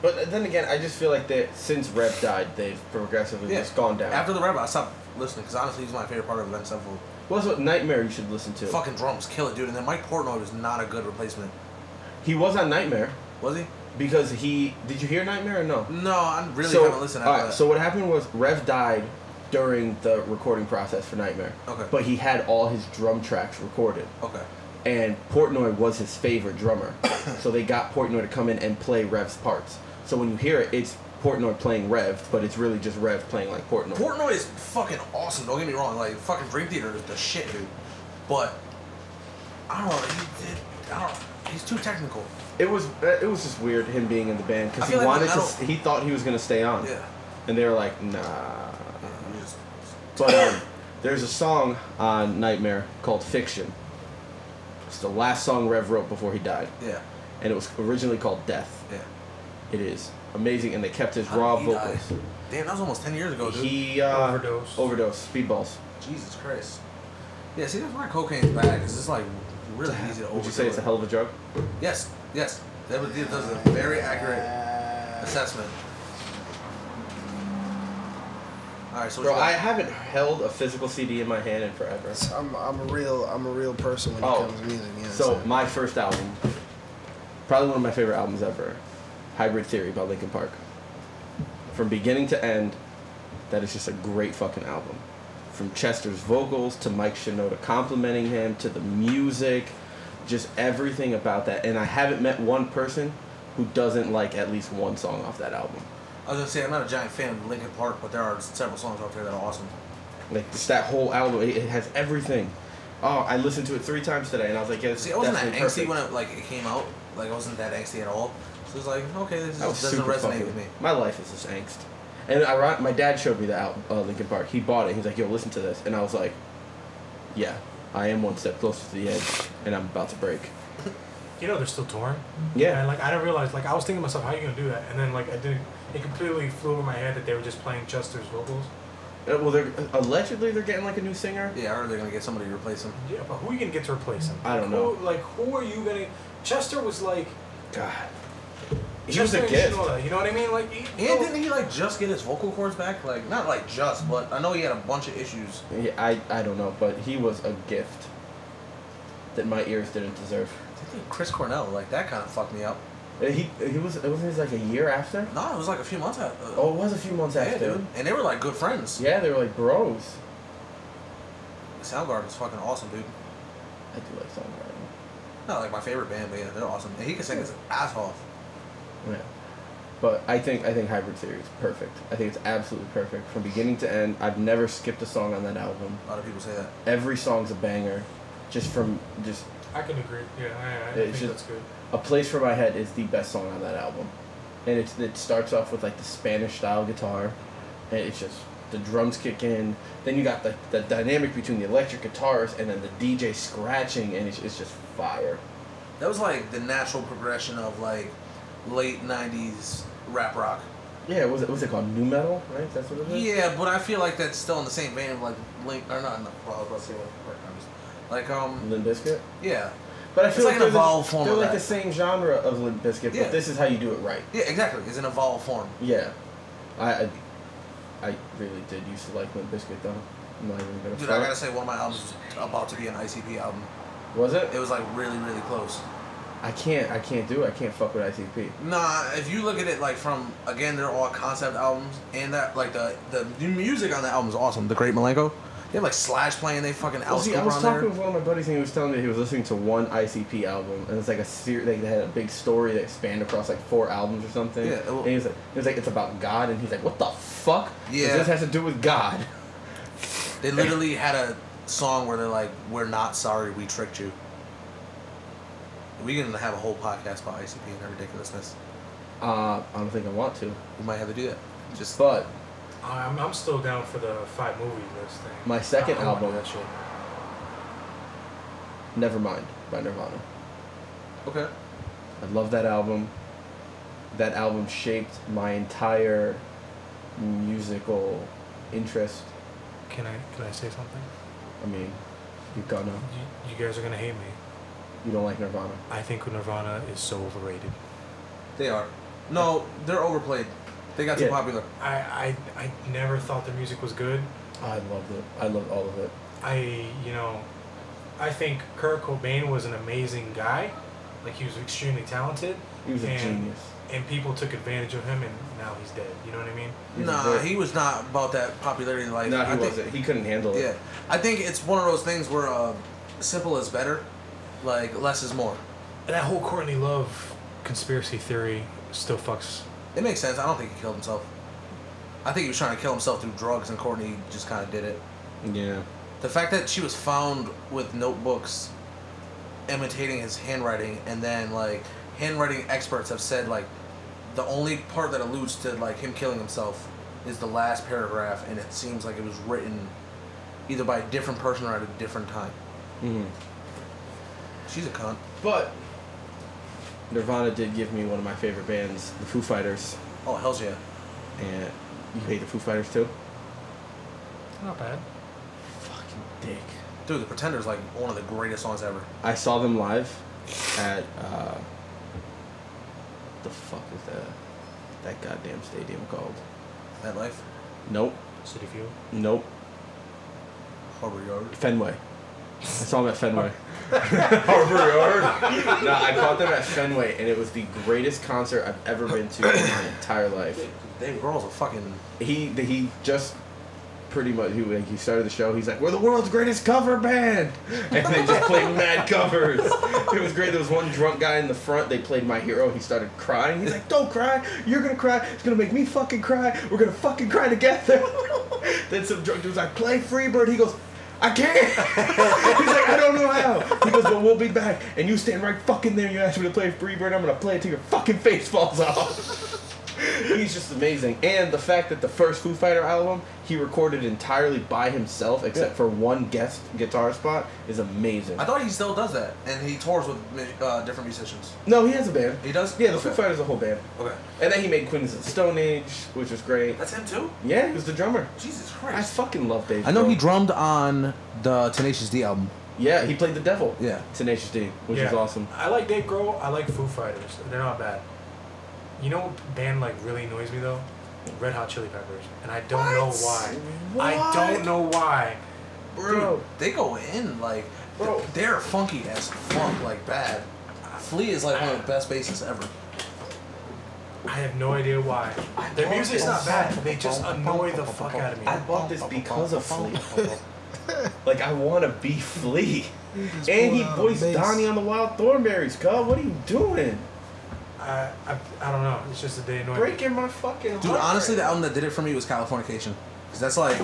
S3: But then again, I just feel like that since Rev died, they've progressively
S2: Yeah.
S3: just gone down.
S2: After the rap, I stopped listening because honestly, he's my favorite part of Event Sevenfold.
S3: well, that's what Nightmare you should listen to.
S2: Fucking drums, kill it, dude. And then Mike Portnoy was not a good replacement,
S3: He was on Nightmare
S2: was he?
S3: because he. Did you hear Nightmare or no?
S2: No, I really haven't listened.
S3: all
S2: After
S3: right,
S2: that.
S3: so what happened was Rev died during the recording process for Nightmare.
S2: Okay.
S3: But he had all his drum tracks recorded,
S2: okay,
S3: and Portnoy was his favorite drummer, so they got Portnoy to come in and play Rev's parts. So when you hear it, it's Portnoy playing Rev, but it's really just Rev playing like Portnoy.
S2: Portnoy is fucking awesome. Don't get me wrong. Like fucking Dream Theater is the shit, dude. But I don't know. He did. I don't. He's too technical.
S3: it was it was just weird him being in the band
S2: I
S3: because he
S2: feel like I
S3: wanted to.
S2: don't-
S3: s- He thought he was gonna stay on.
S2: Yeah.
S3: And they were like, nah.
S2: He just-
S3: But um, there's a song on Nightmare called Fiction. It's the last song Rev wrote before he died,
S2: yeah.
S3: and it was originally called Death.
S2: Yeah.
S3: It is amazing, and they kept his
S2: How
S3: raw
S2: did he die?
S3: vocals.
S2: Damn, that was almost ten years ago, dude.
S3: He uh,
S4: Overdose.
S3: Overdose. Speedballs.
S2: Jesus Christ. Yeah, see, that's why cocaine's bad, because it's like really easy to overdo.
S3: Would you say it's
S2: it.
S3: a hell of a drug?
S2: Yes, yes. That was, that was a very accurate assessment. Alright, so
S3: Bro,
S2: what's
S3: I
S2: that?
S3: haven't held a physical CD in my hand in forever.
S5: So I'm, I'm a real I'm a real person when
S3: Oh,
S5: it comes to music. You know
S3: So
S5: what I'm
S3: my first album, probably one of my favorite albums ever, Hybrid Theory by Linkin Park. From beginning to end, that is just a great fucking album. From Chester's vocals to Mike Shinoda complimenting him to the music, just everything about that. And I haven't met one person who doesn't like at least one song off that album.
S2: I was gonna say I'm not a giant fan of Linkin Park, but there are several songs out there that are awesome.
S3: Like just that whole album, it, it has everything. Oh, I listened to it three times today, and I was like, "Yeah, this
S2: See,
S3: is
S2: I wasn't that
S3: definitely
S2: angsty
S3: perfect.
S2: when it like it came out. Like I wasn't that angsty at all. So it's like, okay, this
S3: That was
S2: just doesn't
S3: super
S2: resonate
S3: fucking-
S2: with me.
S3: My life is just angst. And I, ro- my dad showed me the album, uh, Linkin Park. He bought it. He's like, "Yo, listen to this," and I was like, "Yeah, I am one step closer to the edge, and I'm about to break."
S4: You know they're still touring.
S3: Yeah.
S4: And like I didn't realize. Like I was thinking to myself, how are you gonna do that? And then like I didn't. It completely flew over my head that they were just playing Chester's vocals.
S3: Uh, well, they're allegedly they're getting like a new singer.
S2: Yeah, I heard they're gonna get somebody to replace him.
S4: Yeah, but who are you gonna get to replace him?
S3: I don't
S4: Who-
S3: know.
S4: Like who are you gonna? Chester was like.
S3: God, he was
S4: Chester
S3: a
S4: and
S3: gift.
S4: Shinoda, you know what I mean? Like. He,
S2: And didn't he like just get his vocal cords back? Like not like just, but I know he had a bunch of issues.
S3: Yeah, I I don't know, but he was a gift that my ears didn't deserve.
S2: I think Chris Cornell, like that kind of fucked me up.
S3: Uh, He he was it wasn't his like a year after.
S2: No, it was like a few months out. uh,
S3: Oh, it was a few months
S2: yeah,
S3: after.
S2: dude. And they were like good friends.
S3: Yeah, they were like bros.
S2: Soundgarden's fucking awesome, dude.
S3: I do like songwriting.
S2: Not like my favorite band, but yeah, they're awesome. And he can sing his ass off.
S3: Yeah. But I think I think Hybrid Theory is perfect. I think it's absolutely perfect from beginning to end. I've never skipped a song on that album.
S2: A lot of people say that.
S3: Every song's a banger. Just from just
S4: I can agree. Yeah, I, I
S3: It's
S4: think
S3: just-
S4: that's good.
S3: a place for my head is the best song on that album, and it's it starts off with like the Spanish style guitar, and it's just the drums kick in. Then you got the, the dynamic between the electric guitars and then the DJ scratching, and it's, it's just fire.
S2: That was like the natural progression of like late '90s rap rock.
S3: Yeah, was it was it called new metal? Right, that's what it is.
S2: Yeah, but I feel like that's still in the same vein of like Link or not. No, well, I was about to say Linkin Park, I'm just- like um
S3: Limp Bizkit.
S2: yeah
S3: But I
S2: It's
S3: feel
S2: like an
S3: like, they're, the-
S2: evolved form
S3: they're
S2: of
S3: like
S2: that.
S3: the same genre of Limp Bizkit,
S2: Yeah.
S3: but this is how you do it right.
S2: yeah exactly. It's an evolved form.
S3: Yeah, I, I, I really did used to like Limp Bizkit though. I'm not even gonna
S2: Dude, I
S3: front.
S2: gotta say one of my albums was about to be an ICP album.
S3: Was it?
S2: It was like really really close.
S3: I can't. I can't do. it. I can't fuck with ICP.
S2: Nah, if you look at it like from again, they're all concept albums, and that like the the new music on the album is awesome. The Great Malenko, they have like Slash playing, they fucking
S3: Well,
S2: Alice
S3: see,
S2: Cooper
S3: I was
S2: on
S3: talking
S2: there.
S3: with one of my buddies, and he was telling me he was listening to one ICP album, and it's like a series. They had a big story that spanned across like four albums or something.
S2: Yeah, well-
S3: and he was like, he was like, it's about God, and he's like, what the fuck? does
S2: Yeah.
S3: this has to do with God.
S2: They literally had a song where they're like, "We're not sorry, we tricked you." We can have a whole podcast about ICP and their ridiculousness.
S3: Uh, I don't think I want to,
S2: We might have to do that. Just
S3: but
S4: I'm, I'm still down for the five movie list thing.
S3: My second
S4: I wanna do
S3: album.
S4: That shit.
S3: never mind by Nirvana.
S2: okay.
S3: I love that album. That album shaped my entire musical interest.
S4: Can I can I say something?
S3: I mean, you gotta
S4: You, you guys are gonna hate me.
S3: you don't like Nirvana.
S4: I think Nirvana is so overrated.
S2: They are. No, they're overplayed. They got too
S3: Yeah.
S2: popular.
S4: I, I I never thought their music was good.
S3: I loved it. I loved all of it.
S4: I you know, I think Kurt Cobain was an amazing guy. Like he was extremely talented.
S3: He was a
S4: and,
S3: genius.
S4: And people took advantage of him, and now he's dead. You know what I mean?
S3: He's
S2: Nah,
S3: great.
S2: he was not about that popularity life.
S3: No,
S2: I
S3: he
S2: think-
S3: wasn't. He couldn't handle it.
S2: Yeah, I think it's one of those things where uh, simple is better, like less is more.
S4: And that whole Courtney Love conspiracy theory still fucks.
S2: It makes sense. I don't think he killed himself. I think he was trying to kill himself through drugs, and Courtney just kind of did it.
S3: Yeah.
S2: The fact that she was found with notebooks imitating his handwriting, and then like handwriting experts have said like the only part that alludes to like him killing himself is the last paragraph, and it seems like it was written either by a different person or at a different time.
S3: Mhm.
S2: She's a cunt.
S3: But Nirvana did give me one of my favorite bands, the Foo Fighters,
S2: Oh hell's yeah.
S3: and you hate the Foo Fighters too.
S4: Not bad.
S3: Fucking dick.
S2: Dude, The Pretender's like one of the greatest songs ever.
S3: I saw them live at uh, the fuck is that? That goddamn stadium called?
S2: That life,
S3: Nope.
S4: City Fuel.
S3: Nope.
S2: Harbor Yard.
S3: Fenway. I saw them at Fenway. Harbor Yard. no, I caught them at Fenway, and it was the greatest concert I've ever been to in my entire life.
S2: Dave Grohl's a fucking.
S3: he the- he just pretty much he like, he started the show. He's like, "We're the world's greatest cover band," and they just played mad covers. It was great. There was one drunk guy in the front. They played "My Hero." He started crying. He's like, "Don't cry. You're gonna cry. It's gonna make me fucking cry. We're gonna fucking cry together." then some drunk dude's like, "Play Freebird." He goes. I can't. He's like, I don't know how. He goes, but we'll be back. And you stand right fucking there. You ask me to play Freebird. I'm gonna play it till your fucking face falls off. He's just amazing. And the fact that the first Foo Fighter album he recorded entirely by himself, except for one guest guitar spot, is amazing.
S2: I thought he still does that, and he tours with mu- uh, different musicians.
S3: no, he has a band.
S2: He does.
S3: Yeah, the
S2: okay.
S3: Foo Fighters a whole band.
S2: Okay,
S3: And then he made Queens of the Stone Age, which was great.
S2: that's him too.
S3: Yeah, he was the drummer.
S2: Jesus
S3: I
S2: Christ.
S3: fucking love Dave.
S2: I know he
S3: Grohl.
S2: drummed on the Tenacious D album.
S3: Yeah, he played the devil.
S2: Yeah.
S3: Tenacious D, which is awesome.
S4: I like Dave Grohl. I like Foo Fighters. They're not bad. You know what band like really annoys me though? Red Hot Chili Peppers. And I don't know why. I don't know why.
S3: Bro.
S2: Dude, they go in like
S3: Bro.
S2: th- they're funky as fuck, like bad. Flea is like one of the best bassists ever.
S4: I have no idea why. Their
S3: don't
S4: music's
S3: know.
S4: not bad. They just annoy the fuck out of me.
S3: I bought this because of Flea. like I want to be Flea. And
S5: pulled
S3: he
S5: out a
S3: voiced
S5: bass.
S3: Donnie on the Wild Thornberries. God, what are you doing?
S4: I, I, I don't know. It's just that they annoy me.
S3: Breaking my fucking heart.
S2: Dude, honestly, the album that did it for me was Californication, because that's like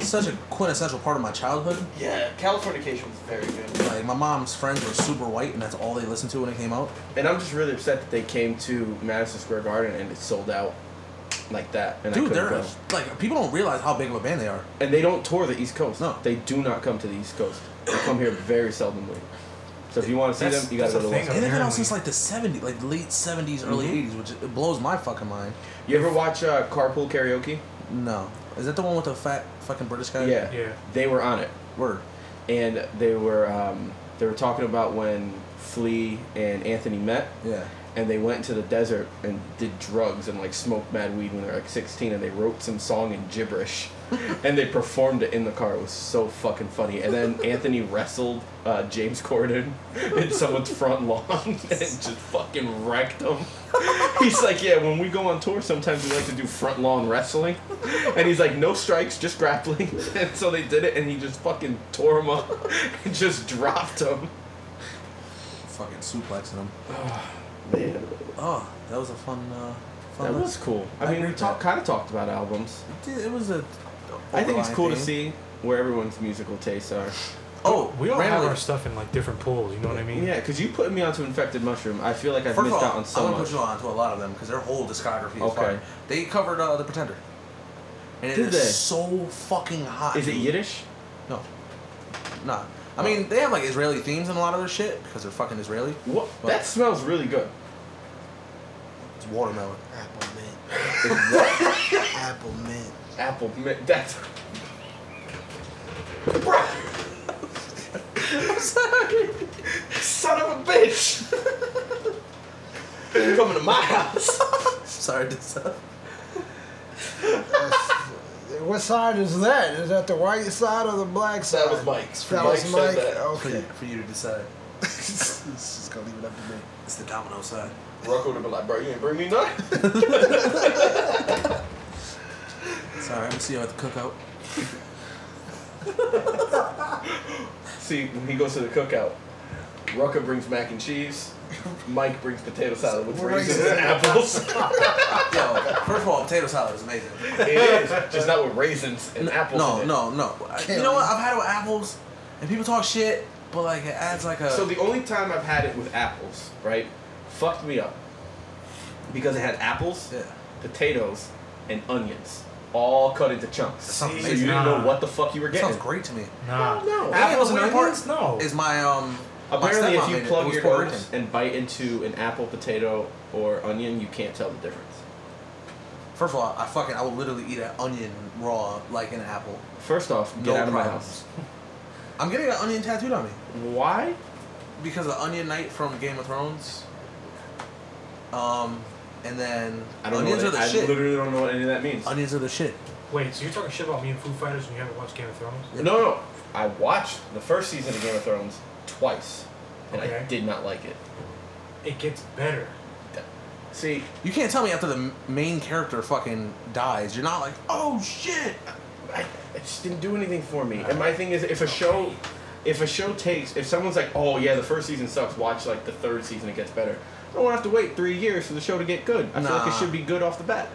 S2: such a quintessential part of my childhood.
S6: Yeah, Californication was very good.
S2: Like my mom's friends were super white, and that's all they listened to when it came out.
S3: And I'm just really upset that they came to Madison Square Garden and it sold out like that. And I
S2: Dude,
S3: couldn't
S2: they're
S3: go.
S2: like people don't realize how big of a band they are.
S3: And they don't tour the East Coast.
S2: No.
S3: They do not come to the East Coast. They come here very seldomly. So if you want to see
S4: That's-
S3: them, you gotta
S4: that's
S3: go to
S4: the
S3: the
S4: thing.
S2: And
S3: West.
S2: they've been out
S4: Apparently.
S2: since like the 70s, like late 70s, early
S3: Mm-hmm.
S2: 80s, which it blows my fucking mind.
S3: You ever watch uh, Carpool Karaoke?
S2: No, is that the one with the fat fucking British guy?
S3: Yeah.
S4: Yeah.
S3: They were on it.
S2: Word.
S3: and they were um, they were talking about when Flea and Anthony met,
S2: Yeah.
S3: and they went into the desert and did drugs and like smoked mad weed when they were like sixteen, and they wrote some song in gibberish, and they performed it in the car. It was so fucking funny. And then Anthony wrestled uh, James Corden in someone's front lawn and just fucking wrecked him. He's like, yeah, when we go on tour, sometimes we like to do front lawn wrestling, and he's like, no strikes, just grappling. And so they did it, and he just fucking tore him up and just dropped him.
S2: Fucking suplexing them.
S3: Man,
S2: Oh, that was a fun. Uh, fun
S3: that was cool. I,
S2: I
S3: mean, we
S2: agree
S3: talk,
S2: with
S3: kind of talked about albums.
S2: Dude, it was a.
S3: I think it's
S2: overlying
S3: cool to
S2: thing.
S3: see where everyone's musical tastes are.
S2: Oh,
S4: We all have
S2: randomly-
S4: our stuff in like different pools. You know what I mean?
S3: Yeah, because you put me onto Infected Mushroom. I feel like I've
S2: First of
S3: missed
S2: all,
S3: out on so
S2: I'm gonna
S3: much.
S2: put you on to a lot of them because their whole discography is
S3: Okay.
S2: fire. They covered uh, the Pretender. And it is
S3: Did they?
S2: so fucking hot.
S3: Is it
S2: dude.
S3: Yiddish?
S2: No, nah. I mean, they have like Israeli themes in a lot of their shit because they're fucking Israeli.
S3: What?
S2: Well-
S3: That smells really good.
S2: It's watermelon.
S5: Apple mint.
S3: It's what?
S5: Apple mint.
S3: Apple. mi- That's. Son of a bitch! Coming to my house.
S2: Sorry, this up.
S5: What side is that? Is that the white side or the black side?
S6: was Mike's.
S5: That
S6: Mike
S5: was
S6: said
S5: Mike.
S6: that.
S2: For you,
S5: Okay.
S2: for you to decide.
S5: it's just gonna leave it up to me.
S2: It's the domino side.
S6: Rocco would have been like, bro, you ain't bring me nothing.
S2: Sorry, I'm see you at the cookout.
S3: See, when he goes to the cookout, Rucka brings mac and cheese. Mike brings potato salad with raisins and apples.
S2: Yo, first of all, potato salad is amazing.
S3: it is just not with raisins and apples.
S2: No,
S3: in it.
S2: no, no. I- You know what? I've had it with apples, and people talk shit, but like it adds like a.
S3: So the only time I've had it with apples, right, fucked me up because it had apples,
S2: yeah.
S3: potatoes, and onions all cut into chunks.
S2: sounds
S3: So you
S2: amazing.
S3: didn't know what the fuck you were getting.
S2: Sounds great to me.
S4: Nah.
S3: No.
S4: Apples
S2: Yeah,
S4: and
S2: well,
S4: onions? No.
S2: Is my um. my
S3: Apparently, if
S2: stepmom
S3: you
S2: made it. It
S3: plug
S2: was
S3: your
S2: Puerto
S3: nose
S2: Rican.
S3: and bite into an apple, potato, or onion, you can't tell the difference.
S2: First of all, I fucking I would literally eat an onion raw like an apple.
S3: First off, get
S2: No
S3: out of my
S2: problems.
S3: house.
S2: I'm getting an onion tattooed on me
S3: Why?
S2: because of Onion Knight from Game of Thrones. Um, and then
S3: I don't
S2: onions
S3: know.
S2: are
S3: What,
S2: the
S3: I
S2: shit.
S3: literally don't know what any of that means.
S2: Onions are the shit.
S4: Wait, so you're talking shit about me and Foo Fighters and you haven't watched Game of Thrones?
S3: No, no. I watched the first season of Game of Thrones twice, and I
S4: Okay.
S3: did not like it.
S4: It gets better.
S3: That- See,
S2: You can't tell me after the m- main character fucking dies, you're not like, oh shit.
S3: I, it just didn't do anything for me. And my thing is, if a show, if a show takes, if someone's like, oh yeah, the first season sucks, watch like the third season, it gets better. I don't want to have to wait three years for the show to get good. I feel like
S2: Nah.
S3: it should be good off the bat.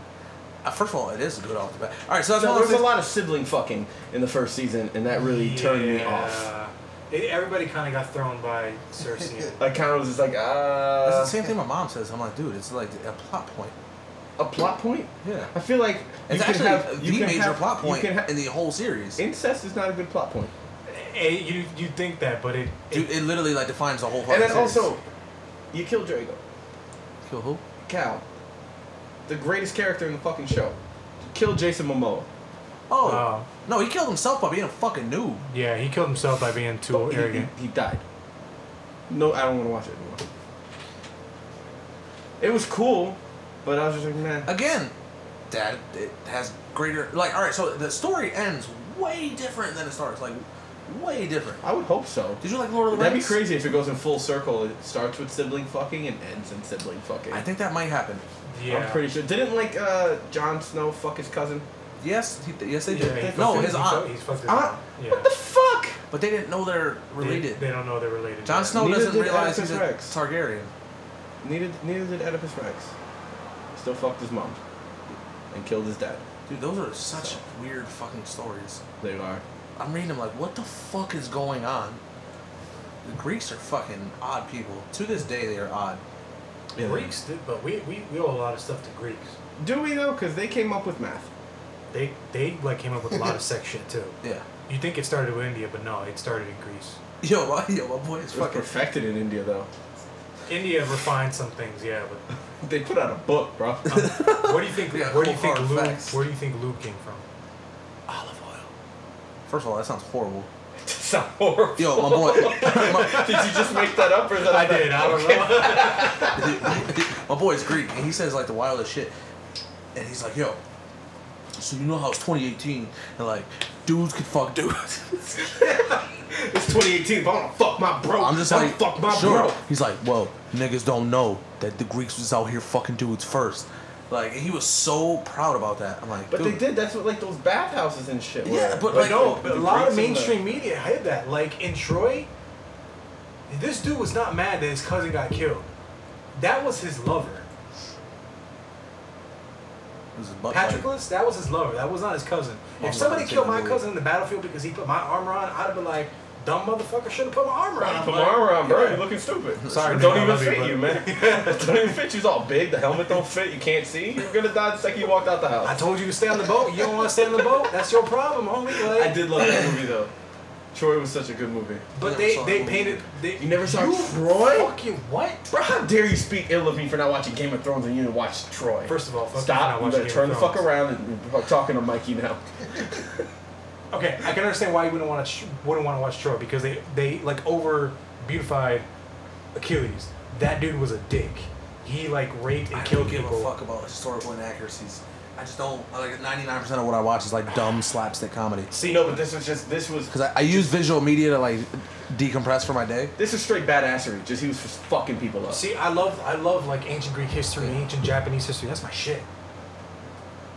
S2: Uh, First of all, it is good off the bat. All right, so that's
S3: No,
S2: one of
S3: there's
S2: the
S3: a lot of sibling fucking in the first season, and that really turned me off.
S4: Yeah. It, everybody kind of got thrown by Cersei.
S3: I kind of was just like, ah,
S2: That's the same thing my mom says. I'm like, dude, it's like a plot point.
S3: a plot point.
S2: Yeah.
S3: I feel like you
S2: It's
S3: can
S2: actually
S3: have- you
S2: the
S3: can
S2: major
S3: have-
S2: plot
S3: you
S2: point
S3: can ha-
S2: in the whole series.
S3: incest is not a good plot point.
S4: Eh, you you think that, but it,
S2: Dude, it literally like defines the whole fucking
S3: And then
S2: series.
S3: also, you kill Drago.
S2: Kill who?
S3: Cal. The greatest character in the fucking show. Kill Jason Momoa.
S2: Oh.
S4: Oh.
S2: No, he killed himself by being a fucking noob.
S4: yeah, he killed himself by being too
S3: Oh, He- he-
S4: arrogant.
S3: He, died. No, I don't want to watch it anymore. It was cool, but I was just like, man.
S2: Again, that it has greater like all right, so the story ends way different than it starts. Like way different.
S3: I would hope so.
S2: Did you like Lord of the
S3: That'd be
S2: Rings?
S3: crazy if it goes in full circle. It starts with sibling fucking and ends in sibling fucking.
S2: I think that might happen.
S4: Yeah.
S3: I'm pretty sure. Didn't like uh, Jon Snow fuck his cousin?
S2: Yes, he, yes they
S4: Yeah,
S2: did.
S4: he-
S2: no,
S4: he-
S2: his
S4: he-
S2: aunt.
S4: He's fucked his
S3: Aunt?
S4: aunt. Yeah.
S3: What the fuck?
S2: But they didn't know they're related.
S4: They, they don't know they're related.
S2: Jon
S4: yet.
S2: Snow
S3: Neither
S2: doesn't
S3: did
S2: realize he's a
S3: Oedipus Rex.
S2: Targaryen.
S3: Neither, neither did Oedipus Rex. Still fucked his mom and killed his dad.
S2: Dude, those are such weird fucking stories.
S3: They are.
S2: I'm reading them like, what the fuck is going on? The Greeks are fucking odd people. To this day, they are odd.
S3: Yeah.
S4: Greeks did, but we, we, we owe a lot of stuff to Greeks.
S3: Do we though? Because they came up with math.
S4: They they like came up with a lot of sex shit too.
S2: Yeah.
S4: You think it started with India, but no, it started in Greece.
S2: Yo, my, yo, my boy is
S3: It was
S2: fucking.
S3: perfected in India though.
S4: India refined some things, yeah. But
S3: They put out a book, bro.
S4: where do you think
S2: Yeah,
S4: where do you
S2: cold
S4: think
S2: hard
S4: lube
S2: facts.
S4: where do you think lube came from?
S2: Olive oil. First of all, that sounds horrible.
S3: Sound horrible.
S2: Yo, my boy, my,
S3: Did you just make that up, or is that
S4: I did. I don't
S2: my
S4: know.
S2: boy's Greek, and he says like the wildest shit. And he's like, yo, so you know how it's 2018, and like, dudes could fuck dudes.
S3: It's 2018. But I wanna fuck my bro.
S2: I'm just
S3: I wanna
S2: like,
S3: fuck my
S2: sure.
S3: bro.
S2: He's like, well, niggas don't know that the Greeks was out here fucking dudes first. Like, and he was so proud about that. I'm like,
S3: But
S2: dude,
S3: they did. That's what like those bathhouses and shit. were.
S2: Yeah, but,
S4: But
S2: like,
S4: no,
S3: the
S4: but a lot of
S3: Greeks and the-
S4: mainstream media hid that. Like in Troy, this dude was not mad that his cousin got killed. That was his lover.
S2: it was his butt
S4: Patrick
S2: like,
S4: Lewis, that was his lover. That was not his cousin.
S2: Oh,
S4: If somebody
S2: no,
S4: killed my
S2: no.
S4: cousin in the battlefield because he put my armor on, I'd have been like, dumb motherfucker should have put my armor on.
S3: Put my
S4: Like,
S3: armor on, bro.
S4: yeah.
S3: You're looking stupid.
S4: Sorry,
S3: It don't
S4: man, I
S3: even
S4: love you,
S3: fit
S4: but-
S3: you, man. It don't even fit you. It's all big. The helmet don't fit. You can't see. You're gonna die the second you walked out the
S4: I
S3: house.
S4: told you to stay on the boat. You don't want to stay on the boat. That's your problem, homie. Like,
S3: I did love that movie though. Troy was such a good movie.
S4: But
S2: I never
S4: they,
S2: saw
S4: they
S2: that
S4: painted. They,
S3: You never saw
S4: you
S3: Troy?
S4: Fucking what?
S3: Bro, how dare you speak ill of me for not watching Game of Thrones and you didn't watch Troy?
S4: First of all, fuck
S3: stop.
S4: you
S3: You
S4: for not
S3: better
S4: watching
S3: turn
S4: Game
S3: the
S4: of
S3: fuck
S4: Thrones.
S3: around and we're talking to Mikey now.
S4: Okay, I can understand why you wouldn't want to wouldn't want to watch Troy because they they like over beautified Achilles. That dude was a dick. He he like raped and
S2: I
S4: killed
S2: don't give
S4: people.
S2: a fuck about historical inaccuracies. I just don't like ninety nine percent of what I watch is like dumb slapstick comedy.
S6: See, no, but this was just this was
S2: Because I, I use visual media to like decompress for my day.
S3: This is straight badassery. Just he was just fucking people up.
S4: See, I love I love like ancient Greek history, and ancient Japanese history. That's my shit.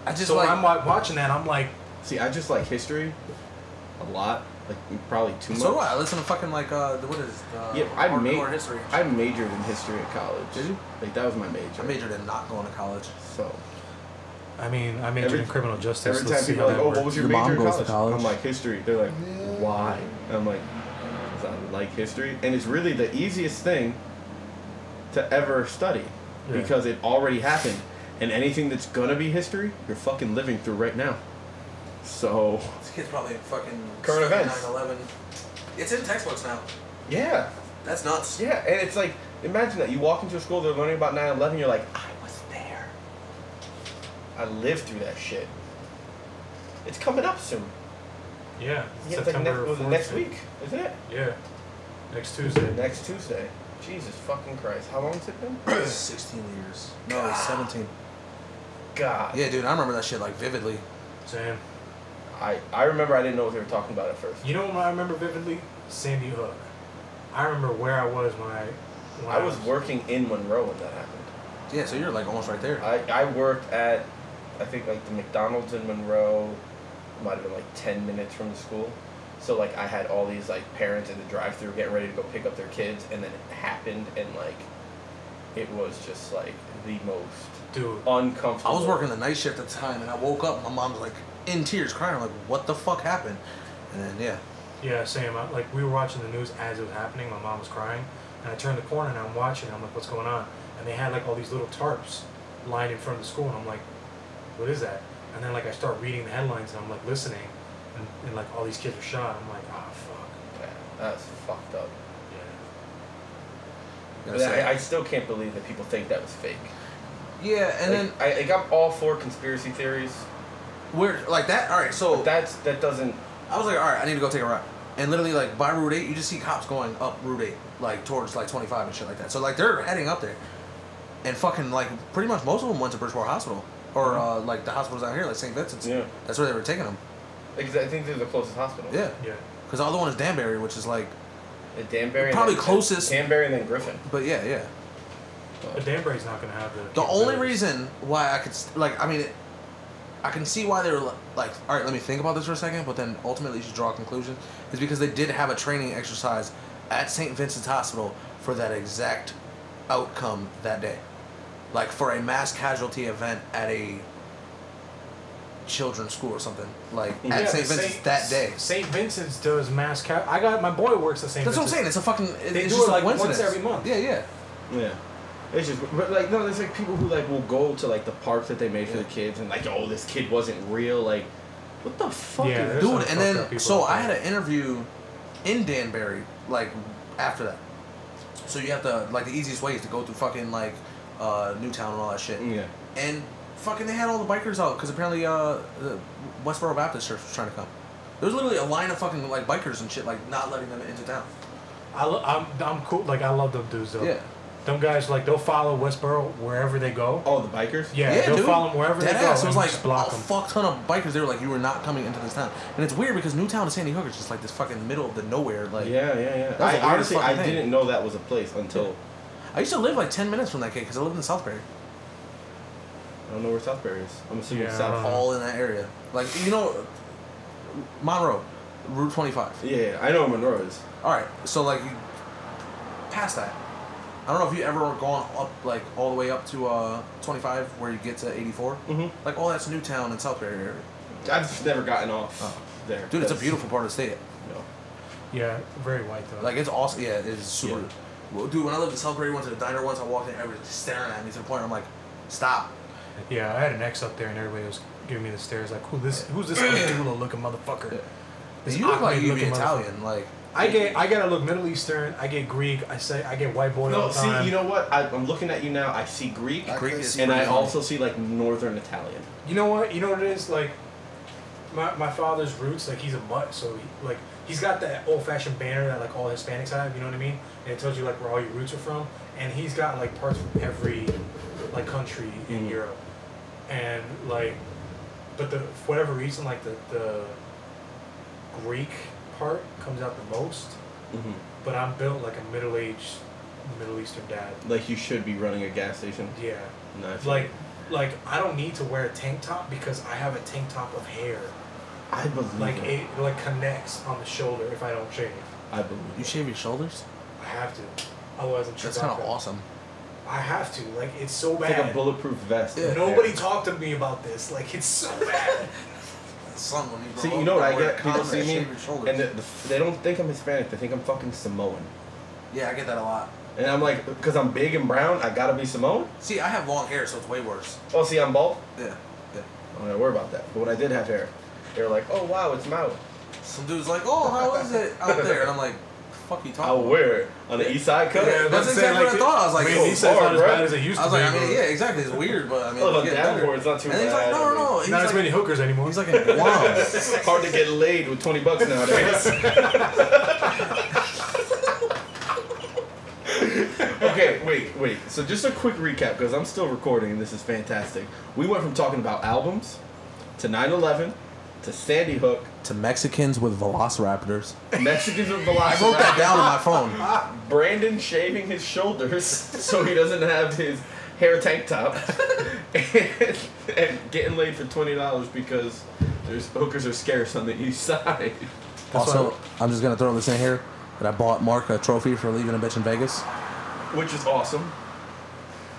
S2: I just
S4: So
S2: like
S4: when I'm wa- watching that, I'm like,
S3: See, I just like history a lot. Like probably too much.
S2: so what? I listen to fucking like uh the, what is the
S3: Yeah, I
S2: hardcore
S3: ma-
S2: history.
S3: I majored in history at college. Did you? Like that was my major.
S2: I majored in not going to college.
S3: So
S4: I mean, I majored
S3: Every-
S4: in criminal justice.
S3: every
S4: Let's
S3: time
S4: see
S3: people are like,
S4: how that
S3: "Oh, what
S4: works."
S3: was your,
S2: Your mom
S3: major in
S2: goes to
S3: college?
S2: college?
S3: I'm like, "History." They're like, "Why?" I'm like, "'Cause I like history," and it's really the easiest thing to ever study
S4: Yeah.
S3: because it already happened, and anything that's gonna be history, you're fucking living through right now. So
S2: This kid's probably fucking
S3: Current events.
S2: Nine eleven. It's in textbooks now.
S3: yeah,
S2: That's nuts.
S3: yeah, and it's like, imagine that you walk into a school, they're learning about 9/11, you're like, "I was there. I lived through that shit." It's coming up soon.
S4: Yeah,
S3: Yeah, it's like
S4: September
S3: next, was it
S4: 4th.
S3: next week, isn't it?
S4: Yeah, next Tuesday.
S3: Next Tuesday. Jesus fucking Christ. How long has it been?
S2: Sixteen years. No, he's seventeen.
S3: God.
S2: Yeah, dude, I remember that shit like vividly.
S4: Sam,
S3: I, I remember I didn't know what they were talking about at first.
S4: you know what I remember vividly? Sandy Hook. I remember where I was when I. When
S3: I was working in Monroe when that happened.
S2: Yeah, so you're like almost right there.
S3: I, I worked at, I think, like the McDonald's in Monroe. Might have been like 10 minutes from the school. So, like, I had all these, like, parents in the drive through getting ready to go pick up their kids, and then it happened, and, like, it was just, like, the most
S4: Dude,
S2: I
S3: uncomfortable.
S2: was working the night shift at the time, and I woke up. My mom was like in tears, crying. I'm like, "What the fuck happened?" And then yeah,
S4: yeah, Sam. I, like we were watching the news as it was happening. My mom was crying, and I turned the corner and I'm watching. I'm like, what's going on? And they had like all these little tarps lined in front of the school, and I'm like, what is that? And then like I start reading the headlines and I'm like listening, and, and like all these kids are shot. I'm like, ah, fuck.
S3: Yeah, That's fucked up.
S4: Yeah.
S2: Gotta
S3: But
S2: say.
S3: I, I still can't believe that people think that was fake.
S2: yeah, and then
S3: like, I, like I'm all for conspiracy theories.
S2: we're like that. All right, so
S3: But that's that doesn't.
S2: I was like, all right, I need to go take a ride. And literally, like by Route Eight, you just see cops going up Route Eight, like towards like 25 and shit like that. So like they're heading up there, and fucking like pretty much most of them went to Bridgeport Hospital or uh, like the hospitals out here, like St. Vincent's.
S3: Yeah.
S2: that's where they were taking them.
S3: Like, 'cause I think they're the closest hospital.
S2: Yeah,
S4: Yeah.
S2: because the other one is Danbury, which is like,
S3: The Danbury. and
S2: Probably
S3: then-
S2: closest.
S3: Danbury and then Griffin.
S2: but yeah, yeah.
S4: But Danbury's not gonna have the.
S2: The only
S4: capabilities.
S2: reason why I could st- like I mean, it, I can see why they were li- like, all right, let me think about this for a second, but then ultimately you should draw a conclusion is because they did have a training exercise at St. Vincent's Hospital for that exact outcome that day, like for a mass casualty event at a children's school or something like
S3: Yeah,
S2: at
S4: Yeah,
S2: St.
S4: but
S2: Vincent's that day.
S4: St. Vincent's does mass cap. I got my boy works at St.
S2: That's what I'm
S4: Vincent's.
S2: saying. It's a fucking. it-
S4: They
S2: it's
S4: do
S2: just
S4: it,
S2: a
S4: like, once
S2: coincidence.
S4: every month.
S2: Yeah, yeah.
S3: Yeah. It's just, but like, no, there's like people who like will go to like the parks that they made for the kids and like, oh, this kid wasn't real. Like, what the fuck?
S4: Yeah,
S3: is
S4: there's-
S2: dude
S4: some
S2: and
S4: fucked up
S2: then
S4: people
S2: so
S4: out
S2: i had
S4: there.
S2: an interview in danbury like after that so you have to like the easiest way is to go through fucking like uh, newtown and all that shit
S4: Mm.
S3: Yeah.
S2: and fucking they had all the bikers out because apparently uh, the westboro baptist church was trying to come there was literally a line of fucking like bikers and shit like not letting them into town
S4: I lo- I'm, I'm cool. Like I love them dudes though.
S2: Yeah.
S4: Them guys like they'll follow Westboro wherever they go.
S3: Oh, the bikers.
S4: Yeah, they'll
S2: dude.
S4: follow them wherever
S2: Dead
S4: they go.
S2: ass. It
S4: and
S2: was like
S4: just block
S2: a
S4: them.
S2: fuck ton of bikers. They were like, "You were not coming into this town," and it's weird because Newtown and Sandy Hook is just like this fucking middle of the nowhere. Like,
S3: Yeah, yeah, yeah.
S2: That was the
S3: I
S2: weirdest
S3: honestly, I
S2: fucking thing.
S3: didn't know that was a place until
S2: I used to live like ten minutes from that kid because I lived in Southbury.
S3: I don't know where Southbury is. I'm assuming
S4: Yeah, I
S3: South.
S4: don't know.
S2: all in that area. Like you know, Monroe, Route Twenty Five.
S3: Yeah, I know where Monroe is.
S2: All right, so like you past that. I don't know if you ever gone up like all the way up to uh, Twenty Five where you get to Eighty
S3: Mhm.
S2: Like all that's Newtown and Southbury area.
S3: I've just never gotten off
S2: Oh.
S3: there.
S2: Dude, it's a
S3: That's-
S2: beautiful part of the state.
S3: No.
S4: Yeah, very white though.
S2: Like it's awesome. Yeah, it is super.
S3: Yeah.
S2: Well, dude, when I lived in Southbury, I went to the diner once. I walked in, everybody was staring at me to the point where I'm like, stop.
S4: yeah, I had an ex up there and everybody was giving me the stares. Like, who this? Who's this Abdullah looking motherfucker? This
S2: You look like you'd be
S4: Ahmed-looking
S2: Italian. Like
S4: I get I gotta look Middle Eastern. I get Greek. I say I get white boy all
S3: No,
S4: the
S3: see,
S4: time.
S3: you know what? I, I'm looking at you now. I see Greek,
S5: I
S2: Greek
S5: couldn't
S2: is
S5: see
S3: and I
S2: pretty
S3: also see like Northern Italian.
S4: You know what? You know what it is like. my, my father's roots, like he's a mutt, so he, like he's got that old fashioned banner that like all Hispanics have. You know what I mean? And it tells you like where all your roots are from. And he's got like parts from every like country in Europe. And like, but the for whatever reason, like the the Greek part comes out the most.
S2: Mm-hmm.
S4: But I'm built like a middle aged Middle Eastern dad.
S3: Like you should be running a gas station.
S4: Yeah.
S3: No, I feel
S4: Like, like I don't need to wear a tank top because I have a tank top of hair.
S3: I believe
S4: Like
S3: it.
S4: it like connects on the shoulder if I don't shave.
S3: I believe
S7: You
S3: it.
S7: shave your shoulders?
S4: I have to, otherwise I'm.
S7: That's kind of
S4: Chewbacca.
S7: awesome.
S4: I have to. Like it's so
S3: It's
S4: bad.
S3: like a bulletproof vest.
S7: Yeah.
S4: Nobody talked to me about this. Like it's so bad.
S2: Son, when you grow
S3: See,
S2: up,
S3: you know what I
S2: wear a
S3: get? People
S2: condom
S3: see me,
S2: shave your shoulders.
S3: and the, the, they don't think I'm Hispanic. They think I'm fucking Samoan.
S2: yeah, I get that a lot.
S3: And I'm like, because I'm big and brown, I gotta be Samoan?
S2: See, I have long hair, so it's way worse.
S3: Oh, see, I'm bald?
S2: Yeah, yeah.
S3: I don't gotta worry about that. But when I did have hair, they were like, oh, wow, it's Maui.
S2: Some dude's like, "Oh, how is it out there?" And I'm like, "The fuck you talking?"
S3: I'll
S2: about?"
S3: wear it on the east side cut.
S4: Yeah,
S2: That's
S4: Let's say,
S2: exactly
S4: like,
S2: what I thought. I was like,
S4: Man,
S2: "Yo,
S4: he said it's not as
S3: bro.
S4: bad as it used
S2: I
S4: to
S2: was
S4: be.
S2: like, I mean,
S4: bro.
S2: yeah, exactly. It's weird, but I mean,
S3: Oh,
S2: it's
S3: but
S2: getting
S3: down
S2: better.
S3: board's not too
S2: And he's like,
S3: bad.
S2: no, no, no. He's
S4: Not
S2: like,
S4: as many hookers anymore.
S2: He's like in Guam.
S3: Hard to get laid with 20 bucks nowadays. okay, wait, wait. So just a quick recap because I'm still recording and this is fantastic. We went from talking about albums to 9/11 to Sandy Hook,
S2: to Mexicans with velociraptors.
S3: Mexicans with
S2: I wrote that
S3: Velociraptor,
S2: down on my phone.
S3: Brandon shaving his shoulders so he doesn't have his hair tank top, and, and getting laid for twenty dollars because there's hookers are scarce on the east side.
S2: Also, I'm just gonna throw this in here that I bought Mark a trophy for leaving a bitch in Vegas.
S3: which is awesome.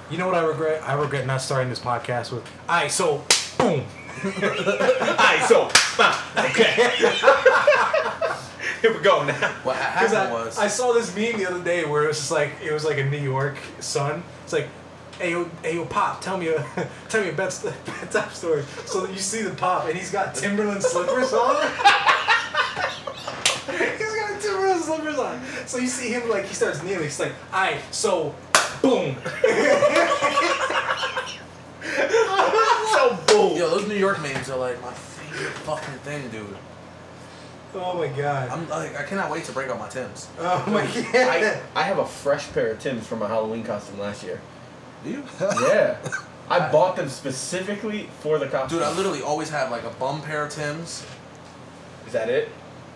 S4: You know what I regret? I regret not starting this podcast with. All right, so boom.
S3: Alright, so ah, okay. Here we go now.
S2: What ha-
S4: 'Cause
S2: happened
S4: I,
S2: was
S4: I saw this meme the other day where it was just like it was like a New York sun. It's like, hey yo, hey yo, pop, tell me a tell me a bed, st- bed top story. So that you see the pop and he's got Timberland slippers on. he's got Timberland slippers on. So you see him like he starts kneeling. He's like, all right, so boom.
S3: So boom.
S2: yo, those New York memes are like my favorite fucking thing, dude.
S4: Oh my god.
S2: I'm like, I cannot wait to break out my Tim's.
S4: Oh my
S3: I,
S4: god.
S3: I have a fresh pair of Tim's from my Halloween costume last year.
S2: Do you?
S3: Yeah. I bought them specifically for the costume.
S2: Dude, I literally always have like a bum pair of Tim's.
S3: Is that it?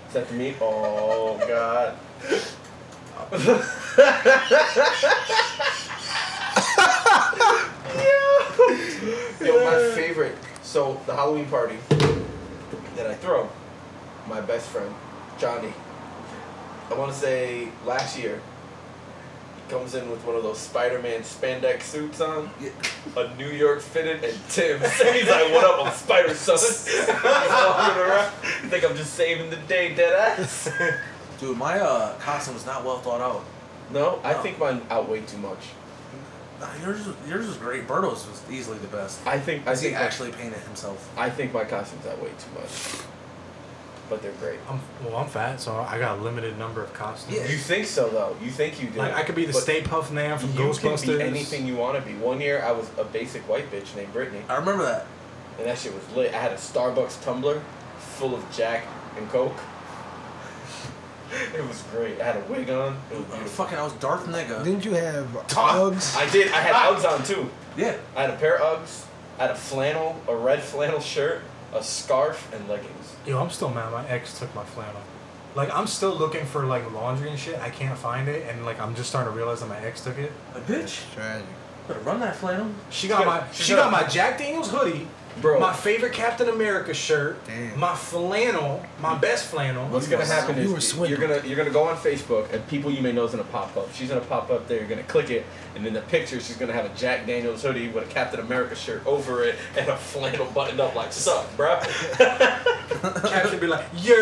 S3: Is that the meat? Oh god. Yo, my favorite. So the Halloween party that I throw, my best friend Johnny. I want to say last year, he comes in with one of those Spider-Man spandex suits on,
S2: Yeah.
S3: a New York fitted, and Tim's. And he's like, "What up, I'm Spider Son?" he's walking around. You think I'm just saving the day, dead ass?
S2: Dude, my uh, costume was not well thought out.
S3: No, I think mine outweigh too much.
S2: Nah, yours, was- yours was great. Birdo's was easily the best.
S3: I think I
S2: I he
S3: think actually
S2: actually painted himself.
S3: I think my costumes outweigh too much, but they're great.
S4: I'm, well, I'm fat, so I got a limited number of costumes.
S2: Yeah.
S3: You think so though? You think you do?
S4: Like I could be the
S3: but
S4: Stay Puft Man from
S3: You can
S4: Ghostbusters.
S3: be anything you want to be. One year I was a basic white bitch named Brittany,
S2: I remember that.
S3: and that shit was lit. I had a Starbucks tumbler full of Jack and Coke. It was great. I had a wig on. It was
S2: Uh,
S3: beautiful.
S2: fucking, I was Darth Nigga.
S5: Didn't you have Uggs?
S3: I did. I had Uggs on too.
S2: Yeah.
S3: I had a pair of Uggs, I had a flannel, a red flannel shirt, a scarf, and leggings.
S4: Yo, I'm still mad. My ex took my flannel. Like I'm still looking for like laundry and shit. I can't find it, and like I'm just starting to realize that my ex took it.
S2: A bitch.
S7: Tragic.
S2: Better run that flannel.
S4: She got my
S3: She's
S4: she
S3: got-
S4: got my Jack Daniels hoodie,
S3: Bro.
S4: My favorite Captain America shirt,
S7: Damn.
S4: my flannel, my best flannel.
S3: What's gonna happen
S5: You were
S3: is you're
S5: swindled.
S3: gonna you're gonna go on Facebook and people you may know is gonna pop up. She's gonna pop up there. You're gonna click it, and in the picture she's gonna have a Jack Daniels hoodie with a Captain America shirt over it and a flannel buttoned up like sup, bruh.
S4: Captain be like, yeah.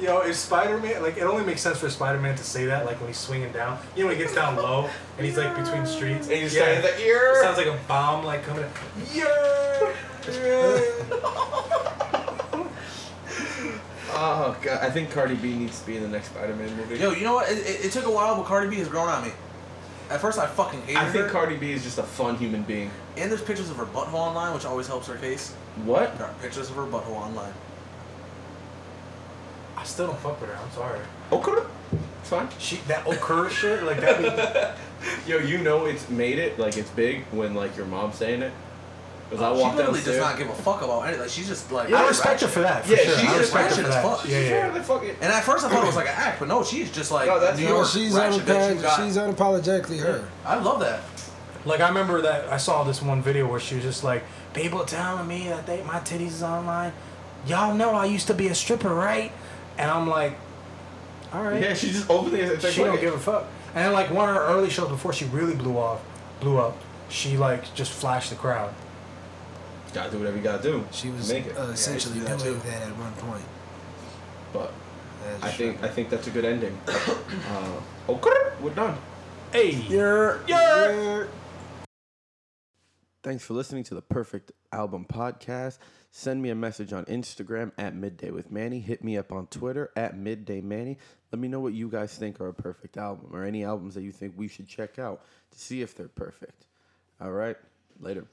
S4: Yo, if Spider Man, like, it only makes sense for Spider Man to say that, like, when he's swinging down. You know, when he gets down low and he's, like, between streets.
S3: And you
S4: Yeah.
S3: stand like
S4: It
S3: "Yer."
S4: sounds like a bomb, like, coming in. Yeah. Yeah.
S3: Oh god, I think Cardi B needs to be in the next Spider-Man movie.
S2: Yo, you know what? It, it, it took a while, but Cardi B has grown on me. At first, I fucking hated
S3: I think
S2: her.
S3: Cardi B is just a fun human being.
S2: and there's pictures of her butthole online, which always helps her case.
S3: What?
S2: There are pictures of her butthole online.
S4: I still don't fuck with her. I'm sorry.
S3: Okay. It's fine.
S4: She that occur shit like that.
S3: Yo, you know it's made it like it's big when like your mom's saying it. Cause I
S2: She
S3: walked
S2: literally does not
S3: downstairs.
S2: give a fuck about anything. Like, she's just like.
S4: I respect her for that. For
S3: Yeah,
S4: sure.
S3: she's
S4: I respect her
S2: ratchet
S4: for
S2: as
S4: that.
S2: fuck.
S4: Yeah,
S3: She's
S4: yeah.
S3: trying to fuck it.
S2: And at first, I thought it was like an act, but no, she's just like
S3: No, that's
S2: New
S3: not-
S2: York.
S5: she's,
S2: ratchet bitch.
S5: unapologetic,
S2: She's got-
S5: she's unapologetically her.
S2: I love that.
S4: Like I remember that I saw this one video where she was just like, "People telling me that they my titties is online. Y'all know I used to be a stripper, right?" And I'm like, "All right."
S3: Yeah, she just openly. It's like,
S4: she
S3: fuck
S4: don't
S3: it.
S4: give a fuck. And then like one of her early shows before she really blew off, blew up, she like just flashed the crowd.
S3: Gotta do whatever you gotta do.
S5: She was
S3: make it.
S5: uh, essentially
S2: do
S5: doing
S2: that
S5: that,
S2: too.
S5: at one point.
S3: But
S5: That's
S3: I think I
S5: true.
S3: think that's a good ending. uh, okay, we're done.
S4: Hey.
S3: Thanks for listening to the Perfect Album Podcast. Send me a message on Instagram at Midday with Manny. Hit me up on Twitter at Midday Manny. Let me know what you guys think are a perfect album or any albums that you think we should check out to see if they're perfect. All right, later.